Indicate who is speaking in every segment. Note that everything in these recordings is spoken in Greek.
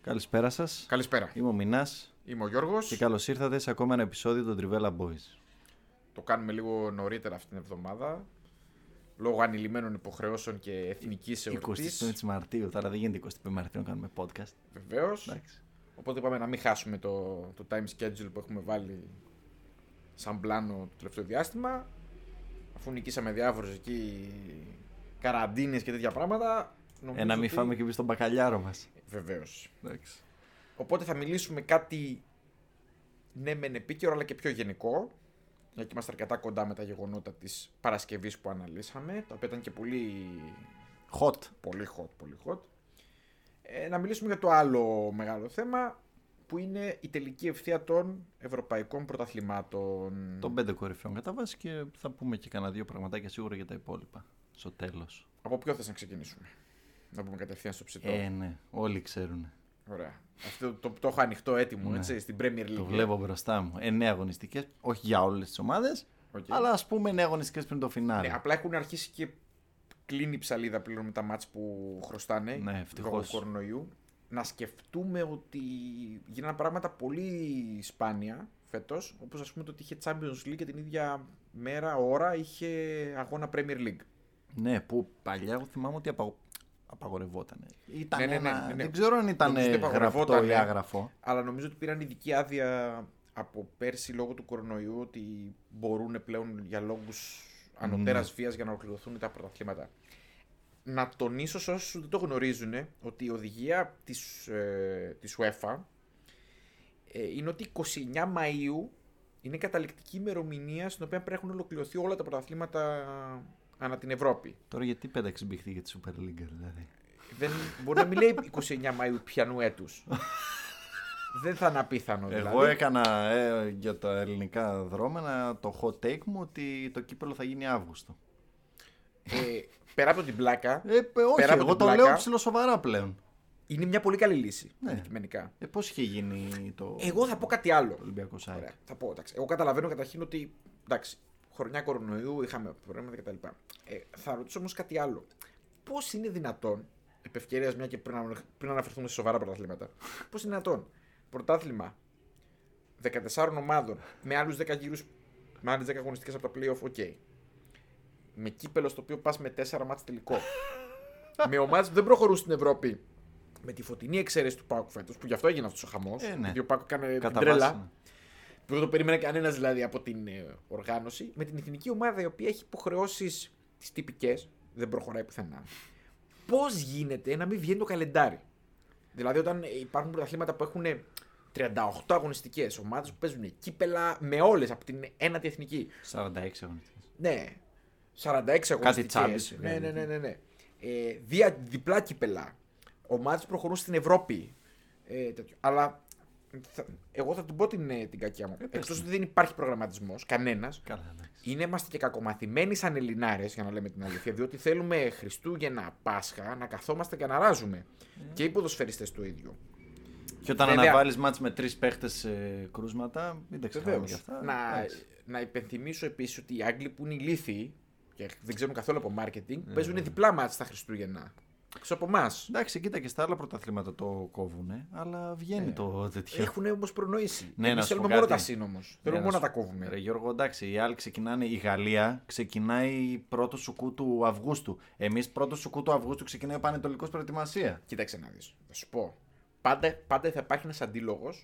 Speaker 1: Καλησπέρα σας.
Speaker 2: Καλησπέρα.
Speaker 1: Είμαι ο Μινάς
Speaker 2: Είμαι ο Γιώργος.
Speaker 1: και καλώς ήρθατε σε ακόμα ένα επεισόδιο των Trivella Boys.
Speaker 2: Το κάνουμε λίγο νωρίτερα αυτή την εβδομάδα. Λόγω ανηλυμένων υποχρεώσεων και εθνικής εορτής.
Speaker 1: 25 Μαρτίου, τώρα δεν γίνεται 25 Μαρτίου να κάνουμε podcast.
Speaker 2: Βεβαίως.
Speaker 1: Εντάξει.
Speaker 2: Οπότε είπαμε να μην χάσουμε το, το time schedule που έχουμε βάλει σαν πλάνο το τελευταίο διάστημα. Αφού νικήσαμε διάφορες εκεί καραντίνες και τέτοια πράγματα. νομίζω
Speaker 1: Ένα μη
Speaker 2: ότι-
Speaker 1: Ε, φάμε και εμείς τον μπακαλιάρο μας.
Speaker 2: Βεβαίως.
Speaker 1: Εντάξει.
Speaker 2: Οπότε θα μιλήσουμε κάτι ναι μεν επίκαιρο αλλά και πιο γενικό. Μια και είμαστε αρκετά κοντά με τα γεγονότα της Παρασκευής που αναλύσαμε, τα οποία ήταν και πολύ,
Speaker 1: Hot.
Speaker 2: πολύ hot, πολύ hot. Ε, να μιλήσουμε για το άλλο μεγάλο θέμα, που είναι η τελική ευθεία των ευρωπαϊκών πρωταθλημάτων.
Speaker 1: Των πέντε κορυφαίων κατά βάση και θα πούμε και κανένα δύο πραγματάκια σίγουρα για τα υπόλοιπα. Στο τέλος.
Speaker 2: Από ποιο θες να ξεκινήσουμε. Να πούμε κατευθείαν στο ψητό.
Speaker 1: Ε, ναι, όλοι ξέρουν.
Speaker 2: Ωραία. Αυτό το, το, έχω ανοιχτό έτοιμο, έτσι, στην Premier League.
Speaker 1: Ναι. Το βλέπω μπροστά μου. 9 αγωνιστικές, όχι για όλες τις ομάδες,
Speaker 2: Οκ.
Speaker 1: αλλά ας πούμε 9 αγωνιστικές πριν το
Speaker 2: Ναι,
Speaker 1: φινάλι.
Speaker 2: απλά έχουν αρχίσει και κλείνει η ψαλίδα πλέον με τα μάτς που χρωστάνε.
Speaker 1: Ναι, ευτυχώς.
Speaker 2: λόγω κορονοϊού. Να σκεφτούμε ότι γίνανε πράγματα πολύ σπάνια φέτος, όπως ας πούμε το ότι είχε Champions League και την ίδια μέρα, ώρα, είχε αγώνα Premier League.
Speaker 1: Ναι, που παλιά εγώ θυμάμαι ότι απαγο... απαγορευόταν. Ήταν
Speaker 2: Ναι, ναι, ναι,
Speaker 1: ένα...
Speaker 2: ναι, ναι.
Speaker 1: Δεν ξέρω αν ήταν
Speaker 2: Νομίζω ότι
Speaker 1: γραπτό ή
Speaker 2: απαγορευότανε.
Speaker 1: άγραφο.
Speaker 2: Αλλά νομίζω ότι πήραν ειδική άδεια από πέρσι λόγω του κορονοϊού ότι μπορούν πλέον για λόγους ανωτέρας βίας για να ολοκληρωθούν τα πρωταθλήματα. Να τονίσω σε όσους δεν το γνωρίζουν ε, ότι η οδηγία της, ε, της UEFA ε, είναι ότι 29 Μαΐου είναι η καταληκτική ημερομηνία στην οποία πρέπει να έχουν ολοκληρωθεί όλα τα πρωταθλήματα ανά την Ευρώπη.
Speaker 1: Τώρα γιατί πέταξε μπιχτή για τη Super League, δηλαδή.
Speaker 2: Δεν, μπορεί να μην λέει 29 Μαΐου πιανού έτους. δεν θα είναι απίθανο δηλαδή.
Speaker 1: Εγώ έκανα ε, για τα ελληνικά δρόμενα το hot take μου ότι το κύπελο θα γίνει Αύγουστο.
Speaker 2: ε, πέρα από την πλάκα,
Speaker 1: Ε, πε- όχι,
Speaker 2: Πέρα από
Speaker 1: εγώ
Speaker 2: την
Speaker 1: το
Speaker 2: πλάκα.
Speaker 1: λέω ψηλοσοβαρά πλέον.
Speaker 2: είναι μια πολύ καλή λύση.
Speaker 1: Ναι.
Speaker 2: Αντικειμενικά.
Speaker 1: Ε, πώς είχε γίνει το
Speaker 2: Εγώ θα πω κάτι άλλο.
Speaker 1: Ολυμπιακός site.
Speaker 2: Ωραία. Ε, Θα πω, εντάξει. Εγώ καταλαβαίνω καταρχήν ότι. Εντάξει, χρονιά κορονοϊού, είχαμε προβλήματα κτλ. Ε, θα ρωτήσω όμως κάτι άλλο. Πώς είναι δυνατόν, επ' ευκαιρίας μια και πριν, ανα- πριν αναφερθούμε σε σοβαρά πρωταθλήματα, πώς είναι δυνατόν πρωτάθλημα 14 ομάδων με άλλους 10 γύρους, με άλλες 10 αγωνιστικές από τα playoff, οκ. Με κύπελο στο οποίο πας με 4 μάτς τελικό. με ομάδες που δεν προχωρούν στην Ευρώπη. Με τη φωτεινή εξαίρεση του Πάκου φέτος, που γι' αυτό έγινε αυτός ο χαμός.
Speaker 1: Ε, ναι.
Speaker 2: Γιατί ο Πάκου έκανε την
Speaker 1: Κατά
Speaker 2: τρέλα.
Speaker 1: βάση, ναι.
Speaker 2: Που δεν το περίμενε κανένας δηλαδή από την ε, οργάνωση. Με την εθνική ομάδα η οποία έχει υποχρεώσεις τις τυπικές, δεν προχωράει πουθενά. Πώς γίνεται να μην βγαίνει το καλεντάρι. Δηλαδή, όταν ε, υπάρχουν πρωταθλήματα που έχουν 38 αγωνιστικές ομάδες που παίζουν κύπελα με όλες από την ένατη εθνική.
Speaker 1: 46 αγωνιστές.
Speaker 2: Ναι. 46 αγωνιστικές.
Speaker 1: τσάμπης,
Speaker 2: Ναι,
Speaker 1: δηλαδή.
Speaker 2: ναι, ναι, ναι. ναι. Ε, δια, διπλά κύπελα. Ομάδες που προχωρούν στην Ευρώπη. Ε, τέτοιο. Αλλά θα- εγώ θα του πω την, ε, την κακιά μου.
Speaker 1: πες
Speaker 2: Εκτός
Speaker 1: την.
Speaker 2: ότι δεν υπάρχει προγραμματισμός, κανένας.
Speaker 1: Καλά, εντάξει.
Speaker 2: Είναι, είμαστε και κακομαθημένοι σαν Ελληνάρες, για να λέμε την αλήθεια, διότι θέλουμε Χριστούγεννα, Πάσχα να καθόμαστε και να ράζουμε. Και οι ποδοσφαιριστές το ίδιο.
Speaker 1: Και όταν
Speaker 2: Βέβαια.
Speaker 1: αναβάλεις μάτς με τρεις παίχτες ε, κρούσματα, μην τα ξεχνάμε
Speaker 2: Βεβαίως.
Speaker 1: για αυτά.
Speaker 2: Να,
Speaker 1: Εντάξει.
Speaker 2: να υπενθυμίσω επίσης ότι οι Άγγλοι που είναι ηλίθιοι και δεν ξέρουν καθόλου από marketing,
Speaker 1: Ναι,
Speaker 2: παίζουν διπλά μάτια στα Χριστούγεννα. Έξω από εμάς.
Speaker 1: Εντάξει, κοίτα και στα άλλα πρωταθλήματα το κόβουνε, αλλά βγαίνει το τέτοιο.
Speaker 2: Έχουν όμως προνοήσει.
Speaker 1: Ναι, να
Speaker 2: Εμείς
Speaker 1: σου πω
Speaker 2: θέλουμε μόνο
Speaker 1: κάτι.
Speaker 2: τα σύν όμως. Θέλουμε
Speaker 1: Ναι,
Speaker 2: μόνο
Speaker 1: να
Speaker 2: να τα
Speaker 1: σου- Ρε
Speaker 2: κόβουμε.
Speaker 1: Γιώργο, εντάξει, οι άλλοι ξεκινάνε, η Γαλλία ξεκινάει πρώτο σουκού του Αυγούστου. Εμείς πρώτο σουκού του Αυγούστου ξεκινάει ο Πανετολικός προετοιμασία.
Speaker 2: Κοίταξε να δεις. Θα σου πω. Πάντα, πάντα θα υπάρχει ένας αντίλογος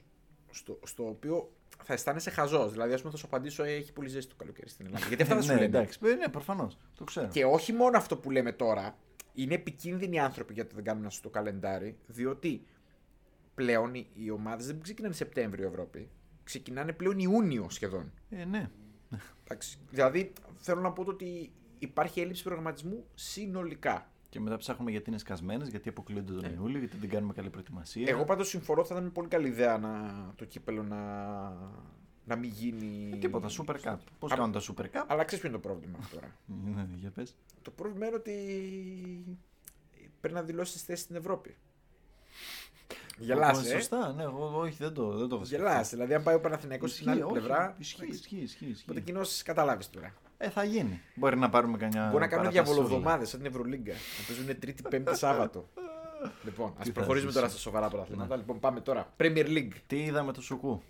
Speaker 2: στο, στο οποίο θα αισθάνεσαι χαζός. Δηλαδή, ας πούμε, θα σου απαντήσω, «Ε, έχει πολύ ζέστη το καλοκαίρι στην Ελλάδα. Γιατί αυτά θα σου
Speaker 1: ναι,
Speaker 2: λένε.
Speaker 1: εντάξει, ε, ναι, προφανώς. Το ξέρω.
Speaker 2: Και όχι μόνο αυτό που λέμε τώρα. Είναι επικίνδυνοι οι άνθρωποι γιατί δεν κάνουν αυτό το καλεντάρι, διότι πλέον οι- οι ομάδες δεν ξεκινάνε Σεπτέμβριο Ευρώπη. Ξεκινάνε πλέον Ιούνιο σχεδόν.
Speaker 1: Ε, ναι.
Speaker 2: Εντάξει. Δηλαδή θέλω να πω το ότι υπάρχει έλλειψη προγραμματισμού συνολικά.
Speaker 1: Και μετά ψάχνουμε γιατί είναι σκασμένες, γιατί αποκλείονται τον Ιούλιο, γιατί δεν κάνουμε καλή προετοιμασία.
Speaker 2: Ε. Εγώ πάντως συμφωνώ ότι θα ήταν μια πολύ καλή ιδέα να, το κύπελο να, να μην γίνει.
Speaker 1: Ε, Τίποτα, Super Cup. Πώς
Speaker 2: Α-
Speaker 1: κάνουν τα Super Cup.
Speaker 2: Αλλά ξέρεις ποιο είναι το πρόβλημα τώρα.
Speaker 1: Ναι, για πες.
Speaker 2: το πρόβλημα είναι ότι πρέπει να δηλώσεις θέση στην Ευρώπη. Γελάς,
Speaker 1: Ω,
Speaker 2: ε.
Speaker 1: Σωστά, ναι, εγώ όχι, δεν το, δεν το έχω
Speaker 2: Γελάς. Δηλαδή, αν πάει ο Παναθηναϊκός
Speaker 1: σκεφτεί.
Speaker 2: στην άλλη
Speaker 1: όχι,
Speaker 2: πλευρά.
Speaker 1: Ισχύει,
Speaker 2: εντάξει.
Speaker 1: ισχύει, ισχύει. ισχύει.
Speaker 2: Οπότε κοινώ καταλάβεις τώρα.
Speaker 1: Ε, θα γίνει. Μπορεί να πάρουμε κανένα.
Speaker 2: Μπορεί να κάνουν
Speaker 1: παράταση όλα.
Speaker 2: διαβολοδομάδε σαν την Ευρωλίγκα. Να παίζουν Τρίτη, Πέμπτη, Σάββατο. λοιπόν,
Speaker 1: Τι
Speaker 2: α
Speaker 1: θα
Speaker 2: προχωρήσουμε
Speaker 1: ζήσει. Ναι.
Speaker 2: τώρα στα σοβαρά πρωταθλήματα. Λοιπόν, πάμε τώρα. Premier League.
Speaker 1: Τι είδαμε το σουκού.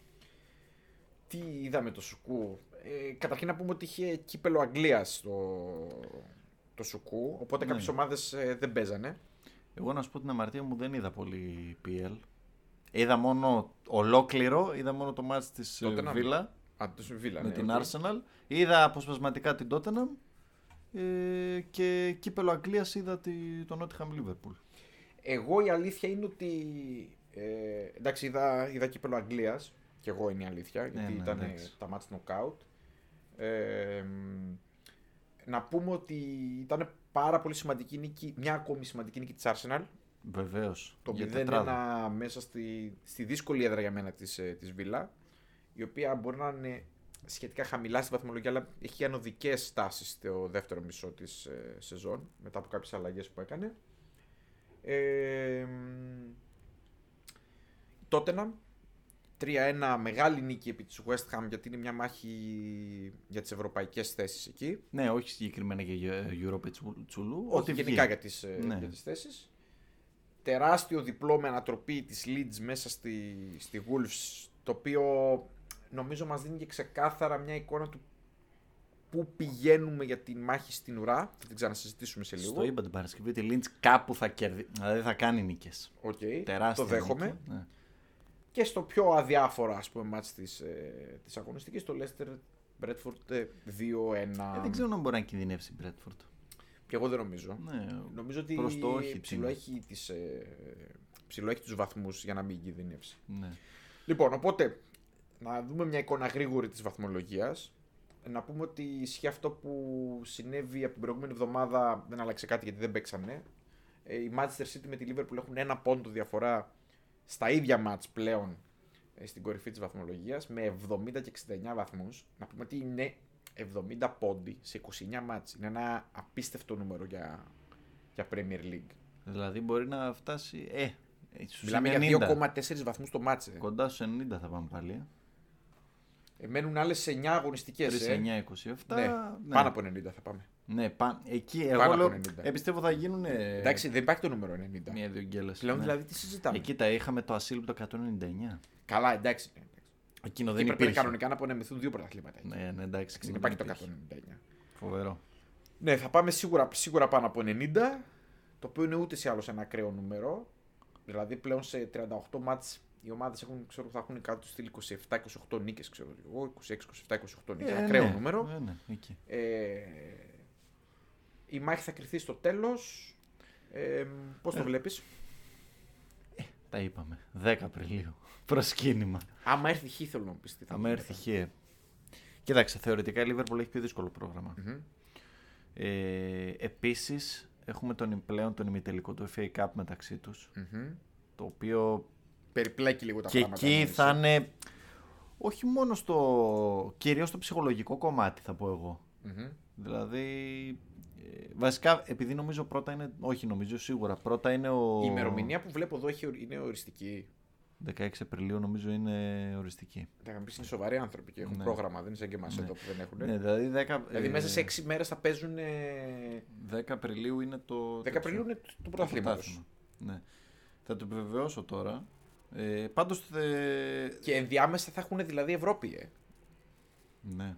Speaker 2: Τι είδαμε το Σουκού. Ε, καταρχήν να πούμε ότι είχε κύπελο Αγγλίας το, το Σουκού. Οπότε
Speaker 1: Ναι.
Speaker 2: κάποιες ομάδες δεν παίζανε.
Speaker 1: Εγώ να σου πω την αμαρτία μου δεν είδα πολύ PL. Είδα μόνο ολόκληρο, είδα μόνο το μάτς της ε,
Speaker 2: Τότε να-
Speaker 1: Βίλα
Speaker 2: Α, το ναι, συμβίλα.
Speaker 1: με την Arsenal. Είδα αποσπασματικά την Tottenham ε, και κύπελο Αγγλίας είδα τη, το Nottingham Liverpool.
Speaker 2: Εγώ η αλήθεια είναι ότι. Ε, εντάξει, είδα, είδα κύπελο Αγγλίας. Κι εγώ είναι η αλήθεια. Γιατί
Speaker 1: ναι,
Speaker 2: ήταν
Speaker 1: εντάξει.
Speaker 2: τα μάτς νοκάουτ. Ε, μ, να πούμε ότι ήταν πάρα πολύ σημαντική νίκη, μια ακόμη σημαντική νίκη της Arsenal.
Speaker 1: Βεβαίως.
Speaker 2: Το
Speaker 1: για τετράδα.
Speaker 2: 0-1 μέσα στη, στη δύσκολη έδρα για μένα της, ε, της Βίλα, η οποία μπορεί να είναι σχετικά χαμηλά στη βαθμολογία, αλλά έχει ανωδικές τάσεις στο δεύτερο μισό της ε, σεζόν, μετά από κάποιες αλλαγές που έκανε. Ε, Τότενα, 3-1 μεγάλη νίκη επί της West Ham, γιατί είναι μια μάχη για τις ευρωπαϊκές θέσεις εκεί.
Speaker 1: Ναι, όχι συγκεκριμένα για ε, Europa Τσου- Τσουλού.
Speaker 2: Όχι γενικά
Speaker 1: βγει.
Speaker 2: για τις, ε,
Speaker 1: Ναι.
Speaker 2: για τις θέσεις. Τεράστιο διπλό με ανατροπή της Leeds μέσα στη, στη Wolves, το οποίο νομίζω μας δίνει και ξεκάθαρα μια εικόνα του πού πηγαίνουμε για τη μάχη στην ουρά. Θα την ξανασυζητήσουμε σε λίγο.
Speaker 1: Στο είπα την Παρασκευή ότι η Λίντς κάπου θα κερδίσει. Δηλαδή θα κάνει νίκες.
Speaker 2: Οκ,
Speaker 1: Τεράστια
Speaker 2: το δέχομαι.
Speaker 1: νίκη, ναι.
Speaker 2: Και στο πιο αδιάφορο ας πούμε μάτς της, ε, της αγωνιστικής, το Leicester Bradford ε, 2-1.
Speaker 1: Ε, δεν ξέρω αν μπορεί να κινδυνεύσει η Μπρέτφορντ.
Speaker 2: Και εγώ δεν νομίζω.
Speaker 1: Ναι,
Speaker 2: Νομίζω ότι
Speaker 1: προς το όχι
Speaker 2: ψηλό,
Speaker 1: τίνει.
Speaker 2: έχει τις, ε, ψηλό έχει τους βαθμούς για να μην κινδυνεύσει.
Speaker 1: ναι.
Speaker 2: Λοιπόν, οπότε, να δούμε μια εικόνα γρήγορη της βαθμολογίας. Να πούμε ότι ισχύει αυτό που συνέβη από την προηγούμενη εβδομάδα, δεν άλλαξε κάτι γιατί δεν παίξανε. Ε, Η Manchester City με τη Liverpool έχουν ένα πόντο διαφορά στα ίδια μάτς πλέον ε, στην κορυφή της βαθμολογίας με 70 και 69 βαθμούς. Να πούμε ότι είναι 70 πόντι σε 29 μάτς. Είναι ένα απίστευτο νούμερο για, για Premier League.
Speaker 1: Δηλαδή μπορεί να φτάσει. Ε, στους
Speaker 2: Μιλάμε
Speaker 1: 90.
Speaker 2: για 2,4 βαθμούς το μάτς. ε.
Speaker 1: Κοντά στους 90 θα πάμε πάλι. ε.
Speaker 2: Ε, Μένουν άλλες 9 αγωνιστικέ.
Speaker 1: 39-27.
Speaker 2: Ναι. Πάνω από 90 θα πάμε.
Speaker 1: Ναι, πα- εκεί εγώ
Speaker 2: Πάνω
Speaker 1: λέω.
Speaker 2: από 90.
Speaker 1: Ε, πιστεύω θα γίνουν.
Speaker 2: Εντάξει, δεν υπάρχει το νούμερο 90.
Speaker 1: Μία-δύο γκέλες.
Speaker 2: Πλέον δηλαδή τι συζητάμε.
Speaker 1: Ναι. Εκεί τα είχαμε το ασύλου το 199.
Speaker 2: Καλά, εντάξει.
Speaker 1: Εκείνο
Speaker 2: Δεν
Speaker 1: δεν
Speaker 2: πρέπει
Speaker 1: υπήρχε.
Speaker 2: κανονικά να απονεμηθούν δύο πρωταθλήματα. εκεί.
Speaker 1: Ναι, ναι, εντάξει.
Speaker 2: Δεν
Speaker 1: εκείνο
Speaker 2: υπάρχει το
Speaker 1: δεν υπήρχε.
Speaker 2: 199.
Speaker 1: Φοβερό.
Speaker 2: Ναι, θα πάμε σίγουρα, σίγουρα πάνω από 90, το οποίο είναι ούτε σε άλλος ένα ακραίο νούμερο. Δηλαδή πλέον σε 38 μάτς οι ομάδες έχουν, ξέρω, θα έχουν κάτω στείλει 27-28 νίκες, ξέρω εγώ, 26-27-28 νίκες,
Speaker 1: Ε,
Speaker 2: ακραίο
Speaker 1: ναι.
Speaker 2: νούμερο.
Speaker 1: Ε, ναι, εκεί.
Speaker 2: Ε, η μάχη θα κρυθεί στο τέλος. Ε, πώς το βλέπεις.
Speaker 1: Τα είπαμε. 10 Απριλίου. Προσκύνημα.
Speaker 2: Άμα έρθει χ, θέλω να μου πεις τι θα
Speaker 1: Θα με
Speaker 2: γίνει
Speaker 1: έρθει
Speaker 2: μετά.
Speaker 1: χε. Κοίταξε, θεωρητικά η Liverpool έχει πιο δύσκολο πρόγραμμα.
Speaker 2: Μμμ.
Speaker 1: Ε, Επίσης, έχουμε τον, πλέον τον ημιτελικό του FA Cup μεταξύ τους.
Speaker 2: Μμμ.
Speaker 1: Το οποίο
Speaker 2: Περιπλέκει λίγο τα
Speaker 1: και
Speaker 2: πράγματα.
Speaker 1: εκεί
Speaker 2: εννοείς.
Speaker 1: θα είναι. Όχι μόνο στο. κυρίως στο ψυχολογικό κομμάτι, θα πω εγώ.
Speaker 2: Μμμ.
Speaker 1: Δηλαδή. ε, βασικά, επειδή νομίζω πρώτα είναι. Όχι, νομίζω σίγουρα. Πρώτα είναι ο.
Speaker 2: Η ημερομηνία που βλέπω εδώ έχει, είναι οριστική.
Speaker 1: 16 Απριλίου νομίζω είναι οριστική.
Speaker 2: Θα μου πεις είναι σοβαροί άνθρωποι και έχουν
Speaker 1: Ναι.
Speaker 2: πρόγραμμα. Δεν είναι σαν και εμάς
Speaker 1: Ναι.
Speaker 2: εδώ που δεν έχουν.
Speaker 1: Ναι, δηλαδή 10.
Speaker 2: Δηλαδή
Speaker 1: ε,
Speaker 2: μέσα σε 6 μέρες θα παίζουν. ε,
Speaker 1: 10 Απριλίου είναι το.
Speaker 2: 10 Απριλίου είναι του
Speaker 1: Το
Speaker 2: πρωταθλήματο.
Speaker 1: πρωτάθλημα. Ναι. Θα το επιβεβαιώσω τώρα. Ε, Πάντως. Θε...
Speaker 2: Και ενδιάμεσα θα έχουν δηλαδή Ευρώπη. Ε.
Speaker 1: Ναι,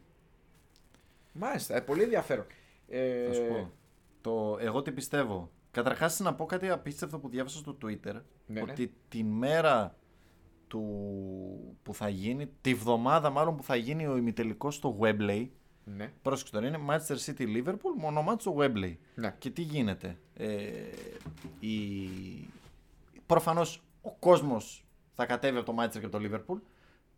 Speaker 2: Μάλιστα, ε, πολύ ενδιαφέρον. Ε,
Speaker 1: θα σου πω. Το, εγώ τι πιστεύω. Καταρχάς, να πω κάτι απίστευτο που διάβασα στο Twitter.
Speaker 2: Ναι, ναι.
Speaker 1: ότι τη μέρα του που θα γίνει, τη βδομάδα μάλλον που θα γίνει ο ημιτελικός στο Webley.
Speaker 2: Ναι.
Speaker 1: Πρόσεξε τώρα, είναι Manchester City Liverpool, μονομάτι στο Webley.
Speaker 2: ναι.
Speaker 1: Και τι γίνεται. Ε, η... Προφανώς ο κόσμος θα κατέβει από το Manchester και από το Liverpool.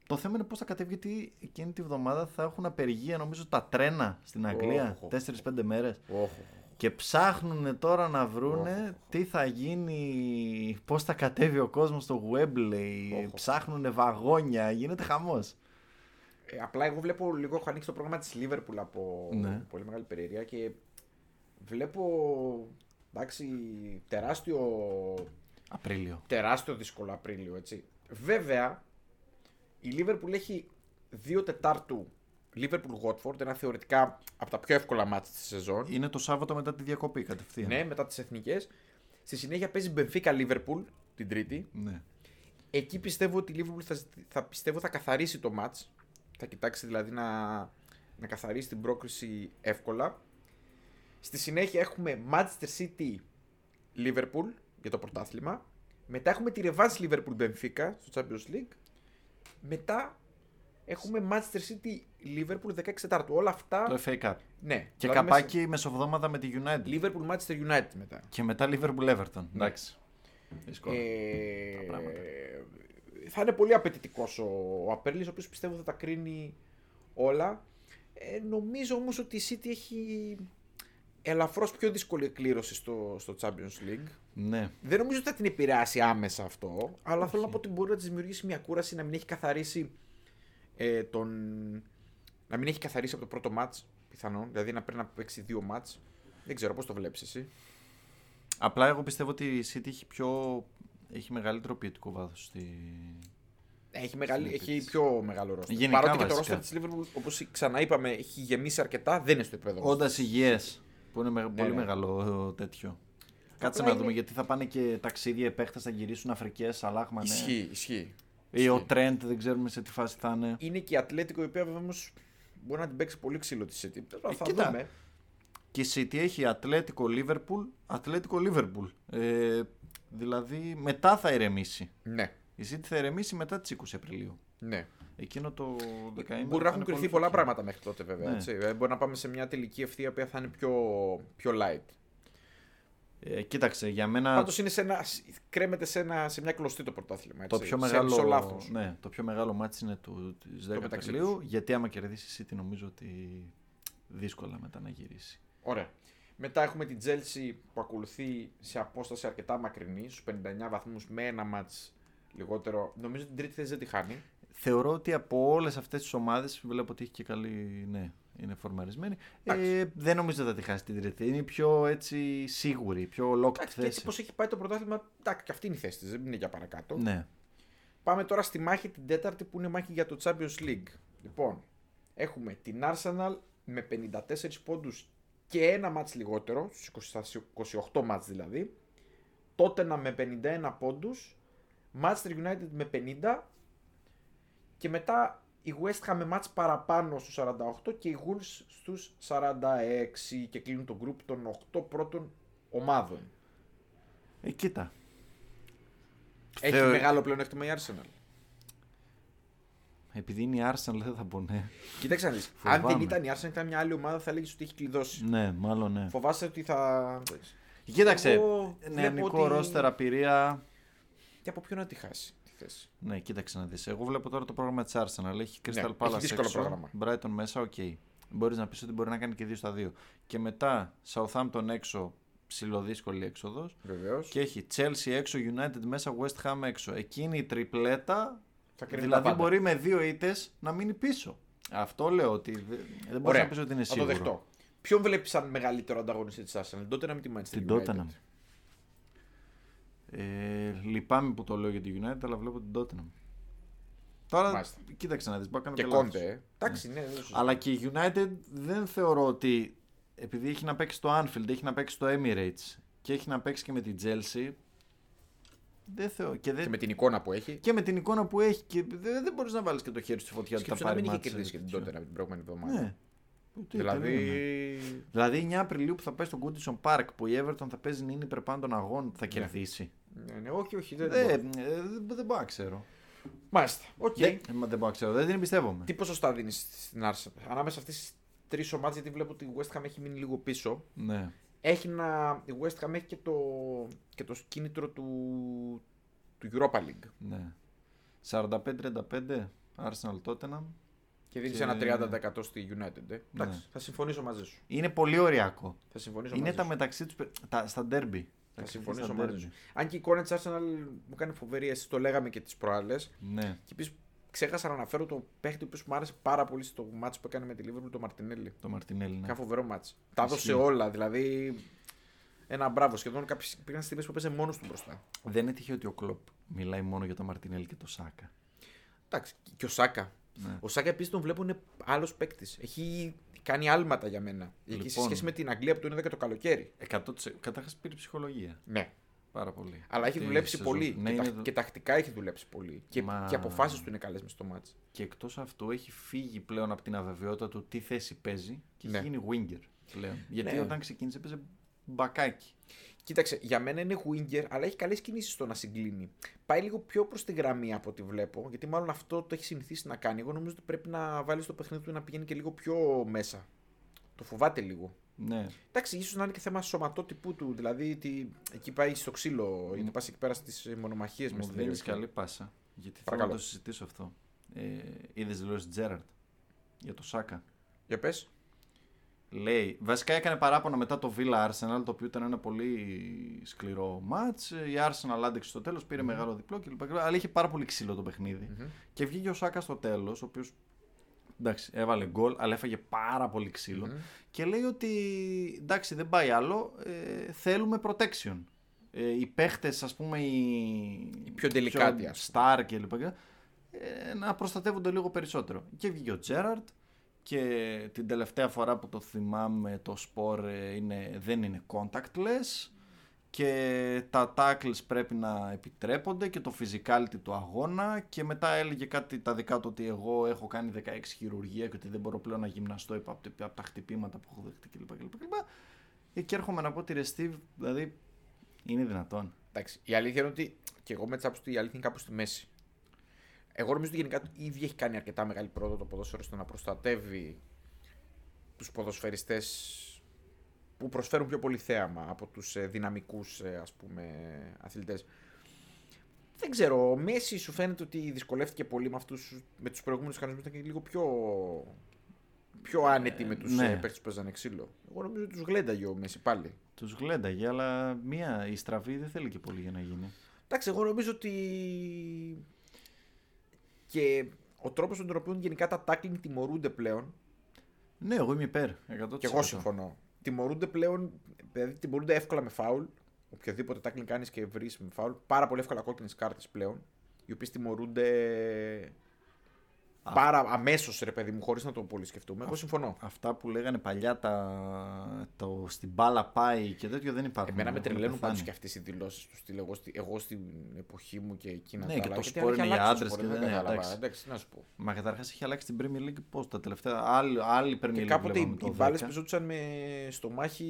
Speaker 1: Το θέμα είναι πώς θα κατέβει γιατί εκείνη τη βδομάδα θα έχουν απεργία νομίζω τα τρένα στην Αγγλία.
Speaker 2: Όχο.
Speaker 1: 4-5 μέρες.
Speaker 2: Όχο.
Speaker 1: Και ψάχνουν τώρα να βρούνε τι θα γίνει, πώς θα κατέβει ο κόσμος στο Wembley.
Speaker 2: Οχ.
Speaker 1: Ψάχνουν βαγόνια, γίνεται χαμός.
Speaker 2: Ε, απλά εγώ βλέπω λίγο, έχω ανοίξει το πρόγραμμα της Λίβερπουλ από
Speaker 1: Ναι.
Speaker 2: πολύ μεγάλη περιέργεια και βλέπω εντάξει, τεράστιο,
Speaker 1: Απρίλιο.
Speaker 2: τεράστιο δύσκολο Απρίλιο, έτσι. Βέβαια, η Λίβερπουλ έχει 2 Τετάρτου Λίβερπουλ Γότφορντ, ένα θεωρητικά από τα πιο εύκολα μάτια της σεζόν.
Speaker 1: Είναι το Σάββατο μετά τη διακοπή κατευθείαν.
Speaker 2: Ναι, μετά τις εθνικές. Στη συνέχεια παίζει Μπενφίκα Λίβερπουλ την Τρίτη.
Speaker 1: ναι.
Speaker 2: Εκεί πιστεύω ότι η Liverpool θα, ζητη- θα, πιστεύω θα καθαρίσει το μάτς. Θα κοιτάξει δηλαδή να, να καθαρίσει την πρόκριση εύκολα. Στη συνέχεια έχουμε Manchester City Liverpool για το πρωτάθλημα. Μετά έχουμε τη Revanse Liverpool Benfica στο Champions League. Μετά έχουμε Manchester City Liverpool 16 Τετάρτου. Όλα αυτά.
Speaker 1: Το FA Cup.
Speaker 2: Ναι.
Speaker 1: Και
Speaker 2: Δηλαδή μέσα-
Speaker 1: καπάκι μεσοβδόμαδα με τη United.
Speaker 2: Liverpool Manchester United μετά.
Speaker 1: Και μετά Liverpool Everton.
Speaker 2: Ναι.
Speaker 1: Εντάξει. Δύσκολο.
Speaker 2: Ε,
Speaker 1: τα πράγματα.
Speaker 2: θα είναι πολύ απαιτητικός ο, ο Απέρλης, ο οποίος πιστεύω θα τα κρίνει όλα. Ε, νομίζω όμως ότι η City έχει ελαφρώς πιο δύσκολη κλήρωση στο, στο Champions League.
Speaker 1: Ναι.
Speaker 2: Δεν νομίζω ότι θα την επηρεάσει άμεσα αυτό, αλλά θέλω να πω ότι μπορεί να της δημιουργήσει μια κούραση να μην έχει καθαρίσει ε, τον. να μην έχει καθαρίσει από το πρώτο match πιθανόν. Δηλαδή να πρέπει να παίξει δύο match. Δεν ξέρω πώς το βλέπεις εσύ.
Speaker 1: Απλά εγώ πιστεύω ότι η City έχει πιο... Έχει μεγαλύτερο ποιοτικό βάθος στη...
Speaker 2: Έχει, μεγάλη,
Speaker 1: Συνεπίτης.
Speaker 2: έχει πιο μεγάλο ρόστερ.
Speaker 1: Γενικά,
Speaker 2: Παρότι και το
Speaker 1: βασικά.
Speaker 2: ρόστερ της Liverpool, όπως ξαναείπαμε, έχει γεμίσει αρκετά, δεν είναι στο επίπεδο. μας.
Speaker 1: Όντας υγιές, που είναι με- πολύ
Speaker 2: ναι.
Speaker 1: μεγάλο τέτοιο. Κάτσε
Speaker 2: Απλά
Speaker 1: να δούμε,
Speaker 2: είναι-
Speaker 1: γιατί θα πάνε και ταξίδια, επέκταση, θα γυρίσουν Αφρικές, Αλάχμα, ναι.
Speaker 2: Ισχύει, ισχύει.
Speaker 1: Ή ο Τρέντ, δεν ξέρουμε σε τι φάση θα είναι.
Speaker 2: Είναι και η Ατλέτικο, η οποία βέβαια όμως μπορεί να την παίξει πολύ ξύλο τη City. Τώρα θα
Speaker 1: Ε, κοίτα.
Speaker 2: δούμε.
Speaker 1: Και η City έχει Ατλέτικο Λίβερπουλ, Ατλέτικο Λίβερπουλ. Ε, δηλαδή μετά θα ηρεμήσει.
Speaker 2: Ναι,
Speaker 1: Η City θα ηρεμήσει μετά τις 20 Απριλίου.
Speaker 2: ναι.
Speaker 1: Εκείνο το δεκαήμερο.
Speaker 2: μπορεί να
Speaker 1: θα
Speaker 2: έχουν
Speaker 1: είναι
Speaker 2: κρυφθεί
Speaker 1: πολύ
Speaker 2: πολλά
Speaker 1: φωτεινό.
Speaker 2: πράγματα μέχρι τότε βέβαια.
Speaker 1: Ναι.
Speaker 2: Έτσι. Ε, Μπορεί να πάμε σε μια τελική ευθεία που θα είναι πιο, πιο light.
Speaker 1: Ε, κοίταξε, για μένα
Speaker 2: Πάντως κρέμεται σε, ένα, σε μια κλωστή το πρωτάθλημα. Έτσι.
Speaker 1: το πιο,
Speaker 2: Σε
Speaker 1: μεγάλο,
Speaker 2: λάθος.
Speaker 1: ναι, το πιο μεγάλο μάτς είναι του, της 10
Speaker 2: μεταξύ
Speaker 1: Απριλίου, γιατί άμα κερδίσει η City νομίζω ότι δύσκολα μετά να γυρίσει.
Speaker 2: Ωραία. Μετά έχουμε την Chelsea που ακολουθεί σε απόσταση αρκετά μακρινή, στους 59 βαθμούς με ένα μάτς λιγότερο. Νομίζω την τρίτη θέση δεν τη χάνει.
Speaker 1: Θεωρώ ότι από όλες αυτές τις ομάδες βλέπω ότι έχει και καλή, ναι, είναι φορμαρισμένη. Ε,
Speaker 2: Εντάξει.
Speaker 1: δεν νομίζω ότι θα τη χάσει την τρίτη. Είναι η πιο έτσι σίγουρη, η πιο locked
Speaker 2: Εντάξει, και έτσι
Speaker 1: θέση.
Speaker 2: πως έχει πάει το πρωτάθλημα, εντάξει, και αυτή είναι η θέση της, δεν είναι για παρακάτω.
Speaker 1: Ναι.
Speaker 2: Πάμε τώρα στη μάχη την τέταρτη που είναι μάχη για το Champions League. Λοιπόν, έχουμε την Arsenal με 54 πόντους και ένα μάτς λιγότερο, στους 28 μάτς δηλαδή. Τότενα με 51 πόντους, Manchester United με 50 και μετά η West Ham με μάτς παραπάνω στους 48 και οι Wolves στους 46 και κλείνουν το γκρουπ των 8 πρώτων ομάδων.
Speaker 1: Ε, κοίτα.
Speaker 2: Έχει
Speaker 1: Θεω-
Speaker 2: μεγάλο πλεονέκτημα η Arsenal.
Speaker 1: Επειδή είναι η Arsenal δεν θα μπω, ναι.
Speaker 2: Κοίταξε να δεις. Αν
Speaker 1: Φοβάμαι.
Speaker 2: δεν ήταν η Arsenal, ήταν μια άλλη ομάδα, θα έλεγες ότι έχει κλειδώσει.
Speaker 1: Ναι, μάλλον ναι.
Speaker 2: Φοβάσαι ότι θα.
Speaker 1: Κοίταξε, Ναι,
Speaker 2: Εγώ
Speaker 1: νεανικό
Speaker 2: βλέπω ότι-
Speaker 1: ότι... ρόστερ, απειρία.
Speaker 2: Και από ποιον να τη χάσει τη θέση.
Speaker 1: Ναι, κοίταξε να δεις. Εγώ βλέπω τώρα το πρόγραμμα της Arsenal. Έχει Crystal
Speaker 2: Ναι, έχει
Speaker 1: Palace
Speaker 2: δύσκολο
Speaker 1: έξω,
Speaker 2: πρόγραμμα.
Speaker 1: Brighton μέσα, οκ. Μπορείς να πεις ότι μπορεί να κάνει και δύο στα δύο. Και μετά Southampton έξω, ψηλοδύσκολη έξοδος.
Speaker 2: Βεβαίως.
Speaker 1: Και έχει Chelsea έξω, United μέσα, West Ham έξω. Εκείνη η τριπλέτα,
Speaker 2: Θα κρίνει τα
Speaker 1: δηλαδή
Speaker 2: πάντα.
Speaker 1: μπορεί με δύο ήττες να μείνει πίσω. Αυτό λέω ότι δε- δεν μπορείς να πεις ότι είναι
Speaker 2: Θα το
Speaker 1: σίγουρο.
Speaker 2: δεχτώ. Ποιον βλέπεις σαν μεγαλύτερο ανταγωνιστή της Arsenal, την Tottenham ή τη Manchester
Speaker 1: Την
Speaker 2: United.
Speaker 1: Tottenham. Ε, λυπάμαι που το λέω για την United, αλλά βλέπω την Tottenham. Τώρα,
Speaker 2: Μάλιστα.
Speaker 1: κοίταξε να δεις, μπορεί να κάνω
Speaker 2: Και
Speaker 1: λάθος.
Speaker 2: Κόντε. ε. Εντάξει, ναι, δεν το συζητώ.
Speaker 1: Αλλά και η United δεν θεωρώ ότι επειδή έχει να παίξει στο Anfield, έχει να παίξει στο Emirates και έχει να παίξει και με την Chelsea. Δεν θεω... και, δεν...
Speaker 2: Και με την εικόνα που έχει.
Speaker 1: και με την εικόνα που έχει και δεν, δεν μπορείς να βάλεις και το χέρι στη φωτιά ότι θα
Speaker 2: Σκέψου να
Speaker 1: πάρει
Speaker 2: μην είχε
Speaker 1: μάτς,
Speaker 2: κερδίσει και
Speaker 1: ε,
Speaker 2: την
Speaker 1: τέτοιο.
Speaker 2: Tottenham την προηγούμενη εβδομάδα.
Speaker 1: Ναι. Ούτε
Speaker 2: Δηλαδή.
Speaker 1: ήταν, ναι. Δηλαδή 9 Απριλίου που θα πάει στο Goodison Park που η Everton θα παίζει νυν υπερ πάντων αγών θα κερδίσει.
Speaker 2: Ναι, ναι, όχι, όχι. Δεν.
Speaker 1: Ε,
Speaker 2: μπορώ.
Speaker 1: ε, δεν δεν μπορώ να ξέρω.
Speaker 2: Μάλιστα. Οκ.
Speaker 1: Δεν, ε, μα, δεν μπορώ να ξέρω. Δεν την εμπιστεύομαι.
Speaker 2: Τι ποσοστά δίνεις στην Arsenal ανάμεσα αυτέ τι τρεις ομάδες, γιατί βλέπω ότι η West Ham έχει μείνει λίγο πίσω.
Speaker 1: Ναι.
Speaker 2: έχει να, η West Ham έχει και το, και το κίνητρο του, του Europa League.
Speaker 1: ναι. 45-35 Arsenal Tottenham.
Speaker 2: Και δίνει ένα 30% στη United.
Speaker 1: Ναι.
Speaker 2: Ε. Εντάξει, θα συμφωνήσω μαζί σου.
Speaker 1: Είναι πολύ ωριακό.
Speaker 2: Θα συμφωνήσω
Speaker 1: Είναι
Speaker 2: μαζί
Speaker 1: τα
Speaker 2: σου.
Speaker 1: μεταξύ τους. Τα, στα ντέρμπι.
Speaker 2: Θα συμφωνήσω μαζί σου. Αν και η εικόνα τη Arsenal μου κάνει φοβερή αίσθηση, το λέγαμε και τις προάλλες.
Speaker 1: Ναι,
Speaker 2: Και επίσης ξέχασα να αναφέρω τον παίχτη που μου άρεσε πάρα πολύ στο μάτσο που έκανε με τη Liverpool, το Μαρτινέλli.
Speaker 1: το Μαρτινέλη. Ναι.
Speaker 2: Κάνα φοβερό μάτσο. Τα έδωσε όλα. Δηλαδή. Ένα μπράβο. Σχεδόν κάποιες πήγαν στιγμές που παίζει μόνος του μπροστά.
Speaker 1: Δεν είναι τυχαίο ότι ο Κλοπ μιλάει μόνο για το Μαρτινέλη και το Σάκα.
Speaker 2: Εντάξει. Και ο Σάκα.
Speaker 1: Ναι.
Speaker 2: Ο Σάκα επίσης τον βλέπω είναι άλλος παίκτης. Έχει κάνει άλματα για μένα. Εκεί σε
Speaker 1: Λοιπόν.
Speaker 2: σχέση με την Αγγλία που τον είδα και το καλοκαίρι.
Speaker 1: 100%. Καταρχάς πήρε ψυχολογία.
Speaker 2: Ναι.
Speaker 1: Πάρα πολύ.
Speaker 2: Αλλά έχει
Speaker 1: Τη
Speaker 2: δουλέψει
Speaker 1: σεζόν.
Speaker 2: πολύ.
Speaker 1: Ναι,
Speaker 2: και, τα-
Speaker 1: είναι το-
Speaker 2: και τακτικά έχει δουλέψει πολύ. Και,
Speaker 1: Μα-
Speaker 2: και αποφάσεις του είναι καλές μες στο μάτς.
Speaker 1: Και εκτός αυτού έχει φύγει πλέον από την αβεβαιότητα του τι θέση παίζει και
Speaker 2: Ναι.
Speaker 1: έχει γίνει winger πλέον. Γιατί
Speaker 2: Ναι.
Speaker 1: όταν ξεκίνησε παίζει μπακάκι.
Speaker 2: Κοίταξε, για μένα είναι winger, αλλά έχει καλές κινήσεις στο να συγκλίνει. Πάει λίγο πιο προς τη γραμμή από ό,τι βλέπω, γιατί μάλλον αυτό το έχει συνηθίσει να κάνει. Εγώ νομίζω ότι πρέπει να βάλεις το παιχνίδι του να πηγαίνει και λίγο πιο μέσα. Το φοβάται λίγο.
Speaker 1: Ναι.
Speaker 2: Εντάξει, ίσως να είναι και θέμα σωματότυπου του. Δηλαδή, τι- εκεί πάει στο ξύλο, γιατί πας εκεί πέρα στις μονομαχίε με
Speaker 1: Μου
Speaker 2: στην
Speaker 1: δίνει
Speaker 2: περιοχή.
Speaker 1: καλή πάσα. Γιατί θέλω να
Speaker 2: Παρακαλώ.
Speaker 1: το συζητήσω αυτό. Ε, Είδες δηλώσει Τζέραρτ για το Σάκα.
Speaker 2: Για πες.
Speaker 1: Λέει, βασικά έκανε παράπονα μετά το Villa Arsenal, το οποίο ήταν ένα πολύ σκληρό μάτς. Η Arsenal άντεξε στο τέλος, πήρε μεγάλο διπλό κλπ. κλπ. Αλλά είχε πάρα πολύ ξύλο το παιχνιδι Και βγήκε ο Σάκα στο τέλος, ο οποίος εντάξει, έβαλε γκολ, αλλά έφαγε πάρα πολύ ξύλο. Και λέει ότι εντάξει, δεν πάει άλλο, ε, θέλουμε protection. Ε, οι παίχτες, ας πούμε, οι, οι
Speaker 2: πιο delicati, ας
Speaker 1: star και λοιπά, και- ε, να προστατεύονται λίγο περισσότερο. Και βγήκε ο Τζέραρτ και την τελευταία φορά που το θυμάμαι το σπορ ε, είναι, δεν είναι contactless και τα tackles πρέπει να επιτρέπονται και το physicality του αγώνα και μετά έλεγε κάτι τα δικά του ότι εγώ έχω κάνει 16 χειρουργία και ότι δεν μπορώ πλέον να γυμναστώ από τα- από τα χτυπήματα που έχω δεχτεί κλπ. κλπ, κλπ. Ε, Και έρχομαι να πω ότι ρε Steve, δηλαδή είναι δυνατόν.
Speaker 2: Εντάξει, η αλήθεια είναι ότι και εγώ με τι άποψει ότι η αλήθεια είναι κάπου στη μέση. Εγώ νομίζω ότι γενικά ήδη έχει κάνει αρκετά μεγάλη πρόοδο το ποδόσφαιρο στο να προστατεύει τους ποδοσφαιριστές που προσφέρουν πιο πολύ θέαμα από τους δυναμικούς ε, ας πούμε αθλητές. Δεν ξέρω, ο Μέση σου φαίνεται ότι δυσκολεύτηκε πολύ με, αυτούς, με τους προηγούμενους κανονισμούς, ήταν και λίγο πιο, πιο άνετη με τους
Speaker 1: ναι.
Speaker 2: ναι. παίχτες που παίζανε ξύλο. Εγώ νομίζω ότι τους γλένταγε ο Μέση πάλι.
Speaker 1: Τους γλένταγε, αλλά μία η στραβή δεν θέλει και πολύ για να γίνει.
Speaker 2: Εντάξει, εγώ νομίζω ότι. και ο τρόπος με τον οποίο γενικά τα tackling τιμωρούνται πλέον.
Speaker 1: Ναι, εγώ είμαι υπέρ. 100%.
Speaker 2: Και εγώ συμφωνώ. Τιμωρούνται πλέον. Δηλαδή τιμωρούνται εύκολα με φάουλ. Οποιοδήποτε tackling κάνεις και βρεις με φάουλ. Πάρα πολύ εύκολα κόκκινες κάρτες πλέον. Οι οποίες τιμωρούνται. Πάρα αμέσως ρε παιδί μου, χωρίς να το πολύ σκεφτούμε. Εγώ συμφωνώ.
Speaker 1: Αυτά που λέγανε παλιά τα... το στην μπάλα πάει και τέτοιο δεν υπάρχουν.
Speaker 2: Εμένα με
Speaker 1: Έχουν
Speaker 2: τρελαίνουν
Speaker 1: πεθάνει.
Speaker 2: πάντως και αυτές οι δηλώσεις τους. στυλ, Εγώ, στη- εγώ στην εποχή μου και εκείνα
Speaker 1: Ναι,
Speaker 2: τα
Speaker 1: και
Speaker 2: άλλα,
Speaker 1: το
Speaker 2: γιατί
Speaker 1: σπορ
Speaker 2: αν είχε
Speaker 1: είναι για
Speaker 2: αλλάξει το
Speaker 1: άντρες
Speaker 2: σπορ,
Speaker 1: και
Speaker 2: δεν
Speaker 1: δεν είναι,
Speaker 2: κατάλαβα.
Speaker 1: εντάξει.
Speaker 2: Εντάξει, τι να σου πω.
Speaker 1: Μα καταρχάς έχει αλλάξει την Premier League πώς τα τελευταία. Άλλη, άλλη Premier League.
Speaker 2: Και κάποτε οι,
Speaker 1: βλέπαμε, το
Speaker 2: οι μπάλες
Speaker 1: 10.
Speaker 2: πεζόντουσαν με στομάχι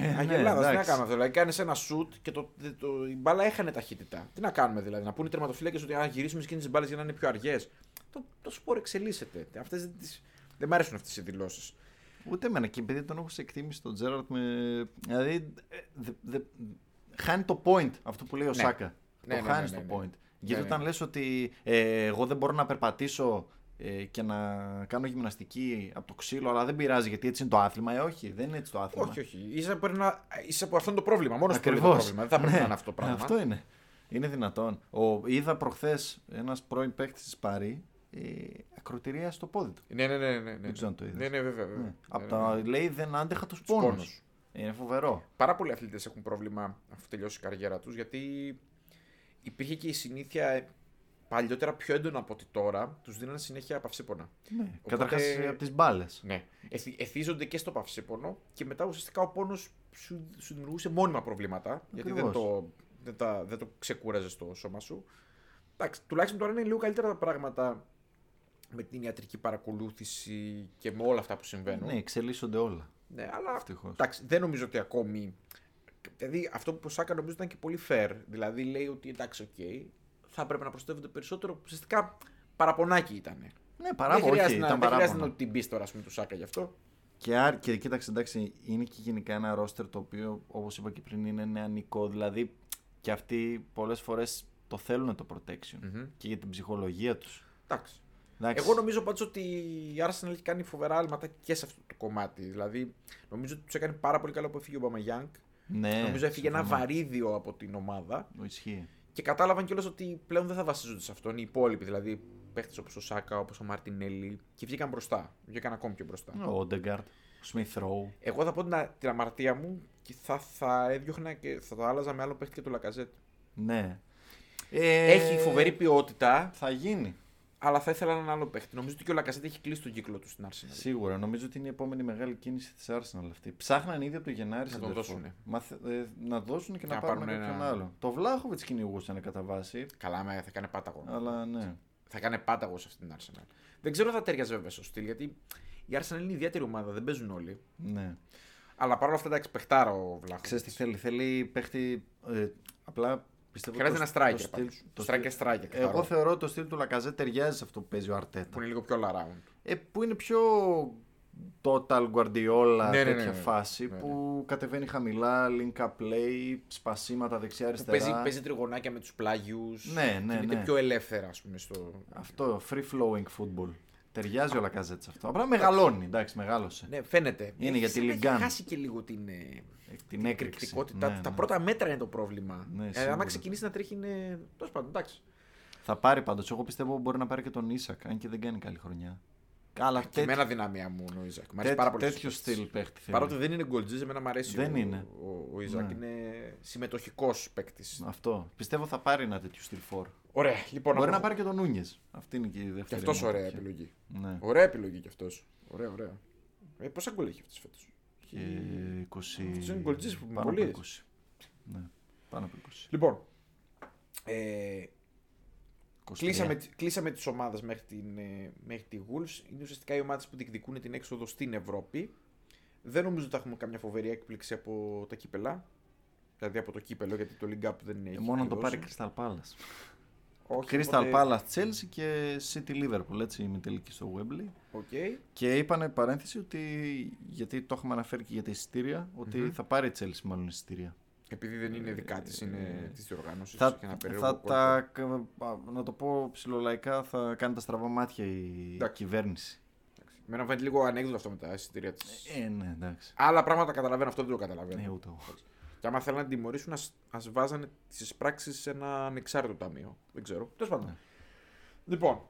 Speaker 1: ναι,
Speaker 2: Αγελάδα. τι να
Speaker 1: εντάξει.
Speaker 2: κάνουμε αυτό. Δηλαδή, κάνεις ένα σουτ και το, το, η μπάλα έχανε ταχύτητα. Τι να κάνουμε δηλαδή, να πούνε οι τερματοφύλακες ότι αν γυρίσουμε σε εκείνε τι μπάλε για να είναι πιο αργές. Το, το σπορ εξελίσσεται. Αυτές δεν, τις, δεν μ' αρέσουν αυτές οι δηλώσεις.
Speaker 1: Ούτε εμένα και επειδή τον έχω σε εκτίμηση τον Τζέραρτ με. Δηλαδή. ε, δε- δε- χάνει το point αυτό που λέει ο
Speaker 2: Ναι.
Speaker 1: Σάκα.
Speaker 2: Ναι,
Speaker 1: το
Speaker 2: ναι,
Speaker 1: χάνεις
Speaker 2: ναι, ναι,
Speaker 1: το
Speaker 2: ναι.
Speaker 1: point. Γιατί
Speaker 2: Ναι,
Speaker 1: όταν
Speaker 2: ναι.
Speaker 1: λες ότι ε, εγώ δεν μπορώ να περπατήσω ε, και να κάνω γυμναστική από το ξύλο, αλλά δεν πειράζει γιατί έτσι είναι το άθλημα. Ε, όχι, δεν είναι έτσι το άθλημα.
Speaker 2: Όχι, όχι. Είσαι που, να, είσαι που αυτό είναι το πρόβλημα. Μόνος αυτό είναι το
Speaker 1: Ακριβώς.
Speaker 2: πρόβλημα. Δεν θα πρέπει
Speaker 1: Ναι.
Speaker 2: να είναι αυτό το πράγμα.
Speaker 1: Αυτό είναι. Είναι δυνατόν. Ο, είδα προχθές ένας πρώην παίκτης της Παρή ε, ακροτηρία στο πόδι του.
Speaker 2: Ναι, ναι, ναι. ναι, ναι.
Speaker 1: Δεν ξέρω αν το είδες.
Speaker 2: Ναι, ναι, βέβαια. βέβαια.
Speaker 1: Ναι.
Speaker 2: Ναι,
Speaker 1: Από
Speaker 2: ναι,
Speaker 1: τα
Speaker 2: ναι.
Speaker 1: λέει δεν άντεχα τους
Speaker 2: πόνους.
Speaker 1: πόνους. Είναι φοβερό.
Speaker 2: Πάρα πολλοί αθλητές έχουν πρόβλημα αφού τελειώσει η καριέρα τους γιατί υπήρχε και η συνήθεια ε, παλιότερα πιο έντονα από ότι τώρα τους δίνανε συνέχεια παυσίπονα.
Speaker 1: Ναι.
Speaker 2: Οπότε-
Speaker 1: Καταρχάς από τις μπάλες.
Speaker 2: Ναι. Εθι, εθίζονται και στο παυσίπονο και μετά ουσιαστικά ο πόνος σου, σου δημιουργούσε μόνιμα προβλήματα γιατί δεν
Speaker 1: Ακριβώς.
Speaker 2: το, δεν, τα, δεν το ξεκούραζες στο σώμα σου. Εντάξει, τουλάχιστον τώρα είναι λίγο καλύτερα τα πράγματα με την ιατρική παρακολούθηση και με όλα αυτά που συμβαίνουν.
Speaker 1: Ναι, εξελίσσονται όλα.
Speaker 2: Ναι, αλλά
Speaker 1: Ευτυχώς.
Speaker 2: εντάξει, δεν νομίζω ότι ακόμη. Δηλαδή αυτό που ο Σάκα νομίζω ήταν και πολύ fair. Δηλαδή λέει ότι εντάξει, οκ, θα πρέπει να προστατεύονται περισσότερο. Ουσιαστικά παραπονάκι ήταν.
Speaker 1: Ναι,
Speaker 2: Δεν
Speaker 1: παράγω, όχι,
Speaker 2: χρειάζεται, να,
Speaker 1: ήταν
Speaker 2: δεν χρειάζεται
Speaker 1: παράπονο.
Speaker 2: να την πεις τώρα ας πούμε, του Σάκα γι' αυτό.
Speaker 1: Και, άρ- και κοίταξε, εντάξει, είναι και γενικά ένα ρόστερ το οποίο, όπως είπα και πριν, είναι νεανικό. Δηλαδή, και αυτοί πολλές φορές το θέλουν το protection
Speaker 2: Μμμ.
Speaker 1: και για την ψυχολογία τους.
Speaker 2: Εντάξει.
Speaker 1: Εντάξει.
Speaker 2: Εγώ νομίζω πάντως ότι η Arsenal έχει κάνει φοβερά άλματα και σε αυτό το κομμάτι. Δηλαδή, νομίζω ότι τους έκανε πάρα πολύ καλό που έφυγε ο Μπαμαγιάνγκ.
Speaker 1: Ναι,
Speaker 2: νομίζω έφυγε ένα
Speaker 1: συμφωνώ.
Speaker 2: βαρύδιο από την ομάδα.
Speaker 1: Ο Ισχύει.
Speaker 2: Και κατάλαβαν κιόλας ότι πλέον δεν θα βασίζονται σε αυτόν οι υπόλοιποι. Δηλαδή, παίχτες όπως ο Σάκα, όπως ο Μαρτινέλli. Και βγήκαν μπροστά. Βγήκαν ακόμη πιο μπροστά.
Speaker 1: Ο Όντεγκαρτ, ο Σμιθ Ρόου.
Speaker 2: Εγώ θα πω την, α- την αμαρτία μου και θα, θα έδιωχνα και θα το άλλαζα με άλλο παίχτη και το Λακαζέτ.
Speaker 1: Ναι. Ε,
Speaker 2: Έχει φοβερή ποιότητα,
Speaker 1: Θα γίνει.
Speaker 2: αλλά θα ήθελα έναν άλλο παίχτη. Νομίζω ότι και ο Λακαζέτ έχει κλείσει τον κύκλο του στην Arsenal.
Speaker 1: Σίγουρα. Νομίζω ότι είναι η επόμενη μεγάλη κίνηση της Arsenal αυτή. Ψάχναν ήδη από το Γενάρη
Speaker 2: Να τον
Speaker 1: center forward.
Speaker 2: δώσουνε.
Speaker 1: Μαθε- ε, να δώσουν και να,
Speaker 2: Να
Speaker 1: πάρουν,
Speaker 2: πάρουν
Speaker 1: κάποιον
Speaker 2: ένα-
Speaker 1: άλλο. Το Βλάχοβιτ κυνηγούσαν κατά βάση.
Speaker 2: Καλά, με, θα κάνει πάταγο.
Speaker 1: Αλλά ναι.
Speaker 2: Θα κάνει πάταγο σε αυτή την Arsenal. Δεν ξέρω αν θα ταιριάζει βέβαια στο στυλ, γιατί η Arsenal είναι ιδιαίτερη ομάδα, δεν παίζουν όλοι.
Speaker 1: ναι.
Speaker 2: Αλλά παρόλα αυτά τα εξπεχτάρα ο
Speaker 1: Ξέρεις
Speaker 2: Βλάχο.
Speaker 1: τι θέλει. Θέλει παίχτη. ε, απλά πιστεύω
Speaker 2: Χρειάζεται
Speaker 1: το-
Speaker 2: ένα
Speaker 1: το
Speaker 2: striker
Speaker 1: στυλ-
Speaker 2: πάντως.
Speaker 1: το
Speaker 2: Striker,
Speaker 1: στυλ-
Speaker 2: striker, καθαρό.
Speaker 1: Εγώ θεωρώ το στυλ του Λακαζέ ταιριάζει σε αυτό που παίζει ο
Speaker 2: Που
Speaker 1: Αρτέτα.
Speaker 2: είναι λίγο πιο all around.
Speaker 1: Ε, που είναι πιο total Guardiola
Speaker 2: Ναι, ναι,
Speaker 1: τέτοια
Speaker 2: ναι, ναι.
Speaker 1: φάση
Speaker 2: Ναι, ναι.
Speaker 1: που κατεβαίνει χαμηλά, link up play, σπασίματα
Speaker 2: Που
Speaker 1: δεξιά-αριστερά.
Speaker 2: παίζει, παίζει τριγωνάκια με τους πλάγιους.
Speaker 1: Ναι, ναι,
Speaker 2: Είναι
Speaker 1: ναι.
Speaker 2: πιο ελεύθερα, ας πούμε. Στο...
Speaker 1: Αυτό, free flowing football. Ταιριάζει ο Λακαζέτ σε αυτό. Απλά μεγαλώνει, εντάξει, μεγάλωσε.
Speaker 2: Ναι, φαίνεται.
Speaker 1: Είναι γιατί
Speaker 2: Σαν να
Speaker 1: λιγκάνει.
Speaker 2: Έχει χάσει και λίγο την, ε,
Speaker 1: Την έκρηξη.
Speaker 2: εκρηκτικότητα.
Speaker 1: Ναι,
Speaker 2: τα
Speaker 1: ναι.
Speaker 2: πρώτα μέτρα είναι το πρόβλημα.
Speaker 1: Ναι,
Speaker 2: ε, άμα
Speaker 1: σίγουρα.
Speaker 2: ξεκινήσει να τρέχει είναι. Τέλος πάντων, εντάξει.
Speaker 1: Θα πάρει πάντως. Εγώ πιστεύω μπορεί να πάρει και τον Ίσακ, αν και δεν κάνει καλή χρονιά. Καλά,
Speaker 2: Και
Speaker 1: τέτοιο,
Speaker 2: εμένα δυναμία μου ο Ιζακ. Μ' αρέσει
Speaker 1: τέτοιο-
Speaker 2: πάρα πολύ.
Speaker 1: τέτοιος
Speaker 2: στους παίκτες.
Speaker 1: στυλ παίχτη θέλει.
Speaker 2: Παρότι δεν είναι γκολτζή, εμένα μου αρέσει
Speaker 1: Δεν
Speaker 2: ο,
Speaker 1: είναι.
Speaker 2: ο, ο Ιζακ.
Speaker 1: Ναι.
Speaker 2: Είναι συμμετοχικός παίκτης.
Speaker 1: Αυτό. Πιστεύω θα πάρει ένα τέτοιο στυλ φόρ.
Speaker 2: Ωραία, λοιπόν.
Speaker 1: Μπορεί
Speaker 2: άμα-
Speaker 1: να πάρει και τον Νούνιες. Αυτή είναι και η δεύτερη.
Speaker 2: Κι αυτός
Speaker 1: μου
Speaker 2: ωραία
Speaker 1: τέτοια.
Speaker 2: επιλογή.
Speaker 1: Ναι.
Speaker 2: Ωραία επιλογή κι αυτός. Ωραία, ωραία. Ε, πόσα γκολ έχει αυτός φέτος.
Speaker 1: Και 20.
Speaker 2: Αυτός είναι γκολτζής που
Speaker 1: πάνω από
Speaker 2: πολύ
Speaker 1: 20. Ναι. Πάνω από 20.
Speaker 2: Λοιπόν. Ε,
Speaker 1: 23.
Speaker 2: κλείσαμε, τη- κλείσαμε τις ομάδες μέχρι, την, ε, μέχρι τη Wolves. Είναι ουσιαστικά οι ομάδες που διεκδικούν την έξοδο στην Ευρώπη. Δεν νομίζω ότι θα έχουμε καμιά φοβερή έκπληξη από τα κύπελα. Δηλαδή από το κύπελο, γιατί το League Cup δεν είναι.
Speaker 1: Ε, Μόνο να το πάρει Crystal Palace.
Speaker 2: Όχι,
Speaker 1: Crystal
Speaker 2: οπότε-
Speaker 1: Palace Chelsea και City Liverpool. Έτσι η τελική στο Wembley.
Speaker 2: Οκ.
Speaker 1: Και είπανε παρένθεση ότι. Γιατί το έχουμε αναφέρει και για τα εισιτήρια. ότι θα πάρει η Chelsea μάλλον εισιτήρια.
Speaker 2: Επειδή δεν είναι δικά της, είναι της διοργάνωσης.
Speaker 1: Ε, Θα,
Speaker 2: και ένα περίεργο
Speaker 1: θα
Speaker 2: κόλπο.
Speaker 1: τα, κα- να το πω ψηλολαϊκά, θα κάνει τα στραβά μάτια η
Speaker 2: Εντάξει.
Speaker 1: κυβέρνηση.
Speaker 2: Εμένα μου φαίνεται λίγο ανέκδοτο αυτό με τα εισιτήρια της.
Speaker 1: Ε, ναι, εντάξει.
Speaker 2: Άλλα πράγματα καταλαβαίνω, αυτό δεν το καταλαβαίνω.
Speaker 1: Ναι, ούτε εγώ.
Speaker 2: Και άμα θέλουν να την τιμωρήσουν, ας βάζανε τις εισπράξει σε ένα ανεξάρτητο ταμείο. Δεν ξέρω. Τέλος πάντων. Λοιπόν,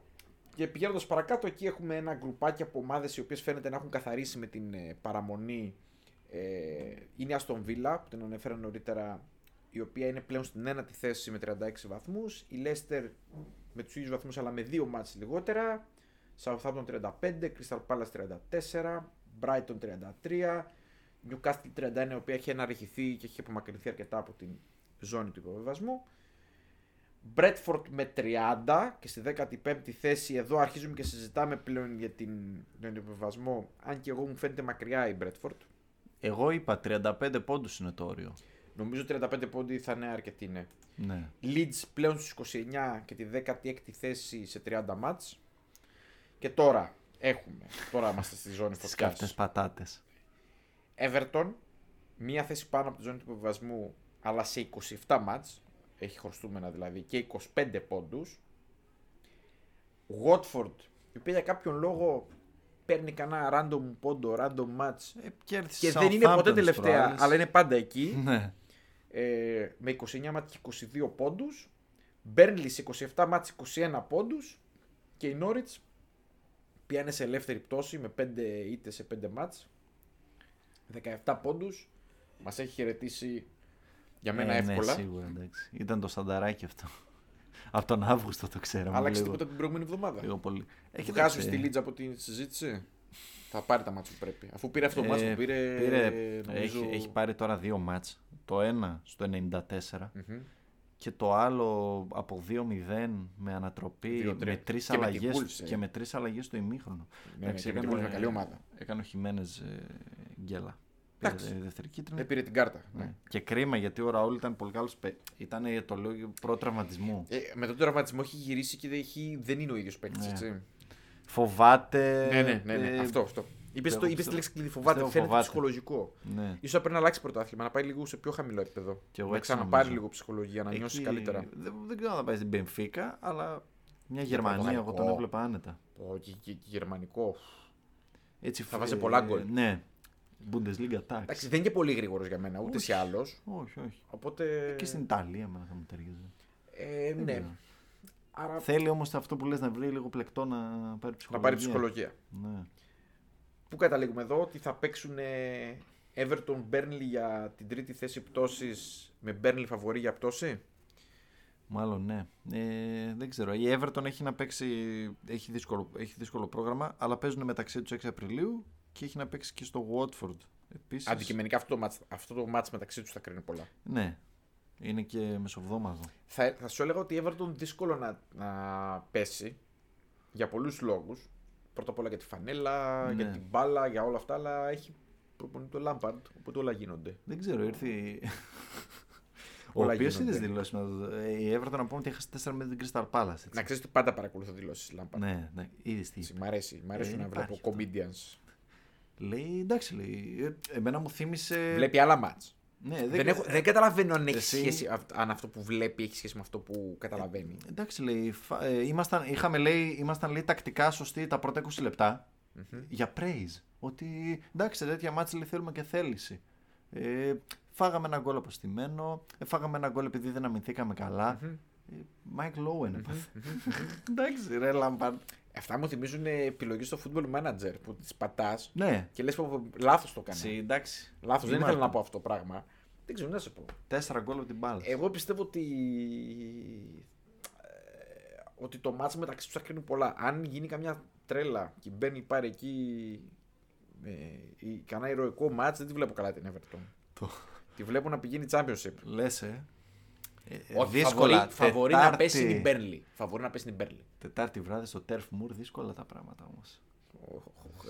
Speaker 2: και πηγαίνοντας παρακάτω, εκεί έχουμε ένα γκρουπάκι από ομάδες οι οποίες φαίνεται να έχουν καθαρίσει με την ε, παραμονή. Ε, είναι η Aston Villa που την ανέφερα νωρίτερα, η οποία είναι πλέον στην ένατη θέση με 36 βαθμούς. Η Leicester με τους ίδιους βαθμούς αλλά με δύο μάτς λιγότερα. Southampton 35, Crystal Palace 34, Brighton 33, Newcastle 31, η οποία έχει αναρριχηθεί και έχει απομακρυνθεί αρκετά από την ζώνη του υποβεβασμού. Bradford με 30 και στη 15η θέση εδώ αρχίζουμε και συζητάμε πλέον για την, τον υποβεβασμό αν και εγώ μου φαίνεται μακριά η Bradford.
Speaker 1: Εγώ είπα 35 πόντους είναι το όριο.
Speaker 2: Νομίζω 35 πόντι θα είναι αρκετή, ναι.
Speaker 1: Ναι.
Speaker 2: Leeds πλέον στους 29 και τη 16η θέση σε 30 μάτς. Και τώρα έχουμε, τώρα είμαστε στη ζώνη
Speaker 1: Στις
Speaker 2: φωτιάς.
Speaker 1: καυτέ πατάτες.
Speaker 2: Everton, μία θέση πάνω από τη ζώνη του υποβιβασμού, αλλά σε 27 μάτς, έχει χρωστούμενα δηλαδή, και 25 πόντους. Watford, η οποία για κάποιον λόγο παίρνει κανένα random πόντο, random match
Speaker 1: Ε, κέρδισε
Speaker 2: και
Speaker 1: Southampton
Speaker 2: δεν είναι ποτέ
Speaker 1: τις
Speaker 2: τελευταία,
Speaker 1: προάλλες.
Speaker 2: αλλά είναι πάντα εκεί.
Speaker 1: Ναι.
Speaker 2: ε, με 29 μάτς και 22 πόντους. Μπέρνλις σε 27 μάτς 21 πόντους. Και η Νόριτς πιάνε σε ελεύθερη πτώση με 5 ήττες σε 5 μάτς. 17 πόντους. Μας έχει χαιρετήσει για μένα
Speaker 1: Ε,
Speaker 2: εύκολα.
Speaker 1: Ναι, σίγουρα εντάξει. Ήταν το σανταράκι αυτό. Από τον Αύγουστο το ξέραμε.
Speaker 2: Άλλαξε
Speaker 1: λίγο,
Speaker 2: τίποτα την προηγούμενη εβδομάδα.
Speaker 1: λίγο πολύ. Ε,
Speaker 2: Βγάζουν
Speaker 1: κοίταξε,
Speaker 2: στη Λίτζα από την συζήτηση. Θα πάρει τα μάτς που πρέπει. Αφού πήρε αυτό το
Speaker 1: ε,
Speaker 2: μάτς που πήρε.
Speaker 1: πήρε-
Speaker 2: νομίζω...
Speaker 1: έχει, έχει πάρει τώρα δύο μάτς. Το ένα στο 94.
Speaker 2: Μμμ.
Speaker 1: και το άλλο από 2-0 με ανατροπή,
Speaker 2: 2-3.
Speaker 1: με τρεις
Speaker 2: Και με την
Speaker 1: αλλαγές,
Speaker 2: Wolves, ε.
Speaker 1: και με τρεις αλλαγές στο ημίχρονο.
Speaker 2: Ναι, ναι, και με την Wolves είναι καλή ομάδα.
Speaker 1: Έκανε ο Χιμένες ε, γκέλα.
Speaker 2: Εντάξει.
Speaker 1: Πήρε δεύτερη κίτρινη.
Speaker 2: Ε, πήρε την κάρτα.
Speaker 1: Ναι.
Speaker 2: ναι.
Speaker 1: Και κρίμα γιατί ο Ραούλ ήταν πολύ καλός, παί- ήταν το λόγιο προτραυματισμού.
Speaker 2: Ε, με τον τραυματισμό έχει γυρίσει και δεν, έχει, δεν είναι ο ίδιος παίκτης.
Speaker 1: Ναι.
Speaker 2: έτσι.
Speaker 1: Φοβάται.
Speaker 2: Ναι, ναι, ναι, ναι.
Speaker 1: ε,
Speaker 2: αυτό, αυτό. Είπες
Speaker 1: πιστεύω-
Speaker 2: το, είπες τη λέξη κλειδί, φοβάται.
Speaker 1: πιστεύω
Speaker 2: Φαίνεται
Speaker 1: φοβάται.
Speaker 2: ψυχολογικό.
Speaker 1: ναι.
Speaker 2: σω πρέπει να αλλάξει πρωτάθλημα, να πάει λίγο σε πιο χαμηλό επίπεδο.
Speaker 1: Κι εγώ
Speaker 2: να
Speaker 1: έτσι
Speaker 2: ξαναπάρει
Speaker 1: νομίζω.
Speaker 2: λίγο ψυχολογία, να νιώσει
Speaker 1: Εκεί-
Speaker 2: καλύτερα.
Speaker 1: Δεν, δεν ξέρω αν θα πάει στην Μπενφίκα, αλλά Μια Γερμανία, εγώ τον
Speaker 2: Πορτογαλικό.
Speaker 1: έβλεπα άνετα.
Speaker 2: Πω, και, και- και γερμανικό.
Speaker 1: Έτσι,
Speaker 2: Θα
Speaker 1: φ-
Speaker 2: βάζει
Speaker 1: ε,
Speaker 2: πολλά γκολ.
Speaker 1: Ναι. Bundesliga, τάξη.
Speaker 2: Εντάξει, δεν είναι και πολύ γρήγορος για μένα, ούτε
Speaker 1: Όχι.
Speaker 2: σε άλλο.
Speaker 1: Όχι, όχι.
Speaker 2: Οπότε.
Speaker 1: Και στην Ιταλία, εμένα θα μου ταιριάζει.
Speaker 2: Ε, ναι.
Speaker 1: ξέρω.
Speaker 2: Άρα
Speaker 1: Θέλει όμως αυτό που λες να βρει λίγο πλεκτό να πάρει ψυχολογία.
Speaker 2: να πάρει ψυχολογία.
Speaker 1: Ναι.
Speaker 2: Πού καταλήγουμε εδώ ότι θα παίξουν ε, Everton Burnley για την τρίτη θέση πτώσης με Burnley φαβορή για πτώση.
Speaker 1: Μάλλον ναι. Ε, δεν ξέρω. Η Everton έχει να παίξει. Έχει δύσκολο, έχει δύσκολο πρόγραμμα, αλλά παίζουν μεταξύ τους 6 Απριλίου και έχει να παίξει και στο Watford. Επίσης,
Speaker 2: Αντικειμενικά αυτό το, μάτς, αυτό το μάτς μεταξύ τους θα κρίνει πολλά.
Speaker 1: Ναι. Είναι και μεσοβδόμαδο.
Speaker 2: Θα, θα σου έλεγα ότι η Everton δύσκολο να, να πέσει για πολλούς λόγους. Πρώτα απ' όλα για τη φανέλα,
Speaker 1: Ναι.
Speaker 2: για την μπάλα, για όλα αυτά, αλλά έχει προπονεί το Lampard, οπότε όλα γίνονται.
Speaker 1: Δεν ξέρω, ήρθε. η- Ο
Speaker 2: Όλα
Speaker 1: οποίος
Speaker 2: γίνονται.
Speaker 1: είδες δηλώσεις. ε, Η Everton να πούμε ότι έχασε 4 με την Crystal Palace. έτσι.
Speaker 2: Να ξέρεις ότι πάντα παρακολουθώ δηλώσεις Lampard.
Speaker 1: Ναι, ναι, είδες τι. είπε.
Speaker 2: Μ' αρέσει, μ' αρέσουν
Speaker 1: Ε,
Speaker 2: να βλέπω
Speaker 1: υπάρχει αυτό.
Speaker 2: comedians.
Speaker 1: Λέει εντάξει, λέει. ε, Εμένα μου θύμισε.
Speaker 2: Βλέπει άλλα μάτς.
Speaker 1: Ναι, δεν,
Speaker 2: Δεν, έχω, δεν καταλαβαίνω αν, έχει
Speaker 1: Εσύ- Ε,
Speaker 2: σχέση, αυ- αν αυτό που βλέπει έχει σχέση με αυτό που καταλαβαίνει.
Speaker 1: Εντάξει, λέει. φα- ε, ήμασταν, είχαμε, λέει, ήμασταν, λέει, τακτικά σωστοί τα πρώτα 20 λεπτα για praise. Ότι εντάξει, σε τέτοια μάτσα λέει, θέλουμε και θέληση. Ε, φάγαμε ένα γκολ αποστημένο. Ε, φάγαμε ένα γκολ επειδή δεν αμυνθήκαμε καλά. Ε, Mike Lowen έπαθε. Εντάξει, ρε Λάμπαρντ.
Speaker 2: Αυτά μου θυμίζουν επιλογέ στο football manager που τις πατάς
Speaker 1: Ναι.
Speaker 2: και λες πω λάθος το
Speaker 1: Τσι,
Speaker 2: κάνει.
Speaker 1: Εντάξει.
Speaker 2: Λάθος, δεν
Speaker 1: Είμαστε.
Speaker 2: ήθελα να πω αυτό το πράγμα. Δεν ξέρω, να σε πω.
Speaker 1: Τέσσερα γκολ από την μπάλα.
Speaker 2: Εγώ πιστεύω ότι. ε, ότι το μάτς μεταξύ τους θα κρίνει πολλά. Αν γίνει καμιά τρέλα και μπαίνει πάρει εκεί. Ε, ή κανένα ηρωικό μάτς, δεν τη βλέπω καλά την Everton.
Speaker 1: Το-
Speaker 2: Τη βλέπω να πηγαίνει Championship.
Speaker 1: Λες, ε. Ε, ε,
Speaker 2: Όχι,
Speaker 1: δύσκολα.
Speaker 2: φαβορεί, φαβορεί να
Speaker 1: Τετάρτη-
Speaker 2: πέσει την Burnley. Φαβορεί να πέσει την Burnley.
Speaker 1: Τετάρτη βράδυ στο Turf Moor, δύσκολα τα πράγματα όμως.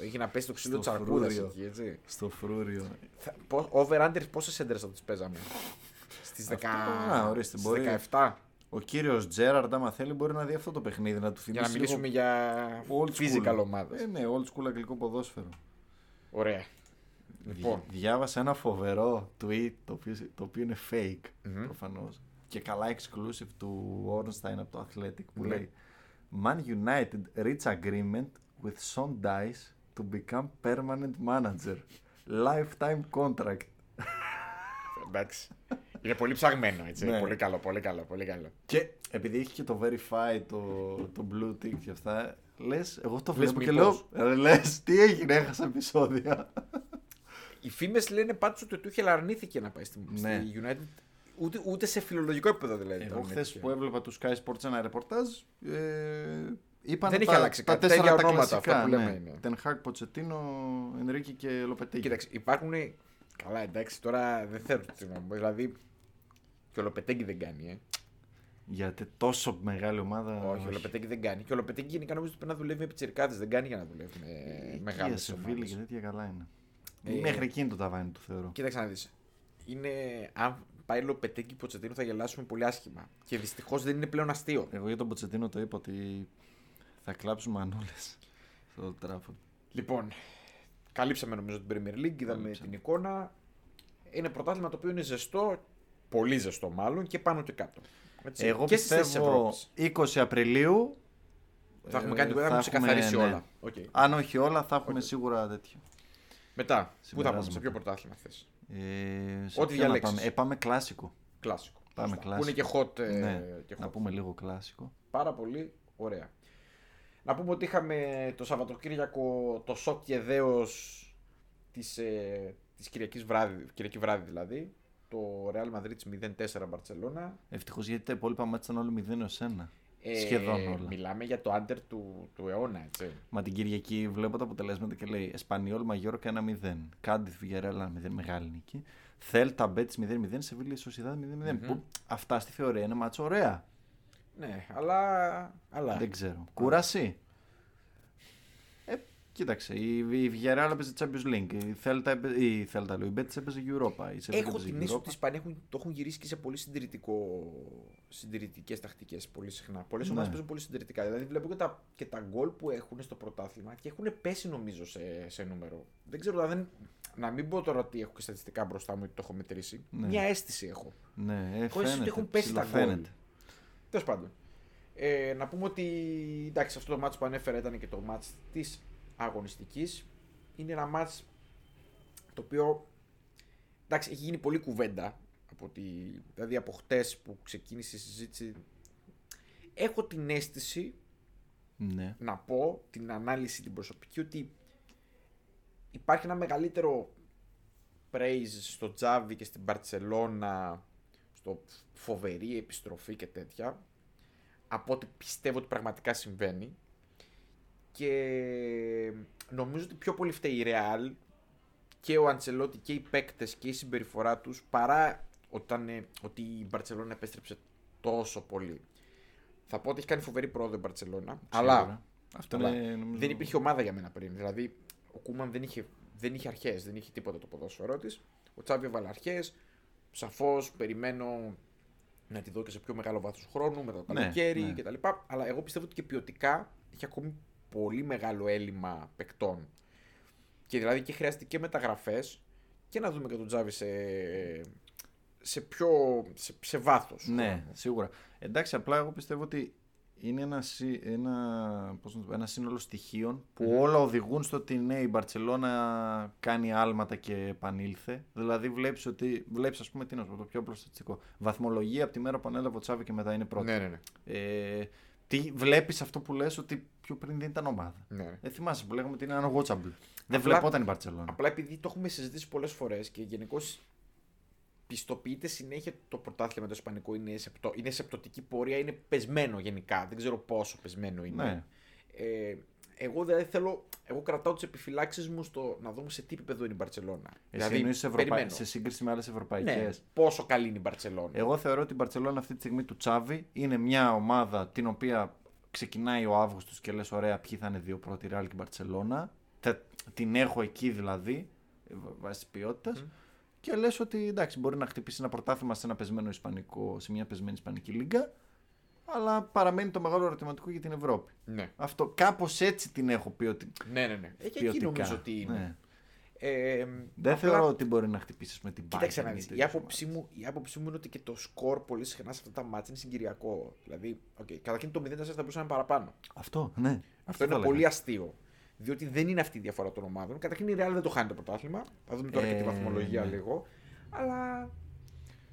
Speaker 2: Έχει να πέσει το ξύλο
Speaker 1: Στο
Speaker 2: τη αρκούδα
Speaker 1: φρούριο.
Speaker 2: εκεί, έτσι.
Speaker 1: Στο Φρούριο.
Speaker 2: Θα- πο- Over under, πόσες έντρε θα τις παίζαμε. Στις
Speaker 1: α, ορίστε, μπορεί.
Speaker 2: 17.
Speaker 1: Ο κύριος Τζέραρντ, άμα θέλει, μπορεί να δει αυτό το παιχνίδι, να του θυμίσει.
Speaker 2: Για να μιλήσουμε για
Speaker 1: λίγο old school.
Speaker 2: physical ομάδες.
Speaker 1: Ε, ναι, old school αγγλικό ποδόσφαιρο.
Speaker 2: Ωραία. Λοιπόν.
Speaker 1: Δι- Διάβασα ένα φοβερό tweet το οποίο, το οποίο είναι fake προφανώς. Και καλά exclusive του Ornstein από το Athletic που
Speaker 2: Ναι.
Speaker 1: λέει Man United reach agreement with Sean Dice to become permanent manager. Lifetime contract.
Speaker 2: Εντάξει. Είναι πολύ ψαγμένο, έτσι.
Speaker 1: Ναι.
Speaker 2: Πολύ καλό, πολύ καλό, πολύ καλό.
Speaker 1: Και επειδή έχει και το verify, το, το blue tick και αυτά, λες, εγώ το βλέπω και λέω.
Speaker 2: μήπως.
Speaker 1: Λες, τι έγινε, έχασα επεισόδια.
Speaker 2: Οι φήμες λένε πάντως ότι ο Τούχελ αρνήθηκε να πάει στη,
Speaker 1: Ναι.
Speaker 2: στη United. Ούτε, ούτε σε φιλολογικό επίπεδο δηλαδή. το
Speaker 1: Εγώ χθε
Speaker 2: αρνήθηκε.
Speaker 1: που έβλεπα τους Sky Sports ένα ρεπορτάζ, ε, είπαν
Speaker 2: Δεν
Speaker 1: τα,
Speaker 2: είχε αλλάξει
Speaker 1: τα
Speaker 2: κάτι, τα
Speaker 1: τέσσερα
Speaker 2: ίδια
Speaker 1: τα
Speaker 2: ονόματα,
Speaker 1: κλασικά.
Speaker 2: αυτά που λέμε
Speaker 1: ναι.
Speaker 2: είναι.
Speaker 1: Ten Hag, Pochettino, Enrique και Λοπετέγι.
Speaker 2: Ε, Κοίταξε, υπάρχουν. Καλά, εντάξει, τώρα δεν θέλω τη γνώμη μου. Δηλαδή. Και ο Λοπετέγκη δεν κάνει, ε.
Speaker 1: Γιατί τόσο μεγάλη ομάδα.
Speaker 2: Όχι, ο Λοπετέγκη δεν κάνει. Και ο Λοπετέγκη γενικά νομίζω ότι πρέπει να δουλεύει με πιτσιρικάδες. Δεν κάνει για να ε, δουλεύει
Speaker 1: Ε,
Speaker 2: με μεγάλε
Speaker 1: Μεγάλη σε φίλη και
Speaker 2: ομάδε.
Speaker 1: τέτοια καλά είναι.
Speaker 2: Ε,
Speaker 1: Μέχρι εκείνη το ταβάνι του θεωρώ.
Speaker 2: Κοίταξε να δεις. Είναι. Αν πάει Λοπετέγκη Ποτσετίνο θα γελάσουμε πολύ άσχημα. Και δυστυχώς δεν είναι πλέον αστείο.
Speaker 1: Εγώ για τον Ποτσετίνο το είπα ότι θα κλάψουμε ανόλε στο τράφο.
Speaker 2: Λοιπόν, καλύψαμε νομίζω την Premier League, είδαμε
Speaker 1: Καλύψαμε.
Speaker 2: την εικόνα. Είναι πρωτάθλημα το οποίο είναι ζεστό, πολύ ζεστό μάλλον και πάνω και κάτω. Έτσι.
Speaker 1: Εγώ
Speaker 2: και στις θέσεις
Speaker 1: πιστεύω
Speaker 2: Ευρώπης.
Speaker 1: 20 Απριλίου.
Speaker 2: Θα έχουμε
Speaker 1: ε,
Speaker 2: κάνει την
Speaker 1: θα
Speaker 2: θα έχουμε
Speaker 1: έχουμε,
Speaker 2: ξεκαθαρίσει
Speaker 1: ναι.
Speaker 2: όλα. Οκ.
Speaker 1: Αν όχι όλα, θα έχουμε σίγουρα τέτοιο.
Speaker 2: Μετά, πού θα πάμε, σε
Speaker 1: Συμπεράσματα.
Speaker 2: ποιο πρωτάθλημα θες.
Speaker 1: Ε, σε
Speaker 2: Ό,τι
Speaker 1: ποιο να
Speaker 2: διαλέξεις.
Speaker 1: Πάμε. Ε, πάμε κλασικό.
Speaker 2: Κλασικό.
Speaker 1: Πάμε
Speaker 2: Σωστά.
Speaker 1: κλασικό.
Speaker 2: Που είναι και hot. ε,
Speaker 1: ναι,
Speaker 2: και hot.
Speaker 1: να πούμε λίγο κλασικό.
Speaker 2: Πάρα πολύ ωραία. Να πούμε ότι είχαμε το Σαββατοκύριακο το σοκ και δέος της, ε, της Κυριακής βράδυ, Κυριακή βράδυ δηλαδή. Το Real Madrid 0-4 Barcelona.
Speaker 1: Ευτυχώς γιατί τα υπόλοιπα μάτια ήταν όλοι 0 έω 1.
Speaker 2: Ε,
Speaker 1: Σχεδόν όλα.
Speaker 2: Μιλάμε για το άντερ του, του αιώνα, έτσι.
Speaker 1: Μα την Κυριακή βλέπω τα αποτελέσματα και λέει Εσπανιόλ Μαγιόρκα 1-0. Κάντιθ Βιγερέλα 1-0. Μεγάλη νίκη. Θέλτα Μπέτ 0-0. Σεβίλη Σοσιδάδ 0-0. Που αυτά στη θεωρία είναι μάτσο ωραία.
Speaker 2: Ναι, αλλά. αλλά.
Speaker 1: Δεν ξέρω. Κούραση. Ε, κοίταξε, η, η Villarreal έπαιζε Champions League. Η Θέλτα, έπαι- η Θέλτα λέω, η Betis έπαιζε Europa. Η Sevilla
Speaker 2: Έχω
Speaker 1: έπαιζε
Speaker 2: την αίσθηση ότι οι
Speaker 1: Europa.
Speaker 2: Ισπανοί έχουν, το έχουν γυρίσει και σε πολύ συντηρητικό. συντηρητικές τακτικές πολύ συχνά. Πολλές
Speaker 1: Ναι.
Speaker 2: ομάδε παίζουν πολύ συντηρητικά. Δηλαδή βλέπω και τα, και τα γκολ που έχουν στο πρωτάθλημα και έχουν πέσει νομίζω σε, σε νούμερο. Δεν ξέρω, δηλαδή, να μην πω τώρα ότι έχω και στατιστικά μπροστά μου ή ότι το έχω μετρήσει. Μια αίσθηση έχω.
Speaker 1: Ναι, ε,
Speaker 2: Χωρίς ότι
Speaker 1: φαίνεται,
Speaker 2: έχουν πέσει τα γκολ.
Speaker 1: ψηλοφαίνεται.
Speaker 2: Τέλος πάντων. Ε, να πούμε ότι εντάξει, αυτό το μάτς που ανέφερα ήταν και το μάτς της αγωνιστικής. Είναι ένα μάτς το οποίο εντάξει, έχει γίνει πολλή κουβέντα από τη, δηλαδή από χτες που ξεκίνησε η συζήτηση. Έχω την αίσθηση
Speaker 1: Ναι.
Speaker 2: να πω την ανάλυση την προσωπική ότι υπάρχει ένα μεγαλύτερο praise στο Τζάβι και στην Μπαρτσελώνα στο φοβερή επιστροφή και τέτοια από ότι πιστεύω ότι πραγματικά συμβαίνει και νομίζω ότι πιο πολύ φταίει η Real και ο Αντσελότη και οι παίκτες και η συμπεριφορά τους παρά όταν, ε, ότι η Μπαρτσελώνα επέστρεψε τόσο πολύ. Θα πω ότι έχει κάνει φοβερή πρόοδο η Μπαρτσελώνα, αλλά
Speaker 1: Σίγουρα. Αυτό
Speaker 2: αλλά
Speaker 1: είναι, ε, νομίζω...
Speaker 2: δεν υπήρχε ομάδα για μένα πριν. Δηλαδή, ο Κούμαν δεν είχε, δεν είχε αρχές, δεν είχε τίποτα το ποδόσφαιρό της. Ο Τσάβη έβαλε αρχές. Σαφώς περιμένω να τη δω και σε πιο μεγάλο βάθος χρόνου, μετά το
Speaker 1: Ναι,
Speaker 2: καλοκαίρι
Speaker 1: ναι.
Speaker 2: κτλ. Αλλά εγώ πιστεύω ότι και ποιοτικά έχει ακόμη πολύ μεγάλο έλλειμμα παικτών. Και δηλαδή και χρειάζεται και μεταγραφές και να δούμε και τον Τσάβη σε, σε πιο. σε, σε βάθος.
Speaker 1: Ναι, σίγουρα. Εντάξει, απλά εγώ πιστεύω ότι είναι ένα, σύ- ένα, πώς να το πω, ένα σύνολο στοιχείων που όλα οδηγούν στο ότι ναι, η Μπαρτσελώνα κάνει άλματα και επανήλθε. Δηλαδή, βλέπεις ότι. Βλέπεις, ας πούμε, τι να σου πω, το πιο απλό στατιστικό. Βαθμολογία από τη μέρα που ανέλαβε ο Τσάβη και μετά είναι πρώτη.
Speaker 2: Ναι, ναι, ναι.
Speaker 1: Ε, τι βλέπεις αυτό που λες ότι πιο πριν δεν ήταν ομάδα.
Speaker 2: ναι, ναι.
Speaker 1: Δεν θυμάσαι που λέγαμε ότι είναι unwatchable. Δεν
Speaker 2: Απλά-
Speaker 1: βλεπόταν η Μπαρτσελώνα.
Speaker 2: Απλά επειδή το έχουμε συζητήσει πολλές φορές και γενικώς πιστοποιείται συνέχεια ότι το πρωτάθλημα το Ισπανικό είναι σε, πτω- είναι σε πτωτική πορεία, είναι πεσμένο γενικά. Δεν ξέρω πόσο πεσμένο είναι.
Speaker 1: Ναι.
Speaker 2: Ε, εγώ δηλαδή θέλω, εγώ κρατάω τις επιφυλάξεις μου στο να δούμε σε τι επίπεδο είναι η Μπαρσελόνα.
Speaker 1: Εσύ εννοείς Ε, σε, Ευρωπα-
Speaker 2: Δηλαδή, περιμένω.
Speaker 1: σε σύγκριση με άλλες ευρωπαϊκέ.
Speaker 2: ναι, πόσο καλή είναι η Μπαρσελόνα.
Speaker 1: Εγώ θεωρώ ότι η Μπαρσελόνα αυτή τη στιγμή του Τσάβη είναι μια ομάδα την οποία ξεκινάει ο Αύγουστος και λες: Ωραία, ποιοι θα είναι δύο πρώτοι, Ρεάλ και Μπαρσελόνα. Τε- Την έχω εκεί δηλαδή, ε, βα- βάσει της ποιότητας. Και λες ότι εντάξει, μπορεί να χτυπήσει ένα πρωτάθλημα σε, ένα πεσμένο ισπανικό, σε μια πεσμένη Ισπανική Λίγκα, αλλά παραμένει το μεγάλο ερωτηματικό για την Ευρώπη.
Speaker 2: Ναι.
Speaker 1: Αυτό κάπως έτσι την έχω πει ότι.
Speaker 2: Ναι, ναι, ναι. Ε, και εκεί
Speaker 1: ποιοτικά.
Speaker 2: νομίζω ότι είναι.
Speaker 1: Ναι.
Speaker 2: Ε,
Speaker 1: Δεν
Speaker 2: απλά-
Speaker 1: θεωρώ ότι μπορεί να χτυπήσεις με την
Speaker 2: Κοίταξε
Speaker 1: Bayern
Speaker 2: να
Speaker 1: ή
Speaker 2: δεις, η
Speaker 1: τέτοιες
Speaker 2: άποψή, μου, η άποψή μου είναι ότι και το σκορ πολύ συχνά σε αυτά τα μάτια είναι συγκυριακό. Δηλαδή, okay, καταρχήν το 0-4 θα μπορούσε να είναι παραπάνω.
Speaker 1: Αυτό, ναι.
Speaker 2: Αυτό,
Speaker 1: θα
Speaker 2: είναι
Speaker 1: λέγα.
Speaker 2: πολύ αστείο. Διότι δεν είναι αυτή η διαφορά των ομάδων. Καταρχήν η Real δεν το χάνει το πρωτάθλημα. Θα δούμε τώρα και τη
Speaker 1: Ε,
Speaker 2: βαθμολογία
Speaker 1: ναι.
Speaker 2: λίγο. Αλλά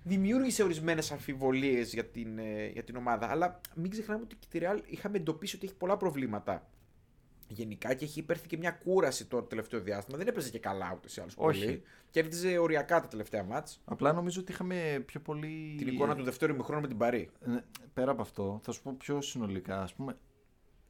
Speaker 2: δημιούργησε ορισμένες αμφιβολίες για, την, ε, για την ομάδα. Αλλά μην ξεχνάμε ότι και τη Real είχαμε εντοπίσει ότι έχει πολλά προβλήματα. Γενικά και έχει υπέρθει και μια κούραση το τελευταίο διάστημα. Δεν έπαιζε και καλά ούτε σε άλλου
Speaker 1: Όχι.
Speaker 2: πολύ. Κέρδιζε οριακά τα τελευταία μάτς.
Speaker 1: Απλά νομίζω ότι είχαμε πιο πολύ.
Speaker 2: Την εικόνα του δεύτερου ημιχρόνου με την Παρή.
Speaker 1: Ναι, Πέρα από αυτό, θα σου πω πιο συνολικά. Ας πούμε,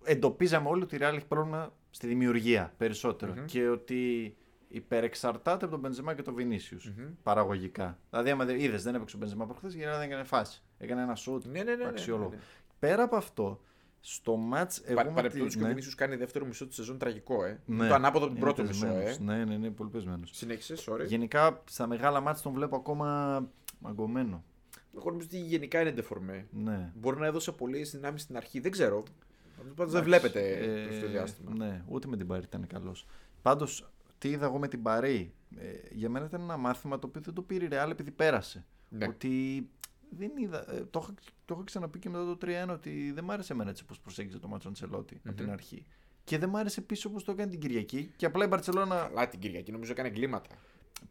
Speaker 1: εντοπίζαμε όλοι ότι η Real έχει πρόβλημα στη δημιουργία περισσότερο.
Speaker 2: Μμμ.
Speaker 1: Και ότι υπερεξαρτάται από τον Μπενζεμά και τον βινισιους παραγωγικά. Δηλαδή, άμα είδες, δεν έπαιξε ο Μπενζεμά προχθές, γιατί δεν έκανε φάση. Έκανε ένα σουτ
Speaker 2: Ναι, ναι, ναι, ναι, ναι.
Speaker 1: αξιόλογο. Πέρα από αυτό, στο match.
Speaker 2: Πα,
Speaker 1: εγώ με τη-
Speaker 2: Παρεπιπτόντω και ο
Speaker 1: ναι,
Speaker 2: Βινίσιους κάνει δεύτερο μισό του σεζόν τραγικό, ε.
Speaker 1: ναι,
Speaker 2: το ανάποδο από την
Speaker 1: είναι
Speaker 2: πρώτη μισό, ε.
Speaker 1: πεσμένος. Ναι, ναι, ναι, πολύ πεσμένο.
Speaker 2: Συνέχισες, sorry.
Speaker 1: Γενικά, στα μεγάλα μάτς τον βλέπω ακόμα μαγκωμένο.
Speaker 2: Εγώ νομίζω ότι γενικά είναι ντεφορμέ.
Speaker 1: Ναι.
Speaker 2: Μπορεί να έδωσε πολλέ δυνάμεις στην αρχή, δεν ξέρω. Πάντω δεν
Speaker 1: Εντάξει,
Speaker 2: βλέπετε
Speaker 1: ε,
Speaker 2: ε, το διάστημα.
Speaker 1: Ναι, ούτε με την Παρή ήταν καλός. Πάντως, τι είδα εγώ με την Παρή. Ε, για μένα ήταν ένα μάθημα το οποίο δεν το πήρε η Ρεάλ επειδή πέρασε.
Speaker 2: Ναι.
Speaker 1: Ότι δεν είδα. ε, το, είχα, το είχα ξαναπεί και μετά το 3-1 ότι δεν μ' άρεσε εμένα έτσι όπως προσέγγιζε το Μάτσο Αντσελότη από την αρχή. Και δεν μ' άρεσε πίσω όπως το έκανε την Κυριακή. Και απλά η Μπαρσελόνα
Speaker 2: Αλλά την Κυριακή νομίζω έκανε εγκλήματα.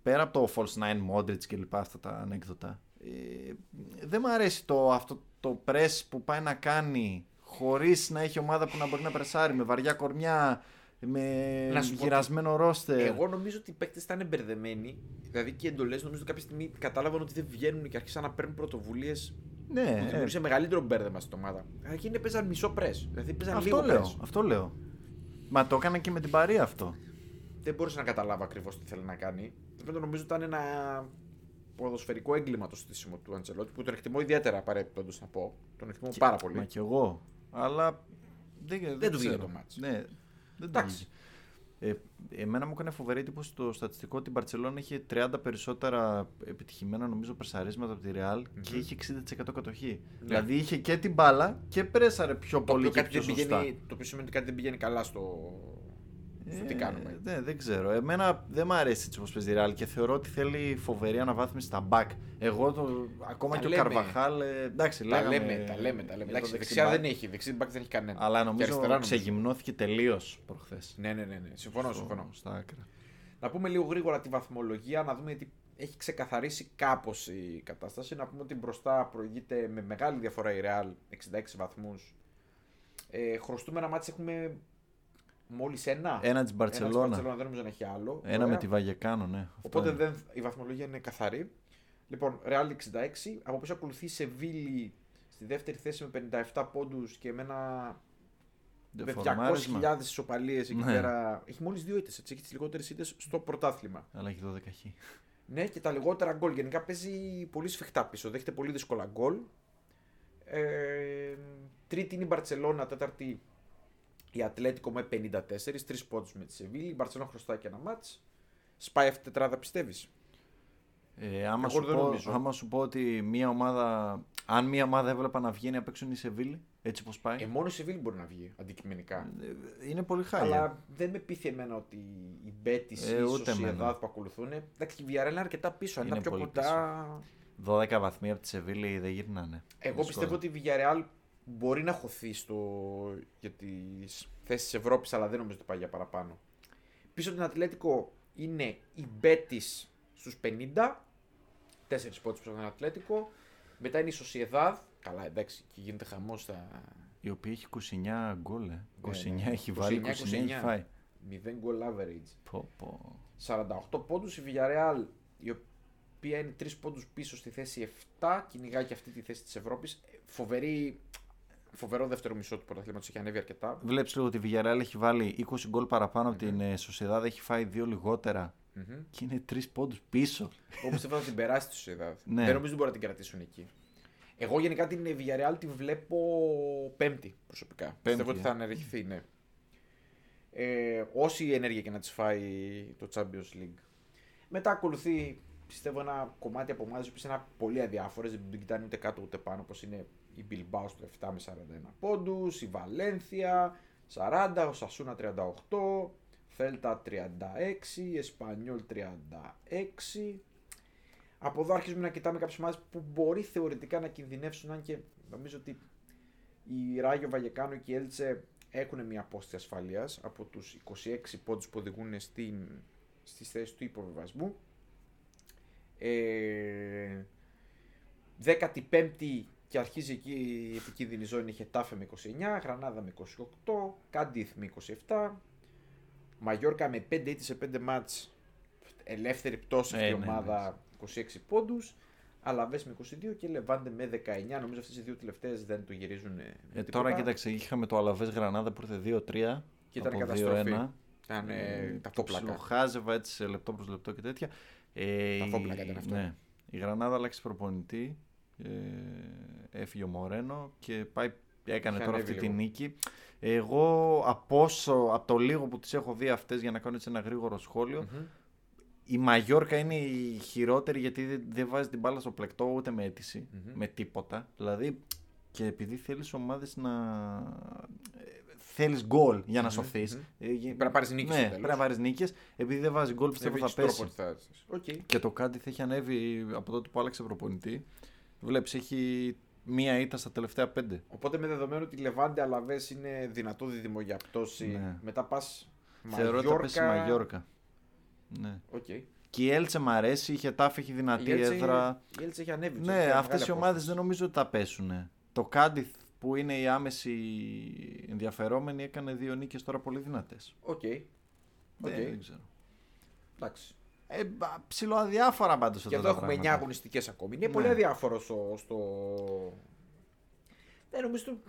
Speaker 1: πέρα από το False Nine Modric και λοιπά αυτά τα ανέκδοτα, ε, δεν μου αρέσει το, αυτό το press που πάει να κάνει χωρίς να έχει ομάδα που να μπορεί να πρεσάρει με βαριά κορμιά, με
Speaker 2: Να σου πω
Speaker 1: γυρασμένο ρόστερ.
Speaker 2: Εγώ νομίζω ότι οι παίκτες ήταν μπερδεμένοι. Δηλαδή και οι εντολές νομίζω κάποια στιγμή κατάλαβαν ότι δεν βγαίνουν και άρχισαν να παίρνουν πρωτοβουλίες
Speaker 1: ναι,
Speaker 2: που
Speaker 1: ε,
Speaker 2: δημιούργησε μεγαλύτερο μπέρδεμα στην ομάδα. Αρχήν παίζαν μισό πρε. Δηλαδή παίζαν
Speaker 1: ε, αυτό
Speaker 2: λίγο
Speaker 1: λέω,
Speaker 2: press.
Speaker 1: αυτό λέω. Μα το έκανα και με την παρή αυτό.
Speaker 2: δεν μπορούσε να καταλάβω ακριβώς τι θέλει να κάνει. Δεν νομίζω ήταν ένα ποδοσφαιρικό έγκλημα το στήσιμο του Αντσελότη που τον εκτιμώ ιδιαίτερα παρεπιπτόντω να πω. Τον εκτιμώ πάρα πολύ.
Speaker 1: Μα κι εγώ. Αλλά δεν, δεν,
Speaker 2: του βγήκε
Speaker 1: ξέρω.
Speaker 2: το μάτς.
Speaker 1: Ναι, δεν του
Speaker 2: Εντάξει.
Speaker 1: βγήκε. Ε, εμένα μου έκανε φοβερή εντύπωση το στατιστικό ότι η Μπαρσελόνα είχε 30 περισσότερα επιτυχημένα νομίζω περσαρίσματα από τη ρεαλ και είχε 60% κατοχή. Δηλαδή είχε και την μπάλα και πρέσαρε πιο
Speaker 2: Ναι. Το
Speaker 1: πολύ
Speaker 2: οποίο,
Speaker 1: και
Speaker 2: κάτι
Speaker 1: πιο
Speaker 2: δεν
Speaker 1: σωστά.
Speaker 2: πηγαίνει, το οποίο σημαίνει ότι κάτι δεν πηγαίνει καλά στο, στο τι κάνουμε.
Speaker 1: Ε, ναι, δεν ξέρω. Εμένα δεν μου αρέσει έτσι όπως παίζει η Real και θεωρώ ότι θέλει φοβερή αναβάθμιση στα back. Εγώ το, ακόμα
Speaker 2: Τα
Speaker 1: και
Speaker 2: λέμε.
Speaker 1: ο Καρβαχάλ. ε, Εντάξει,
Speaker 2: Τα
Speaker 1: λέγαμε
Speaker 2: λέμε, τα λέμε,
Speaker 1: για
Speaker 2: τα λέμε.
Speaker 1: τον δεξί
Speaker 2: Εντάξει, δεξιά
Speaker 1: back.
Speaker 2: δεν έχει, δεξί μπακ δεν έχει κανένα.
Speaker 1: Αλλά
Speaker 2: Και αριστερά
Speaker 1: νομίζω
Speaker 2: νομίζω.
Speaker 1: ξεγυμνώθηκε τελείως προχθές.
Speaker 2: Ναι, ναι, ναι, ναι. Συμφωνώ, συμφωνώ.
Speaker 1: Στα άκρα.
Speaker 2: Να πούμε λίγο γρήγορα τη βαθμολογία, να δούμε τι έχει ξεκαθαρίσει κάπως η κατάσταση. Να πούμε ότι μπροστά προηγείται με μεγάλη διαφορά η Real, 66 βαθμούς. Ε, χρωστούμε ένα μάτι έχουμε μόλις ένα.
Speaker 1: Ένα της Μπαρτσελώνα.
Speaker 2: Ένα της Μπαρτσελώνα, δεν νομίζω να έχει άλλο.
Speaker 1: Ένα
Speaker 2: Ωραία.
Speaker 1: με τη Βαγεκάνο, ναι. Αυτό
Speaker 2: Οπότε
Speaker 1: είναι.
Speaker 2: δεν, η βαθμολογία είναι καθαρή. Λοιπόν, Real 66, από πίσω ακολουθεί η Σεβίλη στη δεύτερη θέση με 57 πόντους και με ένα με
Speaker 1: Φορμάρισμα.
Speaker 2: 200.000 ισοπαλίες εκεί
Speaker 1: Ναι.
Speaker 2: πέρα. Έχει μόλις δύο ήττες, έτσι, έχει τις λιγότερες ήττες στο πρωτάθλημα.
Speaker 1: Αλλά έχει 12 χ.
Speaker 2: Ναι, και τα λιγότερα γκολ. Γενικά παίζει πολύ σφιχτά πίσω. Δέχεται πολύ δύσκολα γκολ. Ε, τρίτη είναι η Μπαρσελόνα, τέταρτη η Ατλέτικο με 54, τρεις πόντους με τη Σεβίλη. Η Μπαρσελόνα χρωστάει και ένα μάτ. Σπάει αυτή η τετράδα, πιστεύεις.
Speaker 1: Ε, άμα,
Speaker 2: Εγώ
Speaker 1: σου
Speaker 2: δεν
Speaker 1: πω,
Speaker 2: νομίζω.
Speaker 1: άμα σου πω ότι μια ομάδα. Αν μια ομάδα έβλεπα να βγαίνει απ' έξω είναι η Σεβίλη, έτσι πως πάει.
Speaker 2: Ε, μόνο η Σεβίλη μπορεί να βγει αντικειμενικά.
Speaker 1: ε, είναι πολύ χάλια.
Speaker 2: Αλλά δεν με πείθει εμένα ότι η Μπέτη
Speaker 1: Ε,
Speaker 2: ή
Speaker 1: ούτε
Speaker 2: ίσως η
Speaker 1: εμένα.
Speaker 2: Εδάδ που ακολουθούν. ε, Εντάξει, η Villarreal είναι αρκετά πίσω. Αν
Speaker 1: Είναι
Speaker 2: ήταν πιο
Speaker 1: πολύ
Speaker 2: κοντά.
Speaker 1: 12 βαθμοί από τη Σεβίλη δεν γυρνάνε.
Speaker 2: Εγώ
Speaker 1: Δύσκολα.
Speaker 2: πιστεύω ότι η Villarreal μπορεί να χωθεί στο... για τις θέσεις της Ευρώπης, αλλά δεν νομίζω ότι πάει για παραπάνω. Πίσω από την Ατλέτικο είναι η Μπέτης στους 50. Τέσσερις πόντους πίσω από την Ατλέτικο. Μετά είναι η Σοσιεδάδ. Καλά, εντάξει, και γίνεται χαμός στα
Speaker 1: Η οποία έχει 29 γκολ. ε. 29
Speaker 2: ναι.
Speaker 1: έχει βάλει, 29,
Speaker 2: 29,
Speaker 1: έχει φάει.
Speaker 2: 0 goal average.
Speaker 1: Πω, πω.
Speaker 2: 48 πόντους, η Villarreal η οποία είναι 3 πόντους πίσω στη θέση 7, κυνηγάει και αυτή τη θέση της Ευρώπης. Ε, Φοβερή, φοβερό δεύτερο μισό του πρωταθλήματος, έχει ανέβει αρκετά.
Speaker 1: Βλέπεις λίγο ότι η Villarreal έχει βάλει 20 γκολ παραπάνω
Speaker 2: Ναι,
Speaker 1: από την ε, Sociedad, έχει φάει 2 λιγότερα.
Speaker 2: Μμμ.
Speaker 1: Και είναι 3 πόντους πίσω.
Speaker 2: Εγώ πιστεύω θα την περάσει τη Σουηδάδ.
Speaker 1: Ναι.
Speaker 2: Δεν νομίζω ότι μπορεί να την κρατήσουν εκεί. Εγώ γενικά την Villarreal τη βλέπω πέμπτη προσωπικά. πιστεύω ότι
Speaker 1: ε.
Speaker 2: θα ανερχηθεί, ναι. Ε, όση ενέργεια και να της φάει το Champions League. Μετά ακολουθεί, πιστεύω, ένα κομμάτι από ομάδε που είναι πολύ αδιάφορες, δεν την κοιτάνε ούτε κάτω ούτε πάνω, όπως είναι η Bilbao στο 7 με 41 πόντους, η Βαλένθια 40, ο Σασούνα 38, Θέλτα 36, Εσπανιόλ 36. Από εδώ αρχίζουμε να κοιτάμε κάποιες ομάδες που μπορεί θεωρητικά να κινδυνεύσουν, αν και νομίζω ότι η Ράγιο Βαγεκάνο και η Έλτσε έχουν μια απόσταση ασφαλείας από τους 26 πόντους που οδηγούν στην, στις θέσεις του υποβιβασμού. Ε, 15η και αρχίζει εκεί η επικίνδυνη ζώνη η Χετάφε με 29, Γρανάδα με 28, Κάντιθ με 27, Μαγιόρκα με 5 ήττες σε 5 μάτς ελεύθερη πτώση
Speaker 1: Ε,
Speaker 2: αυτή η
Speaker 1: ναι,
Speaker 2: ομάδα 26 πόντους, Αλαβές με 22 και Λεβάντε με 19. Νομίζω αυτές οι δύο τελευταίες δεν του γυρίζουν ε, με
Speaker 1: Ε,
Speaker 2: τίποτα.
Speaker 1: τώρα κοίταξε, είχαμε το Αλαβές Γρανάδα που ήρθε 2-3.
Speaker 2: Και ήταν
Speaker 1: από
Speaker 2: καταστροφή.
Speaker 1: 2-1.
Speaker 2: Ήταν ε, τα
Speaker 1: το
Speaker 2: κόπλακα.
Speaker 1: ψιλοχάζευα έτσι σε λεπτό προς λεπτό και τέτοια. Ε,
Speaker 2: Τα
Speaker 1: η-
Speaker 2: φόπλακα ήταν αυτό.
Speaker 1: Ναι. Η Γρανάδα αλλάξει προπονητή, ε, έφυγε ο Μορένο και πάει, έκανε
Speaker 2: Είχε
Speaker 1: τώρα
Speaker 2: ανέβει
Speaker 1: αυτή τη
Speaker 2: λίγο.
Speaker 1: νίκη. Εγώ από, όσο, από το λίγο που τις έχω δει αυτές για να κάνω έτσι ένα γρήγορο σχόλιο,
Speaker 2: Μμμ.
Speaker 1: η Μαγιόρκα είναι η χειρότερη γιατί δεν, δεν βάζει την μπάλα στο πλεκτό ούτε με αιτηση
Speaker 2: Μμμ.
Speaker 1: με τίποτα. Δηλαδή και επειδή θέλεις ομάδες να... ε, Θέλεις γκολ για να
Speaker 2: Μμμ,
Speaker 1: σωθεις
Speaker 2: μμμ. Πρέπει να πάρεις νίκη
Speaker 1: Ναι,
Speaker 2: στο τέλος.
Speaker 1: πρέπει να πάρεις νίκες. Επειδή δεν βάζεις γκολ,
Speaker 2: Ε,
Speaker 1: πιστεύω θα πέσει.
Speaker 2: Οκ.
Speaker 1: Και το κάτι θα έχει ανέβει από τότε που άλλαξε προπονητή. Βλέπεις, έχει μία ήττα στα τελευταία πέντε.
Speaker 2: Οπότε με δεδομένο ότι Λεβάντε Αλαβές είναι δυνατό δίδυμο για πτώση.
Speaker 1: Ναι.
Speaker 2: Μετά πας.
Speaker 1: Θεωρώ ότι θα πέσει η Μαγιόρκα. Ναι.
Speaker 2: Οκ. Η
Speaker 1: Και η Έλτσε μ' αρέσει, η Χετάφη έχει δυνατή
Speaker 2: Έλτσε-
Speaker 1: έδρα.
Speaker 2: Η Έλτσε έχει ανέβει. ξέρεις,
Speaker 1: Ναι,
Speaker 2: έχει
Speaker 1: αυτές οι
Speaker 2: μεγάλη
Speaker 1: ομάδε
Speaker 2: απόσταση.
Speaker 1: δεν νομίζω ότι θα πέσουν. Το Κάντιθ που είναι η άμεση ενδιαφερόμενη έκανε δύο νίκες τώρα πολύ δυνατές.
Speaker 2: Οκ. Οκ.
Speaker 1: Ναι, Δεν, δεν ξέρω.
Speaker 2: Εντάξει.
Speaker 1: Ε, μπα- ψιλοαδιάφορα πάντω
Speaker 2: Και
Speaker 1: αυτά
Speaker 2: εδώ
Speaker 1: τα
Speaker 2: έχουμε 9
Speaker 1: πράγματα.
Speaker 2: αγωνιστικές ακόμη. Είναι
Speaker 1: Ναι.
Speaker 2: πολύ αδιάφορο στο. στο... Δεν νομίζω ότι.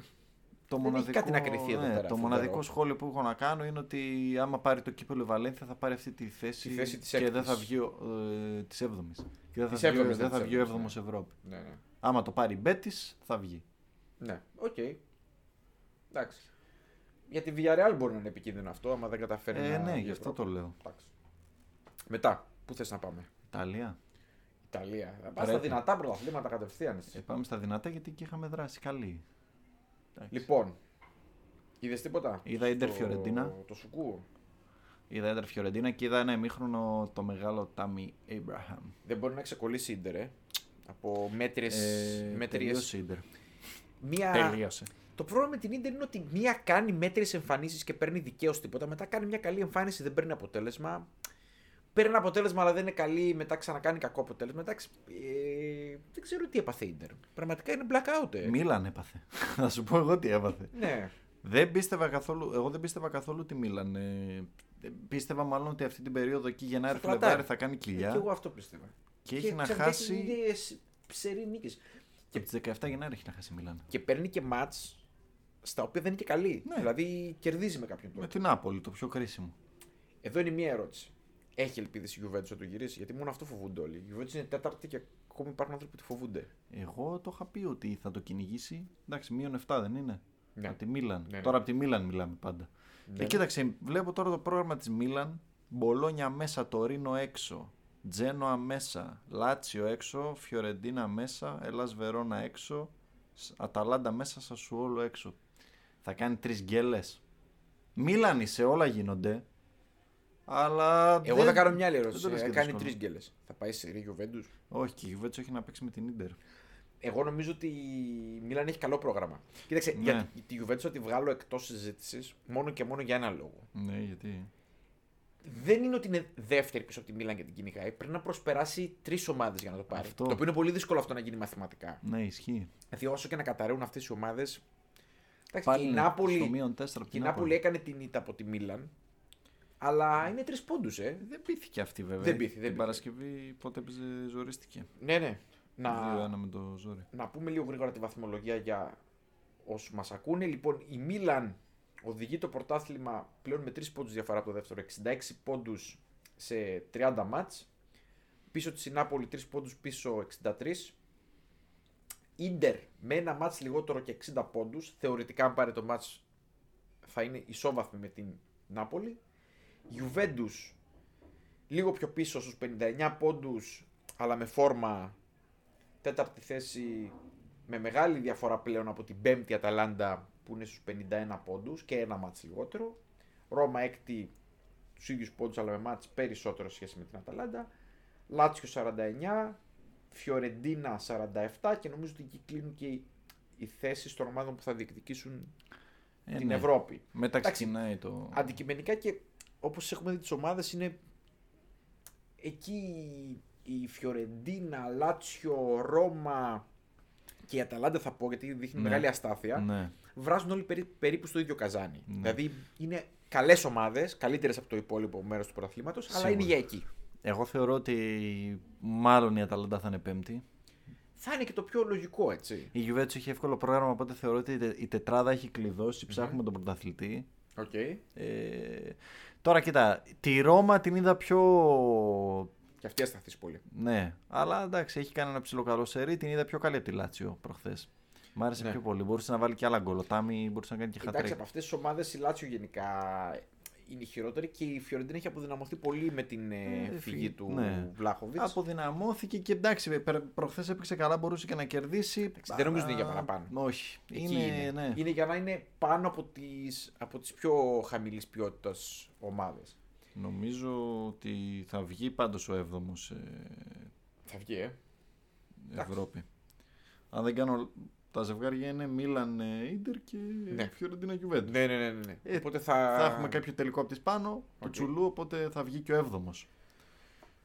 Speaker 1: Το ναι,
Speaker 2: Δεν έχει κάτι να κρυθεί εδώ πέρα,
Speaker 1: Το
Speaker 2: φοβερό.
Speaker 1: μοναδικό σχόλιο που έχω να κάνω είναι ότι άμα πάρει το κύπελο η Βαλένθια θα πάρει αυτή τη θέση,
Speaker 2: Τη θέση της
Speaker 1: και δεν
Speaker 2: έκτης.
Speaker 1: θα βγει ο- ε, της 7η. Και δεν θα
Speaker 2: Της
Speaker 1: βγει,
Speaker 2: έβδομης,
Speaker 1: δεν
Speaker 2: δεν
Speaker 1: θα
Speaker 2: της
Speaker 1: βγει ο
Speaker 2: έβδομης,
Speaker 1: 7ο Ευρώπη.
Speaker 2: Ναι, ναι.
Speaker 1: Άμα το πάρει η Μπέτης θα βγει.
Speaker 2: Ναι, οκ. Εντάξει. Για τη Villarreal μπορεί να είναι επικίνδυνο αυτό, άμα δεν καταφέρει
Speaker 1: Ε,
Speaker 2: να.
Speaker 1: ναι,
Speaker 2: βγει
Speaker 1: γι' αυτό
Speaker 2: Ευρώπη.
Speaker 1: το λέω.
Speaker 2: Εντάξει. Μετά, πού θες να πάμε.
Speaker 1: Ιταλία.
Speaker 2: Ιταλία. Θα πας στα
Speaker 1: Πρέπει.
Speaker 2: δυνατά πρωταθλήματα κατευθείαν. εσύ.
Speaker 1: Ε, πάμε στα δυνατά γιατί και είχαμε δράση καλή. Εντάξει.
Speaker 2: Λοιπόν, είδες τίποτα.
Speaker 1: Είδα Ιντερ Φιωρεντίνα.
Speaker 2: Το σουκού.
Speaker 1: Είδα Έντερ Φιωρεντίνα και είδα ένα ημίχρονο το μεγάλο Τάμι Abraham.
Speaker 2: Δεν μπορεί να ξεκολλήσει η Ιντερ, ε. Από μέτριες.
Speaker 1: Ε, τελείωσε η Ίντερ.
Speaker 2: Μία...
Speaker 1: Τελείωσε.
Speaker 2: Το πρόβλημα με την Ιντερ είναι ότι μία κάνει μέτριες εμφανίσεις και παίρνει δικαίως τίποτα. Μετά κάνει μια καλή εμφάνιση, δεν παίρνει αποτέλεσμα. Παίρνει αποτέλεσμα, αλλά δεν είναι καλή. Μετά ξανακάνει κακό αποτέλεσμα. Εντάξει. ε, δεν ξέρω τι έπαθε η Ιντερ. Πραγματικά είναι blackout, ε.
Speaker 1: Μίλαν έπαθε. Θα σου πω εγώ τι έπαθε.
Speaker 2: Ναι.
Speaker 1: Δεν πίστευα καθόλου, εγώ δεν πίστευα καθόλου τη Μίλαν. ε, πίστευα μάλλον ότι αυτή την περίοδο εκεί
Speaker 2: κρατάει.
Speaker 1: Γενάρη-Φλεβάρη θα κάνει
Speaker 2: Ε,
Speaker 1: κοιλιά.
Speaker 2: Και εγώ αυτό πίστευα.
Speaker 1: Και έχει να
Speaker 2: ξαφνικά
Speaker 1: χάσει-
Speaker 2: έχει ε, δύο Ψερή νίκες.
Speaker 1: Και από τις 17 Γενάρη έχει να χάσει η Μίλαν.
Speaker 2: Και παίρνει και μάτ στα οποία δεν είναι και καλή.
Speaker 1: Ναι.
Speaker 2: Δηλαδή κερδίζει με κάποιον τρόπο.
Speaker 1: Με την Νάπολη, το πιο κρίσιμο. Εδώ
Speaker 2: Εδώ είναι μία ερώτηση. Έχει ελπίδες η Juventus να το γυρίσει, γιατί μόνο αυτό φοβούνται όλοι. Η Juventus είναι τέταρτη και ακόμη υπάρχουν άνθρωποι που τη φοβούνται.
Speaker 1: Εγώ το είχα πει ότι θα το κυνηγήσει. Εντάξει, μείον 7 δεν είναι.
Speaker 2: Ναι.
Speaker 1: Από τη Μίλαν.
Speaker 2: Ναι, ναι.
Speaker 1: Τώρα από τη Μίλαν μιλάμε πάντα. Ε, κοίταξε, βλέπω τώρα το πρόγραμμα της Μίλαν. Μπολόνια μέσα, Τωρίνο έξω. Τζένοα μέσα. Λάτσιο έξω. Φιωρεντίνα μέσα. Ελλάς Βερόνα έξω. Σ- Αταλάντα μέσα. Σασουόλο έξω. Θα κάνει τρεις γκέλες. Μίλαν είσαι, όλα γίνονται. Αλλά.
Speaker 2: Εγώ
Speaker 1: δεν-
Speaker 2: θα κάνω μια άλλη
Speaker 1: δεν το
Speaker 2: ερώτηση.
Speaker 1: λες
Speaker 2: Θα
Speaker 1: και
Speaker 2: κάνει
Speaker 1: δύσκολο.
Speaker 2: τρεις γκέλες. Θα πάει σε Ρή Juventus.
Speaker 1: Όχι, και η Γιουβέτσο έχει να παίξει με την ντερ.
Speaker 2: Εγώ νομίζω ότι η Μίλαν έχει καλό πρόγραμμα. Κοίταξε,
Speaker 1: Ναι.
Speaker 2: για τη- τη Juventus θα τη βγάλω εκτός συζήτησης μόνο και μόνο για ένα λόγο.
Speaker 1: Ναι, γιατί.
Speaker 2: Δεν είναι ότι είναι δεύτερη πίσω από τη Μίλαν και την κυνηγάει. Πρέπει να προσπεράσει τρεις ομάδες για να το πάρει.
Speaker 1: Αυτό.
Speaker 2: Το οποίο είναι πολύ δύσκολο αυτό να γίνει μαθηματικά.
Speaker 1: Ναι, ισχύει.
Speaker 2: Δηλαδή, όσο και να καταραίουν αυτές οι ομάδες.
Speaker 1: Πάλι
Speaker 2: η
Speaker 1: είναι στο
Speaker 2: Νάπολη,
Speaker 1: μείον 4 από
Speaker 2: η
Speaker 1: την
Speaker 2: Νάπολη
Speaker 1: Νάπολη.
Speaker 2: έκανε την ήττα από τη Μίλαν. Αλλά είναι τρεις πόντους, ε.
Speaker 1: Δεν πήθηκε αυτή βέβαια.
Speaker 2: Δεν πήθηκε, δεν
Speaker 1: την
Speaker 2: πήθηκε.
Speaker 1: Παρασκευή πότε έπαιζε ζωρίστηκε.
Speaker 2: Ναι, ναι. Να,
Speaker 1: 2-1 με το ζόρι.
Speaker 2: να πούμε λίγο γρήγορα τη βαθμολογία για όσους μας ακούνε. Λοιπόν, η Μίλαν οδηγεί το πρωτάθλημα πλέον με 3 πόντους διαφορά από το δεύτερο. 66 πόντους σε 30 μάτς. Πίσω της η Νάπολη 3 πόντους πίσω 63. Ίντερ με ένα μάτς λιγότερο και 60 πόντους. Θεωρητικά αν πάρει το μάτς θα είναι ισόβαθμη με την Νάπολη. Ιουβέντους λίγο πιο πίσω στους 59 πόντους αλλά με φόρμα τέταρτη θέση με μεγάλη διαφορά πλέον από την πέμπτη Αταλάντα που είναι στους 51 πόντους και ένα μάτς λιγότερο. Ρώμα έκτη τους ίδιους πόντους αλλά με μάτς περισσότερο σε σχέση με την Αταλάντα. Λάτσιο 49, Φιωρεντίνα 47 και νομίζω ότι εκεί κλείνουν και οι- οι θέσεις των ομάδων που θα διεκδικήσουν
Speaker 1: Ε,
Speaker 2: την
Speaker 1: ναι.
Speaker 2: Ευρώπη.
Speaker 1: Μετά
Speaker 2: Εντάξει.
Speaker 1: ξεκινάει το.
Speaker 2: Αντικειμενικά και όπως έχουμε δει τις ομάδες είναι εκεί η Φιωρεντίνα, Λάτσιο, Ρώμα και η Αταλάντα θα πω γιατί δείχνει
Speaker 1: Ναι.
Speaker 2: μεγάλη αστάθεια.
Speaker 1: Ναι.
Speaker 2: Βράζουν όλοι περί- περίπου στο ίδιο καζάνι.
Speaker 1: Ναι.
Speaker 2: Δηλαδή είναι καλές ομάδες, καλύτερες από το υπόλοιπο μέρος του πρωταθλήματος, αλλά
Speaker 1: Σίγουρα.
Speaker 2: είναι για εκεί.
Speaker 1: Εγώ θεωρώ ότι μάλλον η Αταλάντα θα είναι πέμπτη.
Speaker 2: Θα είναι και το πιο λογικό έτσι.
Speaker 1: Η Γιουβέτσο έχει εύκολο πρόγραμμα, οπότε θεωρώ ότι η τε- η τετράδα έχει κλειδώσει. Ψάχνουμε τον πρωταθλητή.
Speaker 2: Okay.
Speaker 1: Ε, τώρα κοίτα, τη Ρώμα την είδα πιο.
Speaker 2: Και αυτή ασταθείς πολύ.
Speaker 1: Ναι, αλλά εντάξει, έχει κάνει ένα ψηλό καλό σερί. Την είδα πιο καλή από τη Λάτσιο προχθές. Μ' άρεσε
Speaker 2: Ναι.
Speaker 1: πιο πολύ. Μπορούσε να βάλει και άλλα γκολ. Ο Τάμι μπορούσε να κάνει και χατρίκ.
Speaker 2: Εντάξει, από αυτές τις ομάδες η Λάτσιο γενικά είναι η χειρότερη και η Φιωρεντίνα έχει αποδυναμωθεί πολύ με την ε,
Speaker 1: Ε,
Speaker 2: φυγή
Speaker 1: φυγή,
Speaker 2: του
Speaker 1: ναι.
Speaker 2: Βλάχοβιτ.
Speaker 1: Αποδυναμώθηκε και εντάξει, προχθές έπαιξε καλά, μπορούσε και να κερδίσει.
Speaker 2: δεν νομίζω
Speaker 1: Αλλά-
Speaker 2: ότι είναι για παραπάνω.
Speaker 1: Όχι.
Speaker 2: Εκεί
Speaker 1: Είναι, ναι.
Speaker 2: είναι για να είναι πάνω από τις από τις πιο χαμηλής ποιότητας ομάδες.
Speaker 1: Νομίζω ότι θα βγει πάντως ο 7ο
Speaker 2: Θα βγει, ε.
Speaker 1: Ευρώπη. Αν δεν κάνω. Τα ζευγάρια είναι Μίλαν ε, Ίντερ και
Speaker 2: Ναι.
Speaker 1: Φιωρεντίνα Γιουβέντους.
Speaker 2: Ναι, ναι, ναι. ναι, ναι.
Speaker 1: Ε,
Speaker 2: Οπότε θα.
Speaker 1: Θα έχουμε κάποιο τελικό από τις πάνω του
Speaker 2: Οκ.
Speaker 1: Τσουλού, οπότε θα βγει και ο 7ο.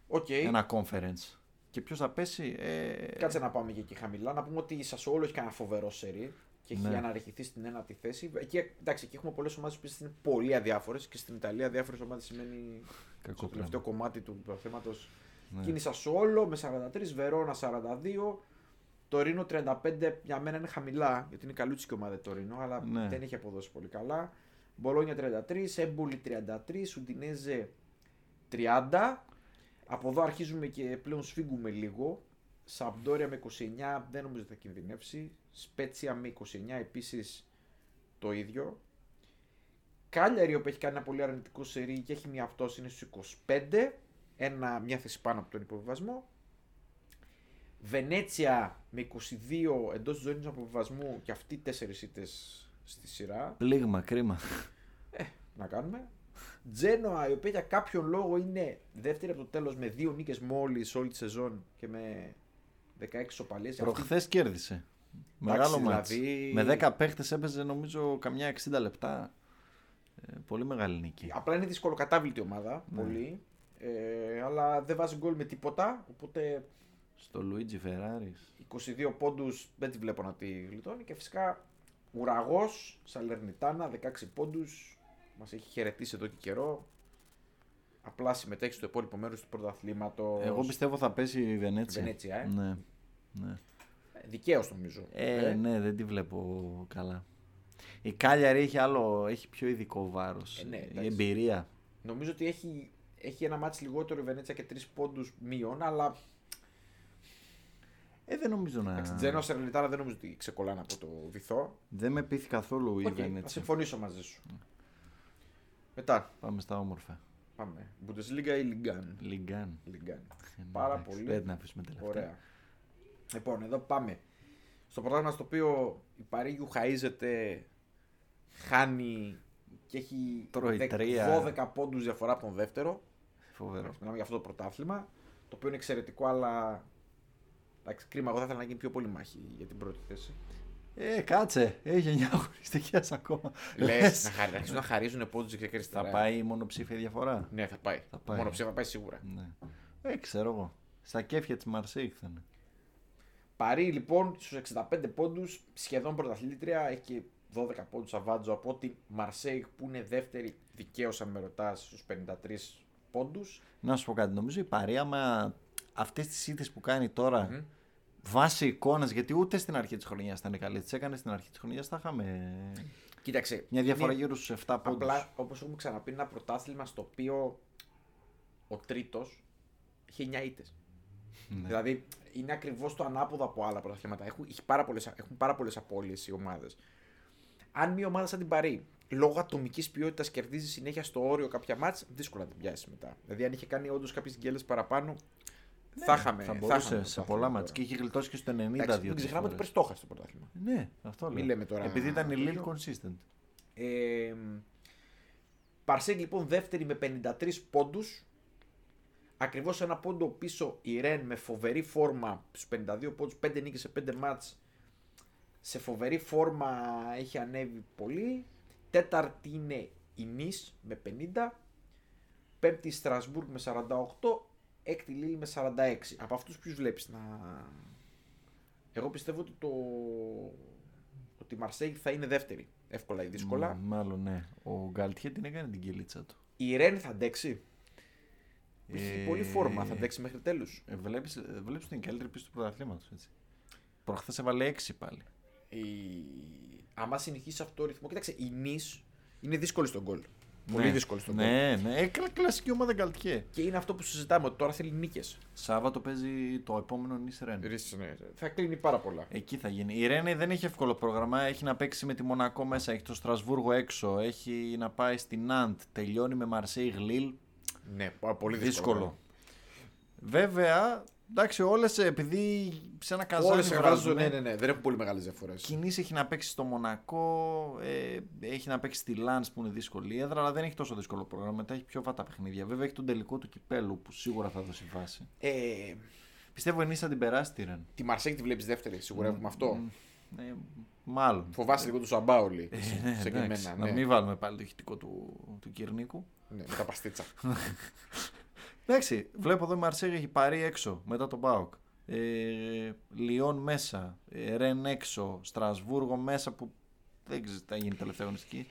Speaker 2: Οκ.
Speaker 1: Ένα conference. Και ποιος θα πέσει. Ε...
Speaker 2: Ε, Κάτσε να πάμε και εκεί χαμηλά. Να πούμε ότι η Σασόλο έχει κανένα φοβερό σερί και έχει
Speaker 1: Ναι.
Speaker 2: αναρριχθεί στην ένατη θέση. Εκεί, εντάξει, εκεί έχουμε πολλές ομάδες που είναι πολύ αδιάφορες και στην Ιταλία αδιάφορε ομάδες σημαίνει
Speaker 1: Κακό
Speaker 2: στο
Speaker 1: πράγμα.
Speaker 2: τελευταίο κομμάτι του θέματο.
Speaker 1: Ναι.
Speaker 2: Κίνησα Σόλο με 43, Βερόνα 42, Τωρίνο 35. Για μένα είναι χαμηλά, γιατί είναι καλούτσικη ομάδα η Τωρίνο, αλλά
Speaker 1: Ναι.
Speaker 2: δεν έχει αποδώσει πολύ καλά. Μπολόνια 33, Έμπολη 33, Σουντινέζε 30. Από εδώ αρχίζουμε και πλέον σφίγγουμε λίγο. Σαμπτόρια με 29, δεν νομίζω ότι θα κινδυνεύσει. Σπέτσια με 29, επίσης το ίδιο. Κάλιαρη, όπου έχει κάνει ένα πολύ αρνητικό σερί και έχει μια πτώση, είναι στους 25. Ένα, μια θέση πάνω από τον υποβιβασμό. Βενέτσια με 22 εντός της ζώνης του αποβιβασμού και αυτοί τέσσερις ήττες στη σειρά
Speaker 1: Πλήγμα, κρίμα.
Speaker 2: να κάνουμε. Τζένοα, η οποία για κάποιον λόγο είναι δεύτερη από το τέλος με δύο νίκες μόλις όλη τη σεζόν και με 16 σοπαλίε.
Speaker 1: Προχθές κέρδισε. Μεγάλο μάτς.
Speaker 2: δηλαδή-
Speaker 1: Με 10 παίχτες έπαιζε νομίζω καμιά 60 λεπτά. Ε, πολύ μεγάλη νίκη.
Speaker 2: Απλά είναι δυσκολοκατάβλητη ομάδα.
Speaker 1: Ναι.
Speaker 2: Πολύ. Ε, αλλά δεν βάζει γκολ με τίποτα. Οπότε
Speaker 1: Στο Λουίτζι Φεράρις.
Speaker 2: 22 πόντους δεν τη βλέπω να τη γλιτώνει. Και φυσικά ουραγός, Σαλερνιτάνα, 16 πόντους. Μας έχει χαιρετήσει εδώ και καιρό. Απλά συμμετέχει στο υπόλοιπο μέρος του πρωταθλήματος.
Speaker 1: Εγώ πιστεύω θα πέσει η Βενέτσια.
Speaker 2: Βενέτσια, ε.
Speaker 1: Ναι. ναι.
Speaker 2: Δικαίως νομίζω.
Speaker 1: Ε, ναι, δεν τη βλέπω καλά. Η Κάλιαρη έχει, άλλο, έχει πιο ειδικό βάρος.
Speaker 2: Ε, ναι,
Speaker 1: η
Speaker 2: εντάξει.
Speaker 1: εμπειρία.
Speaker 2: Νομίζω ότι έχει, έχει ένα μάτς λιγότερο η Βενέτσια και τρεις πόντους μείον, αλλά
Speaker 1: Ε, δεν νομίζω να.
Speaker 2: εντάξει, Τζένο Σερνιτάρα δεν νομίζω ότι ξεκολλάνε από το βυθό.
Speaker 1: Δεν με πείθει καθόλου η
Speaker 2: Οκ, θα
Speaker 1: Βενέτσια.
Speaker 2: συμφωνήσω μαζί σου.
Speaker 1: Ναι.
Speaker 2: Μετά
Speaker 1: Πάμε στα όμορφα.
Speaker 2: πάμε. Bundesliga ή Λιγκάν.
Speaker 1: Λιγκάν.
Speaker 2: Λιγκάν.
Speaker 1: Ε, ναι,
Speaker 2: Πάρα
Speaker 1: εντάξει,
Speaker 2: πολύ.
Speaker 1: Πρέπει να αφήσουμε τελευταία.
Speaker 2: Ωραία. Λοιπόν, εδώ πάμε. Στο πρωτάθλημα στο οποίο η Παρίγιου χαΐζεται, χάνει και έχει
Speaker 1: Τρώει
Speaker 2: δεκ-
Speaker 1: τρία.
Speaker 2: 12 πόντους διαφορά από τον δεύτερο.
Speaker 1: Φοβερό.
Speaker 2: Μιλάμε για αυτό το πρωτάθλημα, το οποίο είναι εξαιρετικό, αλλά. Εντάξει, κρίμα, εγώ θα ήθελα να γίνει πιο πολύ μάχη για την πρώτη θέση.
Speaker 1: Ε, κάτσε. Έχει 9 αγωνιστικές ακόμα.
Speaker 2: Λες,
Speaker 1: Λες,
Speaker 2: να χαρι- να αρχίσουν να χαρίζουν πόντους και
Speaker 1: Θα πάει μονοψήφια διαφορά.
Speaker 2: Ναι, θα πάει.
Speaker 1: Θα πάει.
Speaker 2: Μόνο ψήφα θα πάει σίγουρα.
Speaker 1: Ναι. Ε, ξέρω εγώ. Στα κέφια της Μαρσέικ θα είναι.
Speaker 2: Παρή λοιπόν στους 65 πόντους, σχεδόν πρωταθλήτρια, έχει και 12 πόντου αβάντζο από τη Μαρσέικ που είναι δεύτερη δικαίως, αν με ρωτάς, στους 53 πόντους.
Speaker 1: Να σου πω κάτι. Νομίζω η παρέα μα αυτές τις ήττε που κάνει τώρα βάσει εικόνα, γιατί ούτε στην αρχή της χρονιάς ήταν καλή. Τις έκανε στην αρχή της χρονιάς, θα είχαμε
Speaker 2: Κοίταξε.
Speaker 1: μια διαφορά
Speaker 2: είναι
Speaker 1: γύρω στους 7 πόντου.
Speaker 2: Ναι. Απλά, όπως έχουμε ξαναπεί, είναι ένα πρωτάθλημα στο οποίο ο τρίτος έχει 9 ήττες.
Speaker 1: Ναι.
Speaker 2: Δηλαδή είναι ακριβώς το ανάποδο από άλλα πρωταθλήματα. Έχουν, έχει πάρα πολλές, έχουν πάρα πολλές απώλειες οι ομάδες. Αν μια ομάδα σαν την Παρή λόγω ατομικής ποιότητας κερδίζει συνέχεια στο όριο κάποια μάτ, δύσκολα να την πιάσει μετά. Δηλαδή, αν είχε κάνει όντως κάποιες γκέλες παραπάνω, θα είχαμε.
Speaker 1: Ναι, θα
Speaker 2: είχαμε
Speaker 1: μπορούσε σε
Speaker 2: πρωτάθλημα
Speaker 1: πολλά
Speaker 2: τώρα.
Speaker 1: μάτς και είχε γλιτώσει και στο 90
Speaker 2: Εντάξει,
Speaker 1: δύο
Speaker 2: Μην ξεχνάμε ότι
Speaker 1: φορές.
Speaker 2: πέρσι το είχα στο πρωτάθλημα.
Speaker 1: Ναι, αυτό λέω.
Speaker 2: Μην λέμε τώρα
Speaker 1: Επειδή ήταν η
Speaker 2: τέτοιο.
Speaker 1: Lille consistent.
Speaker 2: Ε, Παρσέγγ λοιπόν δεύτερη με 53 πόντους. Ακριβώς ένα πόντο πίσω η Ρεν με φοβερή φόρμα στους 52 πόντου, 5 νίκες σε 5 μάτς Σε φοβερή φόρμα έχει ανέβει πολύ. Τέταρτη είναι η Νη με 50. Πέμπτη η Στρασβούργ με 48. Έκτη Λίλη με 46. Από αυτούς ποιους βλέπεις να. Εγώ πιστεύω ότι το. Ότι η Μαρσέγ θα είναι δεύτερη. Εύκολα ή δύσκολα.
Speaker 1: Μ, μάλλον ναι. Ο Γκαλτιέ την έκανε την κυλίτσα του.
Speaker 2: Η Ρεν θα αντέξει. Έχει
Speaker 1: Ε,
Speaker 2: πολύ φόρμα, θα αντέξει μέχρι τέλους.
Speaker 1: Ε, βλέπεις, ε, βλέπεις την καλύτερη πίστη του πρωταθλήματος, έτσι. Προχθές έβαλε 6 πάλι.
Speaker 2: Η... Άμα συνεχίσει αυτό το ρυθμό, κοίταξε, η Νη είναι δύσκολη στον γκολ. Πολύ δύσκολη στον γκολ.
Speaker 1: Ναι, ναι. Ε, κλα- κλασική ομάδα Γκαλτιέ.
Speaker 2: Και είναι αυτό που συζητάμε, ότι τώρα θέλει νίκες.
Speaker 1: Σάββατο παίζει το επόμενο Nice Ren.
Speaker 2: ναι. Θα κλείνει πάρα πολλά.
Speaker 1: Εκεί θα γίνει. Η Ρένε δεν έχει εύκολο πρόγραμμα. Έχει να παίξει με τη Μονακό μέσα, έχει το Στρασβούργο έξω, έχει να πάει στην Ναντ. Τελειώνει με Μαρσέη Γλίλ.
Speaker 2: Ναι, πα- πολύ δύσκολο. ναι.
Speaker 1: Δύσκολο. Βέβαια, εντάξει, όλες επειδή σε ένα καζάνι
Speaker 2: Όλες
Speaker 1: βράζουνε,
Speaker 2: βγάζουν. Ναι, ναι, ναι, δεν έχουν πολύ μεγάλες διαφορές.
Speaker 1: Κινείς έχει να παίξεις στο Μονακό, ε, έχει να παίξεις στη Λάνς που είναι δύσκολη έδρα, αλλά δεν έχει τόσο δύσκολο πρόγραμμα. Μετά έχει πιο βατά παιχνίδια. Βέβαια έχει τον τελικό του κυπέλου που σίγουρα θα δώσει βάση.
Speaker 2: Ε,
Speaker 1: Πιστεύω εμεί θα την περάσει τη Ρεν.
Speaker 2: τη Μαρσέκ τη βλέπεις δεύτερη, σιγουρεύουμε αυτό.
Speaker 1: Ε, μάλλον.
Speaker 2: Φοβάσαι λίγο του Σαμπάολη.
Speaker 1: Ε,
Speaker 2: σε
Speaker 1: εντάξει,
Speaker 2: κειμένα.
Speaker 1: να
Speaker 2: Ναι,
Speaker 1: μην βάλουμε πάλι το ηχητικό του, του Κυρνίκου.
Speaker 2: ναι, με τα παστίτσα.
Speaker 1: Εντάξει, βλέπω εδώ η Μαρσέγ έχει πάρει έξω μετά τον Μπάουκ. Ε, Λιόν μέσα, ε, Ρεν έξω, Στρασβούργο μέσα που δεν ξέρω τι θα γίνει τελευταία αγωνιστική.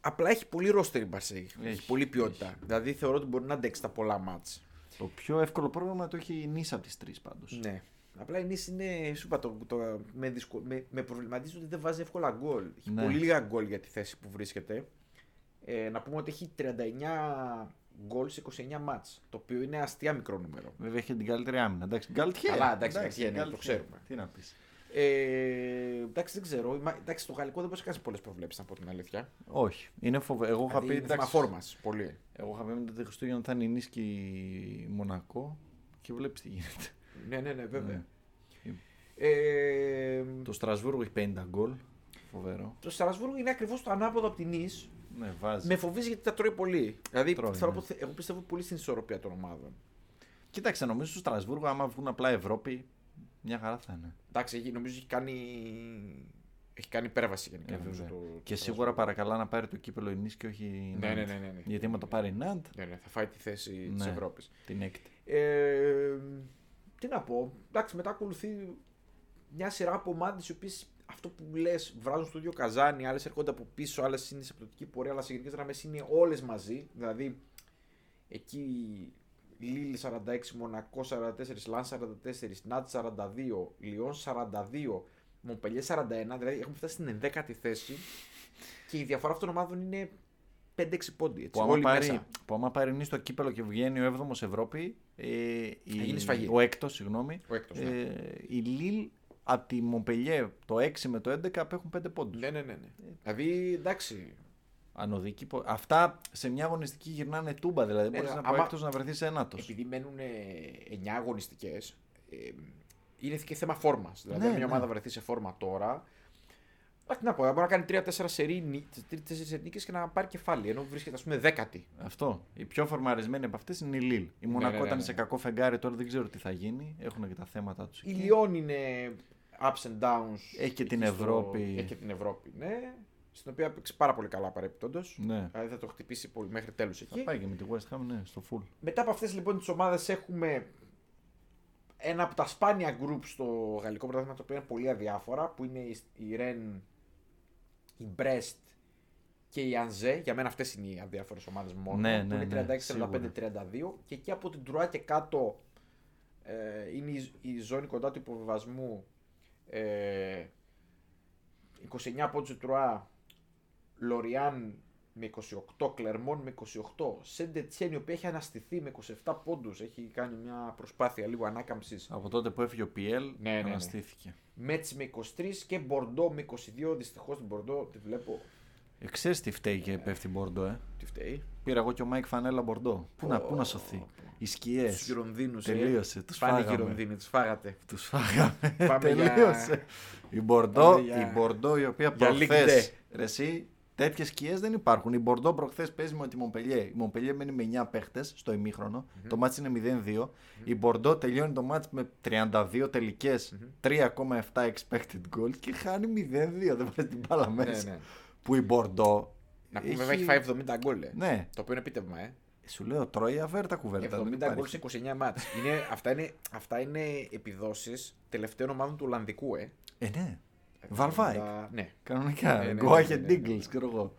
Speaker 2: Απλά έχει πολύ ρόστερ η Μαρσέκ.
Speaker 1: Έχει,
Speaker 2: Έχει πολλή ποιότητα. Δηλαδή θεωρώ ότι μπορεί να αντέξει τα πολλά μάτς.
Speaker 1: Το πιο εύκολο πρόγραμμα το έχει η Νίσα από τις τρεις πάντως.
Speaker 2: Ναι. Απλά η Nice είναι. Σου είπα, το, το- με, δυσκο, με, με προβληματίζει ότι δεν βάζει εύκολα γκολ. Έχει
Speaker 1: Ναι.
Speaker 2: πολύ λίγα γκολ για τη θέση που βρίσκεται. Ε, να πούμε ότι έχει 39 γκολ σε 29 μάτς, το οποίο είναι αστεία μικρό νούμερο.
Speaker 1: Βέβαια έχει την καλύτερη άμυνα. Εντάξει, Γκαλτιέ.
Speaker 2: Καλά, εντάξει, Γκαλτιέ, ναι, το
Speaker 1: Γκαλτιέ.
Speaker 2: ξέρουμε.
Speaker 1: Τι να πεις.
Speaker 2: Ε, εντάξει, δεν ξέρω. Η Μα- Εντάξει, το γαλλικό δεν μπορεί να κάνει πολλές προβλέψεις, να πω την αλήθεια.
Speaker 1: Όχι, είναι φοβερό. Εγώ είχα πει.
Speaker 2: Δηλαδή, είναι θέμα
Speaker 1: εντάξει,
Speaker 2: φόρμας, πολύ.
Speaker 1: Εγώ είχα πει μετά τη Χριστούγεννα θα είναι η Νίς και η Μονακό και βλέπεις τι γίνεται.
Speaker 2: Ναι, ναι, ναι, βέβαια.
Speaker 1: Ναι.
Speaker 2: Ε,
Speaker 1: Το Στρασβούργο έχει 50 γκολ. Φοβερό.
Speaker 2: το Στρασβούργο είναι ακριβώς το ανάποδο από την Nice.
Speaker 1: Ναι, βάζει.
Speaker 2: Με φοβίζει γιατί τα τρώει πολύ. Δηλαδή,
Speaker 1: Τρώει,
Speaker 2: θέλω να
Speaker 1: ναι.
Speaker 2: πω, θε- εγώ πιστεύω πολύ στην ισορροπία των ομάδων.
Speaker 1: Κοίταξε, νομίζω στο Στρασβούργο, άμα βγουν απλά Ευρώπη, μια χαρά θα είναι.
Speaker 2: Εντάξει, έχει- νομίζω έχει κάνει. Έχει κάνει υπέρβαση γενικά.
Speaker 1: Ε,
Speaker 2: νομίζω,
Speaker 1: βέβαια.
Speaker 2: το-
Speaker 1: και
Speaker 2: το
Speaker 1: σίγουρα
Speaker 2: Strasbourg.
Speaker 1: παρακαλά να πάρει το κύπελο η Νης και όχι η
Speaker 2: Ναι,
Speaker 1: Ναντ.
Speaker 2: ναι, ναι, ναι, ναι.
Speaker 1: Γιατί άμα το πάρει η Ναντ,
Speaker 2: Ναι, ναι, θα φάει τη θέση της
Speaker 1: Ναι.
Speaker 2: Ευρώπης.
Speaker 1: την έκτη.
Speaker 2: Ε, τι να πω. Εντάξει, μετά ακολουθεί μια σειρά από ομάδες οι οποίες αυτό που λες βράζουν στο ίδιο καζάνι, άλλες έρχονται από πίσω, άλλες είναι σε πρωτοτική πορεία, αλλά σε γενικές γραμμές είναι όλες μαζί. Δηλαδή, εκεί Λίλη 46, Μονακό 44, Λαν 44, Νάτ 42, Λιόν 42, Μομπελιέ 41, δηλαδή έχουμε φτάσει στην 11η θέση και η διαφορά αυτών των ομάδων είναι 5-6 πόντι. Έτσι,
Speaker 1: Που άμα,
Speaker 2: όλοι
Speaker 1: πάρει,
Speaker 2: μέσα.
Speaker 1: που άμα πάρει η Νης το κύπελο και βγαίνει ο 7ο Ευρώπη, ε, η-
Speaker 2: Θα γίνει σφαγή.
Speaker 1: ο 6ο, συγγνώμη,
Speaker 2: Ο έκτος, ναι.
Speaker 1: ε, η Λίλ από τη Μομπελιέ το 6 με το 11 απέχουν 5 πόντους.
Speaker 2: Ναι, ναι, ναι. ναι.
Speaker 1: Ε.
Speaker 2: Δηλαδή, εντάξει.
Speaker 1: Ανωδική πο- Αυτά σε μια αγωνιστική γυρνάνε τούμπα. Δηλαδή,
Speaker 2: Ναι,
Speaker 1: μπορείς
Speaker 2: αλλά
Speaker 1: να
Speaker 2: άμα-
Speaker 1: από έκτος να βρεθείς ένατος.
Speaker 2: Επειδή μένουν 9 αγωνιστικέ, είναι και θέμα φόρμας. Δηλαδή,
Speaker 1: Ναι,
Speaker 2: αν μια
Speaker 1: ναι.
Speaker 2: ομάδα βρεθεί σε φόρμα τώρα. Α, τι να πω, ε, μπορεί να κάνει 3-4 σερί, 3-4 νίκες και να πάρει κεφάλι. Ενώ βρίσκεται, ας πούμε, δέκατη.
Speaker 1: Αυτό. Η πιο φορμαρισμένη από αυτές είναι η Λίλ. Η Μονακό
Speaker 2: ναι, ναι,
Speaker 1: ήταν
Speaker 2: ναι.
Speaker 1: σε κακό φεγγάρι, τώρα δεν ξέρω τι θα γίνει. Έχουν και τα θέματα τους.
Speaker 2: Η Λιόν είναι ups and downs.
Speaker 1: Έχει και
Speaker 2: εκεί
Speaker 1: την Ευρώπη.
Speaker 2: Έχει και την Ευρώπη, ναι. Στην οποία παίξει πάρα πολύ καλά παρεπιπτόντω.
Speaker 1: Ναι.
Speaker 2: Δηλαδή θα το χτυπήσει πολύ μέχρι τέλους εκεί.
Speaker 1: Θα πάει και με τη West Ham, ναι, στο full.
Speaker 2: Μετά από αυτές λοιπόν τις ομάδες έχουμε ένα από τα σπάνια group στο γαλλικό πρωτάθλημα το οποίο είναι πολύ αδιάφορα που είναι η- η Ρεν, η Μπρέστ και η Ανζέ. Για μένα αυτές είναι οι αδιάφορες ομάδες μόνο.
Speaker 1: Ναι,
Speaker 2: που
Speaker 1: ναι, ναι,
Speaker 2: είναι 36, 35, 32 και εκεί από την Τουρά και κάτω ε, είναι η, ζ- η ζώνη κοντά του υποβιβασμού ε, 29 πόντους η Τουρά, Λοριάν με 28, Κλερμόν με 28, Σεντετσέν η οποία έχει αναστηθεί με 27 πόντους, έχει κάνει μια προσπάθεια λίγο ανάκαμψης,
Speaker 1: Από τότε που έφυγε ο Πιέλ,
Speaker 2: Ναι, ναι, ναι.
Speaker 1: αναστήθηκε.
Speaker 2: Μέτς με 23 και Μπορντό με 22, δυστυχώς την Μπορντό τη βλέπω,
Speaker 1: Ε, Ξέρεις τι φταίει και πέφτει η Μπορντό, ε.
Speaker 2: τι φταίει,
Speaker 1: Πήρα εγώ και ο Μάικ Φανέλα Μπορντό. Πού, να, πού να σωθεί. Οι σκιές.
Speaker 2: τους Γυρονδίνους,
Speaker 1: Τελείωσε, τους
Speaker 2: φάγαμε.
Speaker 1: φάγαμε.
Speaker 2: Γυρονδίνοι, τους φάγατε.
Speaker 1: Τους φάγαμε.
Speaker 2: Πάμε για-
Speaker 1: Τελείωσε. Η Μπορντό,
Speaker 2: Πάμε για-
Speaker 1: η Μπορντό η οποία
Speaker 2: για Ligue 2.
Speaker 1: προχθές. Ρε εσύ, τέτοιες σκιές δεν υπάρχουν. Η Μπορντό προχθές παίζει με τη Μομπελιέ. Η Μομπελιέ μένει με 9 παίχτες στο ημιχρονο Το μάτι είναι 0-2. Η Μπορντό τελειώνει το μάτι με 32 τελικε 3,7 expected goals και χάνει 0-2. Δεν βάζει την μπάλα μέσα.
Speaker 2: ναι.
Speaker 1: Που η Μπορντό.
Speaker 2: Να πούμε βέβαια έχει φάει 70 γκολ, ε.
Speaker 1: Ναι,
Speaker 2: το οποίο είναι επίτευγμα, ε.
Speaker 1: σου λέω τρώει αβέρτα κουβέρτα. δεν
Speaker 2: 70
Speaker 1: υπάρχει.
Speaker 2: γκολ σε 29 μάτς. Είναι, αυτά, είναι, αυτά είναι επιδόσεις τελευταίων ομάδων του Ολλανδικού, ε.
Speaker 1: Ε, ναι. Βαλβάικ.
Speaker 2: Ναι. Ναι, ναι,
Speaker 1: Κανονικά.
Speaker 2: ναι,
Speaker 1: Go
Speaker 2: ναι, ναι,
Speaker 1: ahead
Speaker 2: ναι.
Speaker 1: Eagles, ξέρω εγώ.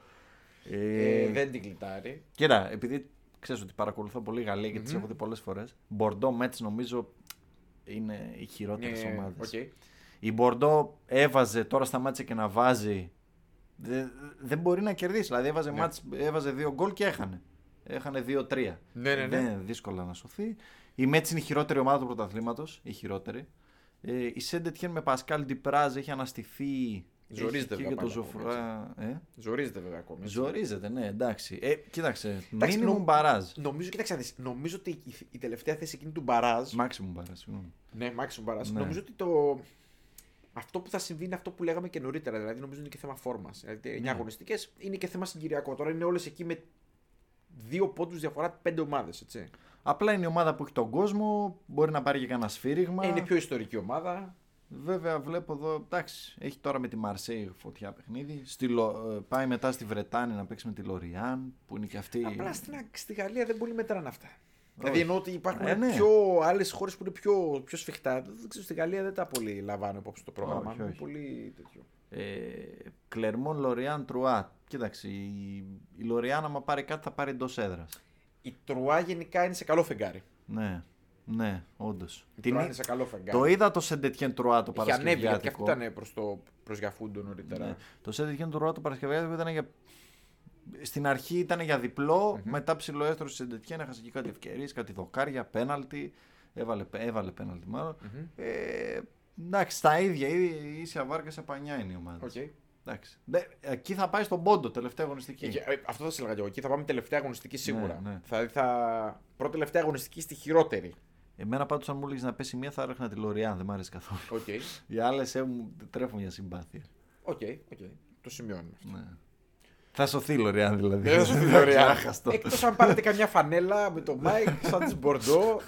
Speaker 2: Ε,
Speaker 1: Ε,
Speaker 2: δεν την κλειτάρει.
Speaker 1: Κοίτα, επειδή ξέρεις ότι παρακολουθώ πολύ Γαλλία και τις έχω δει πολλές φορές. Μπορντό Μέτ νομίζω είναι οι χειρότερες
Speaker 2: Ναι,
Speaker 1: ομάδες.
Speaker 2: οκ.
Speaker 1: Η Μπορντό έβαζε, τώρα σταμάτησε και να βάζει. Δε- δεν μπορεί να κερδίσει. Δηλαδή έβαζε,
Speaker 2: Ναι.
Speaker 1: μάτς, έβαζε δύο γκολ και έχανε. Έχανε δύο-τρία.
Speaker 2: Ναι, ναι, ναι.
Speaker 1: Δεν, δύσκολα να σωθεί. Η Μέτ είναι η χειρότερη ομάδα του πρωταθλήματος. Η χειρότερη. Ε, η Σέντετιεν με Πασκάλ Ντιπράζ έχει αναστηθεί.
Speaker 2: Ζορίζεται
Speaker 1: Έχει και
Speaker 2: βέβαια
Speaker 1: το
Speaker 2: πάντα ακόμα,
Speaker 1: ζωφρά. Ε?
Speaker 2: Ζορίζεται βέβαια ακόμη. έτσι.
Speaker 1: Ζορίζεται, ναι, εντάξει. Ε, κοίταξε.
Speaker 2: Εντάξει,
Speaker 1: Μήνυμου
Speaker 2: νο-
Speaker 1: μπαράζ.
Speaker 2: Νομίζω, κοίταξε να δεις, νομίζω ότι η- η τελευταία θέση εκείνη του Μπαράζ.
Speaker 1: Μάξιμου μπαράζ, συγγνώμη.
Speaker 2: Ναι, Maximum Μπαράζ.
Speaker 1: Ναι.
Speaker 2: Νομίζω ότι το. Αυτό που θα συμβεί είναι αυτό που λέγαμε και νωρίτερα. Δηλαδή, νομίζω είναι και θέμα φόρμας. Δηλαδή, 9
Speaker 1: Ναι.
Speaker 2: αγωνιστικές είναι και θέμα συγκυριακό. Τώρα είναι όλες εκεί με δύο πόντους διαφορά πέντε ομάδες.
Speaker 1: Απλά είναι η ομάδα που έχει τον κόσμο, μπορεί να πάρει και κανένα σφύριγμα.
Speaker 2: Είναι πιο ιστορική ομάδα.
Speaker 1: Βέβαια, βλέπω εδώ, εντάξει, έχει τώρα με τη Μαρσέη φωτιά παιχνίδι. Στη Λο- ε, Πάει μετά στη Βρετάνη να παίξει με τη Λοριάν, που είναι και αυτή.
Speaker 2: Απλά στην, στη Γαλλία δεν πολύ μετράνε αυτά. Δηλαδή
Speaker 1: Όχι.
Speaker 2: εννοώ ότι υπάρχουν
Speaker 1: Ε, ναι.
Speaker 2: πιο άλλες χώρες που είναι πιο, πιο σφιχτά. Δεν ξέρω, στη Γαλλία δεν τα πολύ λαμβάνω υπόψη το πρόγραμμα.
Speaker 1: Όχι,
Speaker 2: Είναι
Speaker 1: όχι.
Speaker 2: Πολύ τέτοιο.
Speaker 1: Ε, Κλερμόν, Λοριάν, Τρουά. Κοίταξε, η, η Λοριάν, άμα πάρει κάτι, θα πάρει εντός έδρας.
Speaker 2: Η Τρουά γενικά είναι σε καλό φεγγάρι.
Speaker 1: Ναι, ναι, όντως.
Speaker 2: Η Τρουά είναι σε καλό φεγγάρι.
Speaker 1: Το είδα το Σεντετιέν Τρουά το
Speaker 2: Είχε ανέβει γιατί και αυτό
Speaker 1: Παρασκευιάτικο.
Speaker 2: ήταν προς το προς Γιαφούντο νωρίτερα.
Speaker 1: Ναι. Το Σέντετιεν του Ροάτο Παρασκευιάτικο ήταν για. Στην αρχή ήταν για διπλο μετά ψηλοέστρωσε η Σέντετιεν, έχασε και κάτι ευκαιρίες, κάτι δοκάρια, πέναλτι. Έβαλε, έβαλε πέναλτι μάλλον. Ε, εντάξει, τα ίδια, η η ίσια βάρκα σε πανιά είναι η ομάδα.
Speaker 2: Οκ.
Speaker 1: Εντάξει. Δε- εκεί θα πάει στον πόντο, τελευταία αγωνιστική.
Speaker 2: Και- ε, Αυτό θα σε έλεγα και εγώ. Εκεί θα πάμε τελευταία αγωνιστική σίγουρα.
Speaker 1: Ναι, ναι.
Speaker 2: Θα, θα... Πρώτη τελευταία αγωνιστική στη χειρότερη.
Speaker 1: Εμένα πάντως, αν μου έλεγες να πέσει μία, θα έρχνα τη Λοριάν, δεν μ' αρέσει καθόλου. ε,
Speaker 2: Οκ.
Speaker 1: Οι άλλες μου τρέφουν μια συμπάθεια.
Speaker 2: Οκ. οκ. Το σημειώνουμε.
Speaker 1: Ναι. Θα σωθεί η Λοριάν δηλαδή.
Speaker 2: Δεν θα σου πει
Speaker 1: Άχαστο.
Speaker 2: Εκτός αν πάρετε καμιά φανέλα με το Mike, σαν της Μπορντό,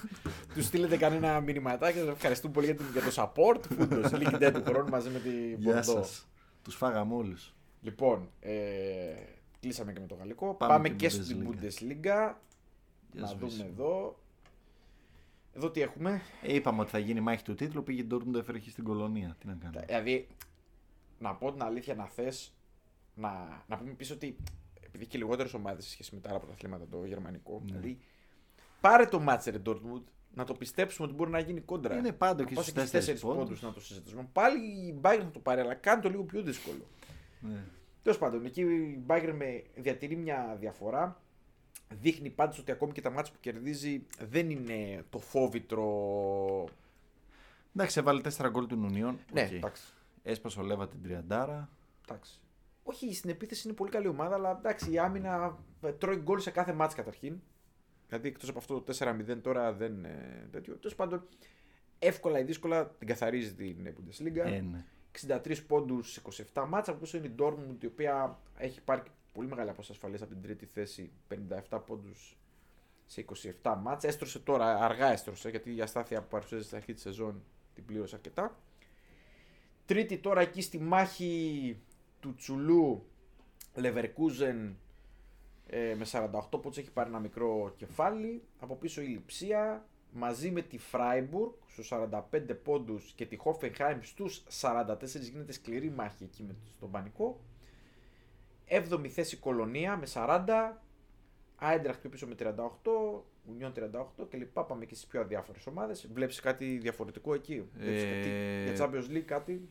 Speaker 2: του στείλετε κανένα μηνυματάκι. Σας ευχαριστούμε πολύ για την- για το support. Φούντο, League Dead του χρόνου μαζί με την
Speaker 1: Γεια
Speaker 2: Μπορντό.
Speaker 1: σας. Τους φάγαμε όλους.
Speaker 2: Λοιπόν, ε, κλείσαμε και με το γαλλικό.
Speaker 1: Πάμε
Speaker 2: Πάμε,
Speaker 1: και
Speaker 2: και στην Bundesliga.
Speaker 1: Για
Speaker 2: Να
Speaker 1: σβήσει.
Speaker 2: δούμε εδώ. Εδώ τι έχουμε.
Speaker 1: Ε, είπαμε ότι θα γίνει μάχη του τίτλου, πήγε η Dortmund έφερε εκεί στην κολονία. Τι να κάνουμε.
Speaker 2: Δηλαδή, να πω την αλήθεια, να θες να, να πούμε πίσω ότι επειδή και λιγότερες ομάδες σε σχέση με τα άλλα πρωταθλήματα, το γερμανικό.
Speaker 1: Ναι.
Speaker 2: Δηλαδή, πάρε το μάτσε ρε Dortmund, να το πιστέψουμε ότι μπορεί να γίνει κόντρα.
Speaker 1: Είναι πάντο
Speaker 2: Να
Speaker 1: και
Speaker 2: πας
Speaker 1: στους
Speaker 2: εκεί
Speaker 1: τέσσερις
Speaker 2: τέσσερις πόντους
Speaker 1: πόντους.
Speaker 2: να το συζητήσουμε. Πάλι η Bayern θα το πάρει, αλλά κάνει το λίγο πιο δύσκολο.
Speaker 1: Ναι.
Speaker 2: Τέλος πάντων, εκεί η Bayern με διατηρεί μια διαφορά. Δείχνει πάντως ότι ακόμη και τα μάτια που κερδίζει δεν είναι το φόβητρο.
Speaker 1: Εντάξει, έβαλε 4 γκολ του Νουνιών.
Speaker 2: Ναι,
Speaker 1: Οκ.
Speaker 2: εντάξει.
Speaker 1: Έσπασε ο Λέβα την τριαντάρα.
Speaker 2: Εντάξει. Όχι, στην επίθεση είναι πολύ καλή ομάδα, αλλά εντάξει, η άμυνα ε, τρώει γκολ σε κάθε μάτς καταρχήν. Δηλαδή εκτός από αυτό το 4-0 τώρα δεν. ε, τέτοιο. Τέλος πάντων, εύκολα ή δύσκολα την καθαρίζει την ε, Bundesliga.
Speaker 1: Ε, ναι.
Speaker 2: 63 πόντους σε 27 μάτσα. Από πίσω είναι η Dortmund, η οποία έχει πάρει και πολύ μεγάλη απόσταση ασφαλεία από την τρίτη θέση. 57 πόντους σε 27 μάτσα. Έστρωσε τώρα, αργά έστρωσε, γιατί η αστάθεια που παρουσίαζε στην αρχή της σεζόν την πλήρωσε αρκετά. Τρίτη τώρα εκεί στη μάχη του Τσουλού Leverkusen ε, με 48 πόντους έχει πάρει ένα μικρό κεφάλι. Από πίσω η Λιψία μαζί με τη Φράιμπουργκ στους 45 πόντους και τη Hoffenheim στους 44 γίνεται σκληρή μάχη εκεί με τον πανικό. Έβδομη θέση Κολονία με 40, Άιντραχτ πιο πίσω με 38, Ουνιόν 38 κλπ. Πάμε και στις πιο αδιάφορες ομάδες. Βλέπεις κάτι διαφορετικό εκεί. Βλέπεις
Speaker 1: Ε,
Speaker 2: κάτι για Champions League κάτι.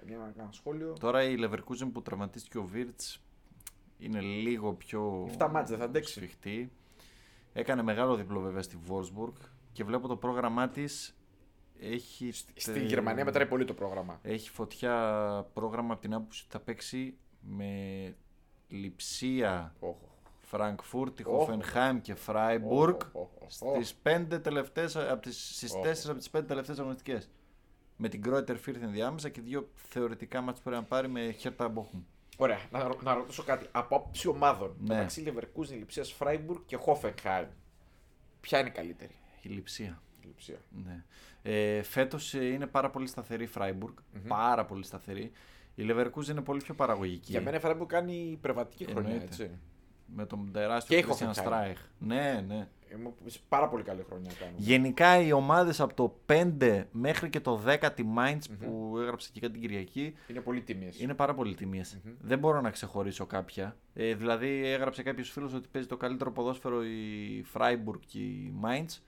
Speaker 2: Καμιά να κάνω σχόλιο.
Speaker 1: Τώρα η Leverkusen που τραυματίστηκε ο Βίρτς είναι λίγο πιο.
Speaker 2: Εφτά μάτς δεν θα αντέξει.
Speaker 1: σφιχτή. Έκανε μεγάλο διπλό βέβαια στη Wolfsburg και βλέπω το πρόγραμμά της έχει.
Speaker 2: Στη
Speaker 1: τε-
Speaker 2: Γερμανία μετράει πολύ το πρόγραμμα.
Speaker 1: Έχει φωτιά πρόγραμμα από την άποψη ότι θα παίξει με Λιψία,
Speaker 2: Όχο.
Speaker 1: Φραγκφούρτη,
Speaker 2: Οχ.
Speaker 1: Χοφενχάιμ και Φράιμπουργκ
Speaker 2: Οχ, οχ, οχ, οχ.
Speaker 1: στις πέντε τελευταίες, από τις, στις
Speaker 2: Οχ.
Speaker 1: τέσσερις από τις πέντε τελευταίες αγωνιστικές. Με την Κρόιτερ Φίρθεν διάμεσα και δύο θεωρητικά μάτς που πρέπει να πάρει με Χέρτα Μπόχουμ.
Speaker 2: Ωραία, να, ρω- να ρωτήσω κάτι. Από άποψη ομάδων,
Speaker 1: Ναι.
Speaker 2: μεταξύ Λεβερκούζεν, Λιψίας, Φράιμπουργκ και Χόφενχάιμ, ποια είναι η καλύτερη
Speaker 1: Η Λιψία.
Speaker 2: η Λιψία.
Speaker 1: Ναι. Ε, Φέτος είναι πάρα πολύ σταθερή η Φράιμπουργκ. Πάρα πολύ σταθερή. Η Leverkusen είναι πολύ πιο παραγωγική.
Speaker 2: Για μένα η Φράιμπουργκ κάνει υπερβατική χρονιά,
Speaker 1: Εννοείται.
Speaker 2: έτσι.
Speaker 1: Με τον
Speaker 2: Και
Speaker 1: τεράστιο
Speaker 2: η
Speaker 1: Christian
Speaker 2: Hoffenheim.
Speaker 1: Streich. Ναι, ναι.
Speaker 2: Ε, μου- Πάρα πολύ καλή χρονιά κάνει.
Speaker 1: Γενικά οι ομάδες από το 5 μέχρι και το 10 τη Mainz που έγραψε και κάτι την Κυριακή
Speaker 2: Είναι πολύ τιμίες.
Speaker 1: είναι πάρα πολύ τιμιες. Δεν μπορώ να ξεχωρίσω κάποια. Ε, δηλαδή έγραψε κάποιος φίλος ότι παίζει το καλύτερο ποδόσφαιρο η Φράιμπουργκ και η Mainz.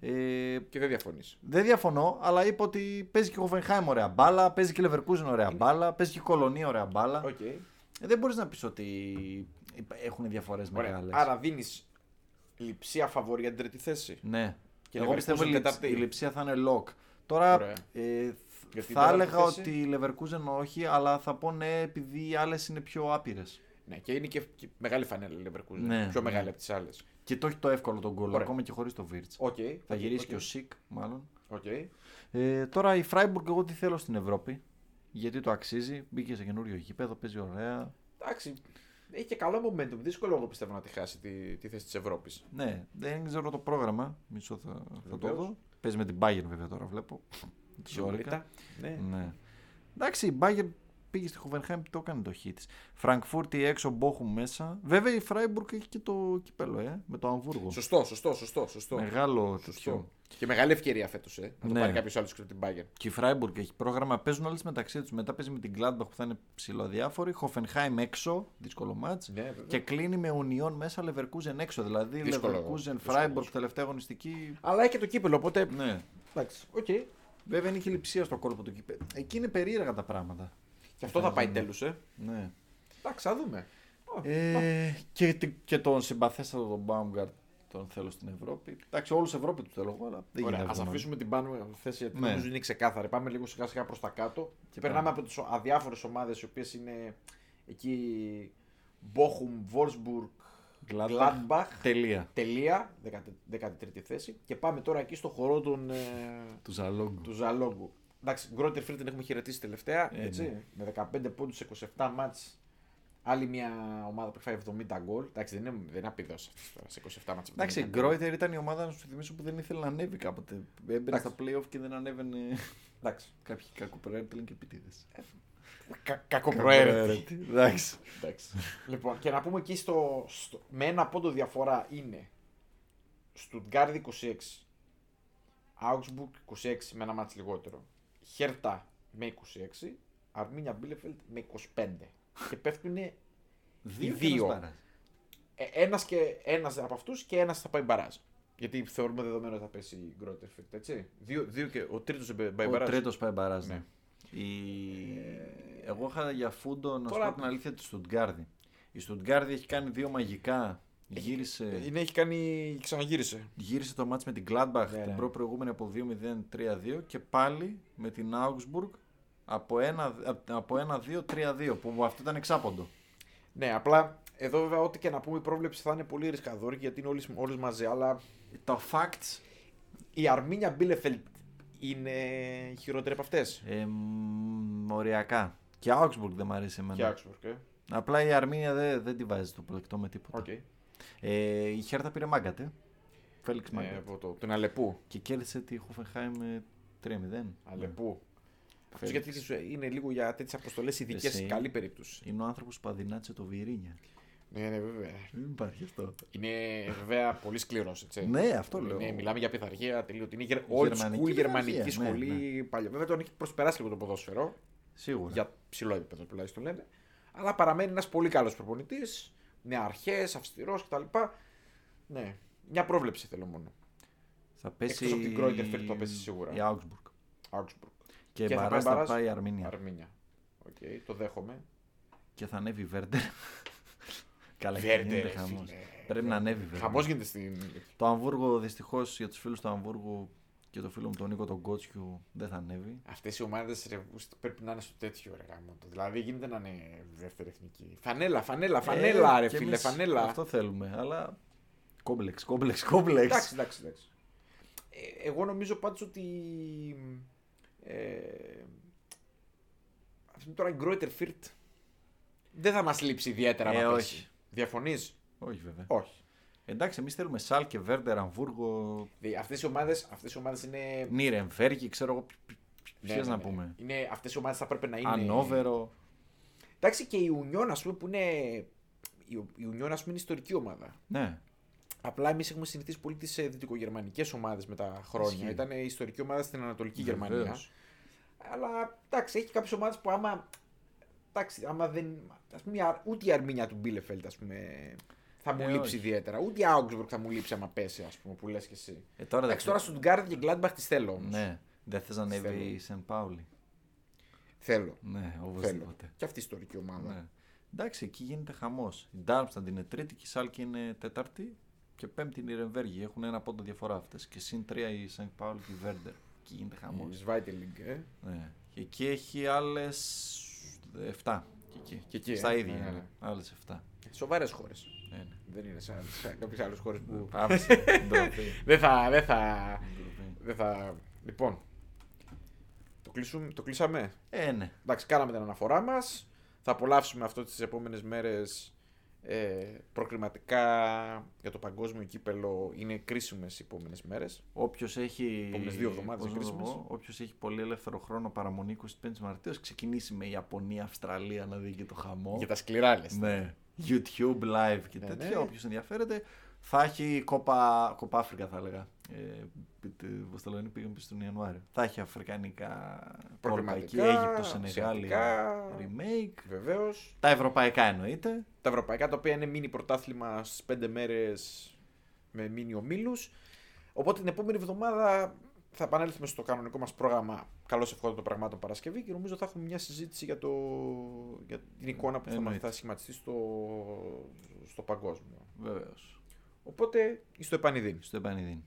Speaker 1: Ε,
Speaker 2: Και δεν διαφωνείς.
Speaker 1: δεν διαφωνώ, αλλά είπα ότι παίζει και η Χοφενχάιμ ωραία μπάλα, παίζει και η Λεβερκούζεν ωραία μπάλα, παίζει και η Κολονία ωραία μπάλα.
Speaker 2: Οκ.
Speaker 1: Ε, Δεν μπορείς να πεις ότι έχουν διαφορές
Speaker 2: Ωραία.
Speaker 1: μεγάλες.
Speaker 2: Άρα δίνεις Λιψία φαβορή για την τρίτη θέση.
Speaker 1: Ναι.
Speaker 2: Και
Speaker 1: Εγώ
Speaker 2: Leverkusen
Speaker 1: πιστεύω η, Λιψ-
Speaker 2: τετάρτη.
Speaker 1: η Λιψία θα είναι lock. Τώρα
Speaker 2: Ωραία.
Speaker 1: ε, θ-
Speaker 2: Για την
Speaker 1: θα
Speaker 2: τέταρτη
Speaker 1: έλεγα
Speaker 2: θέση.
Speaker 1: ότι η Leverkusen όχι, αλλά θα πω ναι επειδή οι άλλες είναι πιο άπειρες.
Speaker 2: Ναι, και είναι και, και μεγάλη φανέλα η Leverkusen.
Speaker 1: Ναι,
Speaker 2: Πιο
Speaker 1: ναι.
Speaker 2: μεγάλη από τις άλλες.
Speaker 1: Και το έχει το εύκολο τον γκολ,
Speaker 2: Ωραία.
Speaker 1: ακόμα και χωρίς το Βίρτ.
Speaker 2: Οκ.
Speaker 1: Θα
Speaker 2: οκ,
Speaker 1: γυρίσει
Speaker 2: οκ,
Speaker 1: και ο Σικ, μάλλον.
Speaker 2: οκ.
Speaker 1: Ε, τώρα η Φράιμπουργκ, εγώ τι θέλω στην Ευρώπη. Γιατί το αξίζει. Μπήκε σε καινούριο γήπεδο, παίζει ωραία.
Speaker 2: Εντάξει. Έχει και καλό momentum. Δύσκολο εγώ πιστεύω να τη χάσει τη, τη θέση της Ευρώπης.
Speaker 1: Ναι, δεν ξέρω το πρόγραμμα. Μισό θα, θα το
Speaker 2: Βεβαίως.
Speaker 1: δω. Παίζει με την Bayern βέβαια τώρα, βλέπω. Τη Ωρικά.
Speaker 2: Ναι.
Speaker 1: Ναι. Εντάξει, η Μπάγκερ πήγε στη Χοβενχάιμ το έκανε το χ τη. Φραγκφούρτη έξω, Μπόχουμ μέσα. Βέβαια η Φράιμπουργκ έχει και το κυπέλο, ε, με το Αμβούργο.
Speaker 2: Σωστό, σωστό, σωστό. σωστό.
Speaker 1: Μεγάλο
Speaker 2: σωστό.
Speaker 1: τέτοιο.
Speaker 2: Και μεγάλη ευκαιρία φέτος. Ε, να το
Speaker 1: Ναι.
Speaker 2: πάρει κάποιος άλλος και την Bayern.
Speaker 1: Και η Φράιμπουργκ έχει πρόγραμμα. Παίζουν όλες μεταξύ τους. Μετά παίζει με την Gladbach που θα είναι ψηλοδιάφορη. Χοφενχάιμ έξω, δύσκολο μάτ.
Speaker 2: Ναι, βέβαια.
Speaker 1: και κλείνει με Ουνιόν μέσα, Λεβερκούζεν έξω. Δηλαδή
Speaker 2: Δύσκολο.
Speaker 1: Λεβερκούζεν,
Speaker 2: Δύσκολο.
Speaker 1: Φράιμπουργκ τελευταία αγωνιστική.
Speaker 2: Αλλά έχει και το κύπελο, οπότε.
Speaker 1: Ναι.
Speaker 2: Εντάξει. Οκ.
Speaker 1: Βέβαια είναι και η λειψία στο κόλπο του κυπέλου. Εκεί είναι περίεργα τα πράγματα.
Speaker 2: Και αυτό θα πάει τέλος, ε.
Speaker 1: Ναι.
Speaker 2: Εντάξει, θα δούμε. Ω,
Speaker 1: Ε, και, τι- και τον συμπαθέστατο τον Baumgart τον θέλω στην Ευρώπη. Εντάξει, όλους Ευρώπη του θέλω εγώ, αλλά δεν
Speaker 2: Ωραία,
Speaker 1: γίνεται.
Speaker 2: ας
Speaker 1: να-
Speaker 2: αφήσουμε την πάνω θέση γιατί
Speaker 1: Ναι.
Speaker 2: νομίζω είναι ξεκάθαρη. Πάμε λίγο σιγά σιγά προς τα κάτω. Και περνάμε από τις αδιάφορες ομάδες οι οποίες είναι εκεί. Μπόχουμ, Βόρσμπουργκ,
Speaker 1: Gladbach.
Speaker 2: Gladbach.
Speaker 1: Τελεία.
Speaker 2: Τελεία, 13η θέση. Και πάμε τώρα εκεί στο χορό των, ε,
Speaker 1: Του Ζαλόγκου.
Speaker 2: του Ζαλόγκου. Εντάξει, Γκρότερ Φρίτ την έχουμε χαιρετήσει τελευταία.
Speaker 1: Ε,
Speaker 2: έτσι, Με 15 πόντου σε 27 μάτς Άλλη μια ομάδα που φάει 70 γκολ. Εντάξει, δεν είναι, δεν είναι απειδός αυτός τώρα, σε 27 μάτς.
Speaker 1: Εντάξει, η
Speaker 2: 70 γκολ.
Speaker 1: Γκρόιτερ ήταν η ομάδα, να σου θυμίσω, που δεν ήθελε να ανέβει κάποτε. Έμπαινε
Speaker 2: Εντάξει.
Speaker 1: στα playoff και δεν ανέβαινε.
Speaker 2: Εντάξει.
Speaker 1: Κάποιοι κακοπροέρετοι και επιτίδες.
Speaker 2: Ε, Κα- Κακοπροαίρετη.
Speaker 1: Εντάξει.
Speaker 2: Εντάξει. λοιπόν, και να πούμε εκεί στο, στο- με ένα πόντο διαφορά είναι Στουτγκάρδη 26, Augsburg 26 με ένα μάτς λιγότερο, Χέρτα με 26, Αρμίνια Μπίλεφελτ με 25. και πέφτουν ε,
Speaker 1: και ένας
Speaker 2: δύο.
Speaker 1: μπάρας.
Speaker 2: ένας, και, ένας από αυτούς και ένας θα πάει μπαράζ. Γιατί θεωρούμε δεδομένο ότι θα πέσει η Γκρότερφικτ, έτσι. Δύο, δύο και, ο τρίτος δεν πάει
Speaker 1: Ο
Speaker 2: μπαράζ.
Speaker 1: τρίτος πάει μπαράζ. ναι.
Speaker 2: Ναι.
Speaker 1: Η- Εγώ είχα για φούντο να σου
Speaker 2: Τώρα-
Speaker 1: πω την αλήθεια τη Στουτγκάρδη. Η Στουτγκάρδη έχει κάνει δύο μαγικά. Γύρισε,
Speaker 2: Ε, Είναι, έχει κάνει, ξαναγύρισε.
Speaker 1: γύρισε το μάτς με την Gladbach
Speaker 2: Ναι,
Speaker 1: την
Speaker 2: ναι.
Speaker 1: προπροηγούμενη από 2-0-3-2 και πάλι με την Augsburg από 1-2-3-2 από 1-2-3-2, που αυτό ήταν εξάποντο.
Speaker 2: Ναι, απλά εδώ βέβαια ό,τι και να πούμε η πρόβλεψη θα είναι πολύ ρισκαδόρικη γιατί είναι όλες, όλες μαζί, αλλά
Speaker 1: Τα facts
Speaker 2: η Αρμίνια Μπίλεφελτ είναι χειρότερη από αυτές.
Speaker 1: ε, μ, οριακά. Και Augsburg δεν μ' αρέσει
Speaker 2: Και
Speaker 1: εμένα.
Speaker 2: Άξμπουργκ, ε.
Speaker 1: Απλά η Αρμίνια δεν, δεν τη βάζει το πλεκτό με τίποτα.
Speaker 2: Οκ. Ε,
Speaker 1: Ε, η Χέρτα πήρε μάγκατε.
Speaker 2: Ε,
Speaker 1: Φέλιξ μάγκατε.
Speaker 2: από το, τον Αλεπού.
Speaker 1: Και κέρδισε τη Χόφενχάιμ ε, 3-0.
Speaker 2: Αλεπού. Αυτός
Speaker 1: Φέλιξ.
Speaker 2: γιατί σου- είναι λίγο για τέτοιες αποστολές ειδικές,
Speaker 1: Εσύ.
Speaker 2: καλή περίπτωση.
Speaker 1: Είναι ο άνθρωπος που αδυνάτησε το Βιερίνια.
Speaker 2: Ναι, ναι, βέβαια.
Speaker 1: Δεν υπάρχει αυτό.
Speaker 2: Είναι βέβαια πολύ σκληρός, έτσι.
Speaker 1: Ναι, αυτό λέω.
Speaker 2: Είναι, μιλάμε για πειθαρχία τελείω. Είναι γερ- old
Speaker 1: Γερμανική
Speaker 2: school
Speaker 1: πειθαρχία,
Speaker 2: γερμανική
Speaker 1: ναι,
Speaker 2: σχολή. Παλιά. Βέβαια τον έχει προσπεράσει λίγο το ποδόσφαιρο.
Speaker 1: Σίγουρα.
Speaker 2: για ψηλό επίπεδο τουλάχιστον λένε. Αλλά παραμένει ένας πολύ καλός προπονητής, με αρχές, αυστηρός κτλ. Ναι, μια πρόβλεψη θέλω μόνο.
Speaker 1: Θα πέσει.
Speaker 2: Εκτός από την Κρόιτερφιλ, το πέσει σίγουρα.
Speaker 1: Η Augsburg.
Speaker 2: Augsburg.
Speaker 1: Και,
Speaker 2: θα πάει
Speaker 1: Μπαράς θα
Speaker 2: Μπαράς.
Speaker 1: πάει η Αρμίνια.
Speaker 2: Αρμίνια. Οκ, το δέχομαι.
Speaker 1: Ναι. Και θα ανέβει η Βέρντερ. Καλά, και
Speaker 2: Werder,
Speaker 1: γίνεται
Speaker 2: ρε,
Speaker 1: χαμός.
Speaker 2: φίλε.
Speaker 1: Πρέπει να ανέβει η Werder.
Speaker 2: Χαμός γίνεται στην.
Speaker 1: Το Αμβούργο δυστυχώς για τους φίλους του Αμβούργου και το φίλο μου τον Νίκο τον Κότσιου δεν θα ανέβει.
Speaker 2: Αυτές οι ομάδες πρέπει να είναι στο τέτοιο ρε γάμο του. Δηλαδή γίνεται να είναι δεύτερη εθνική. Φανέλα, φανέλα, φανέλα,
Speaker 1: Ε,
Speaker 2: ρε
Speaker 1: και
Speaker 2: φίλε,
Speaker 1: εμείς
Speaker 2: φανέλα.
Speaker 1: Αυτό θέλουμε, αλλά. Κόμπλεξ, κόμπλεξ, κόμπλεξ.
Speaker 2: Εντάξει, εντάξει, εντάξει. Ε, εγώ νομίζω πάντως ότι. Ε, αυτή τώρα η Γκρόιτερ Φίρτ δεν θα μας λείψει ιδιαίτερα
Speaker 1: Ε,
Speaker 2: να
Speaker 1: όχι.
Speaker 2: πέσει. Διαφωνείς?
Speaker 1: Όχι, βέβαια.
Speaker 2: Όχι.
Speaker 1: Εντάξει, εμείς θέλουμε Σάλ και Βέρντερ, Αμβούργο,
Speaker 2: Δηλαδή, αυτές οι ομάδες, αυτές οι ομάδες είναι...
Speaker 1: Νίρεμβέργη, ξέρω εγώ. ποι- ποι-
Speaker 2: ναι,
Speaker 1: Ναι, Ποιες να
Speaker 2: ναι, ναι.
Speaker 1: πούμε.
Speaker 2: Είναι, αυτές οι ομάδες θα πρέπει να είναι...
Speaker 1: Ανόβερο.
Speaker 2: Εντάξει και η Ουνιόν ας πούμε που είναι... Η Ο- η Ουνιόν ας πούμε είναι ιστορική ομάδα.
Speaker 1: Ναι.
Speaker 2: Απλά εμείς έχουμε συνηθίσει πολύ τις δυτικογερμανικές ομάδες με τα χρόνια.
Speaker 1: Ισχύει.
Speaker 2: Ήταν ε, ιστορική ομάδα στην Ανατολική
Speaker 1: Βεβαίως.
Speaker 2: Γερμανία. Αλλά εντάξει, έχει κάποιες ομάδες που άμα. Εντάξει, άμα δεν. Ας πούμε, η Αρ- ούτε η Αρμίνια του Μπίλεφελτ, ας πούμε, θα μου
Speaker 1: Ε, όχι.
Speaker 2: λείψει ιδιαίτερα. Ούτε η Augsburg θα μου λείψει άμα πέσει, ας πούμε, που λες και εσύ.
Speaker 1: Ε, τώρα δεν
Speaker 2: Εντάξει, τώρα Στουτγκάρδη και Gladbach τις θέλω όμως.
Speaker 1: Ναι. Δεν θες να ανέβει
Speaker 2: Θέλω.
Speaker 1: η Σεν Πάουλη.
Speaker 2: Θέλω.
Speaker 1: Ναι,
Speaker 2: θέλω.
Speaker 1: οπωσδήποτε.
Speaker 2: Και αυτή η ιστορική ομάδα.
Speaker 1: Ναι. Εντάξει, εκεί γίνεται χαμός. Η Ντάρμσταντ είναι τρίτη και η Σάλκη είναι τέταρτη και πέμπτη η Νιρεμβέργη. Έχουν ένα πόντο διαφορά αυτές. Και συν τρία η Σεν Πάουλη και η Βέρντερ. Εκεί γίνεται χαμός.
Speaker 2: Η Schweitelig, ε.
Speaker 1: Ναι. Και εκεί έχει άλλες 7. Και εκεί.
Speaker 2: Και εκεί,
Speaker 1: Στα
Speaker 2: ε.
Speaker 1: ίδια.
Speaker 2: Ναι, ναι.
Speaker 1: είναι. Άλλε 7.
Speaker 2: Σοβαρές χώρες.
Speaker 1: Ναι, ναι.
Speaker 2: Δεν είναι σαν, σαν κάποιες άλλες χώρες που.
Speaker 1: Άφησε. Ντροπή.
Speaker 2: δεν θα. Δεν θα...
Speaker 1: Ντροπή.
Speaker 2: Δεν θα. Λοιπόν. Το, κλείσουμε, το κλείσαμε.
Speaker 1: Ε, ναι.
Speaker 2: Εντάξει, κάναμε την αναφορά μας. Θα απολαύσουμε αυτό τις επόμενες μέρες. Ε, προκριματικά για το παγκόσμιο κύπελο είναι κρίσιμες οι επόμενες μέρες.
Speaker 1: Όποιος έχει.
Speaker 2: Επόμενες δύο εβδομάδες
Speaker 1: πώς
Speaker 2: είναι
Speaker 1: να το πω,
Speaker 2: κρίσιμες.
Speaker 1: όποιος έχει πολύ ελεύθερο χρόνο παραμονή 25 Μαρτίου, ας ξεκινήσει με Ιαπωνία, Αυστραλία να δει και το χαμό.
Speaker 2: Για τα σκληρά λες.
Speaker 1: Ναι. YouTube live και
Speaker 2: Ναι,
Speaker 1: τέτοια.
Speaker 2: ναι.
Speaker 1: Όποιος ενδιαφέρεται. Θα έχει κόπα, κόπα Αφρικα, θα έλεγα. Ε, Πώ το λένε, πήγαμε στον Ιανουάριο. Θα έχει αφρικανικά πόρτα εκεί.
Speaker 2: Προκριματικά,
Speaker 1: Αίγυπτο, Σενεγάλη,
Speaker 2: ασιατικά.
Speaker 1: remake.
Speaker 2: Βεβαίως.
Speaker 1: Τα ευρωπαϊκά εννοείται.
Speaker 2: Τα ευρωπαϊκά τα οποία είναι μίνι πρωτάθλημα στις 5 μέρες με μίνι ομίλους. Οπότε την επόμενη εβδομάδα θα επανέλθουμε στο κανονικό μας πρόγραμμα Καλώς Ευχόντων των Πραγμάτων Παρασκευή και νομίζω θα έχουμε μια συζήτηση για, το... για την εικόνα που θα, μας-
Speaker 1: Εννοείται.
Speaker 2: θα σχηματιστεί στο... στο παγκόσμιο.
Speaker 1: Βεβαίως.
Speaker 2: Οπότε, στο επανειδήν.
Speaker 1: Στο επανειδήν.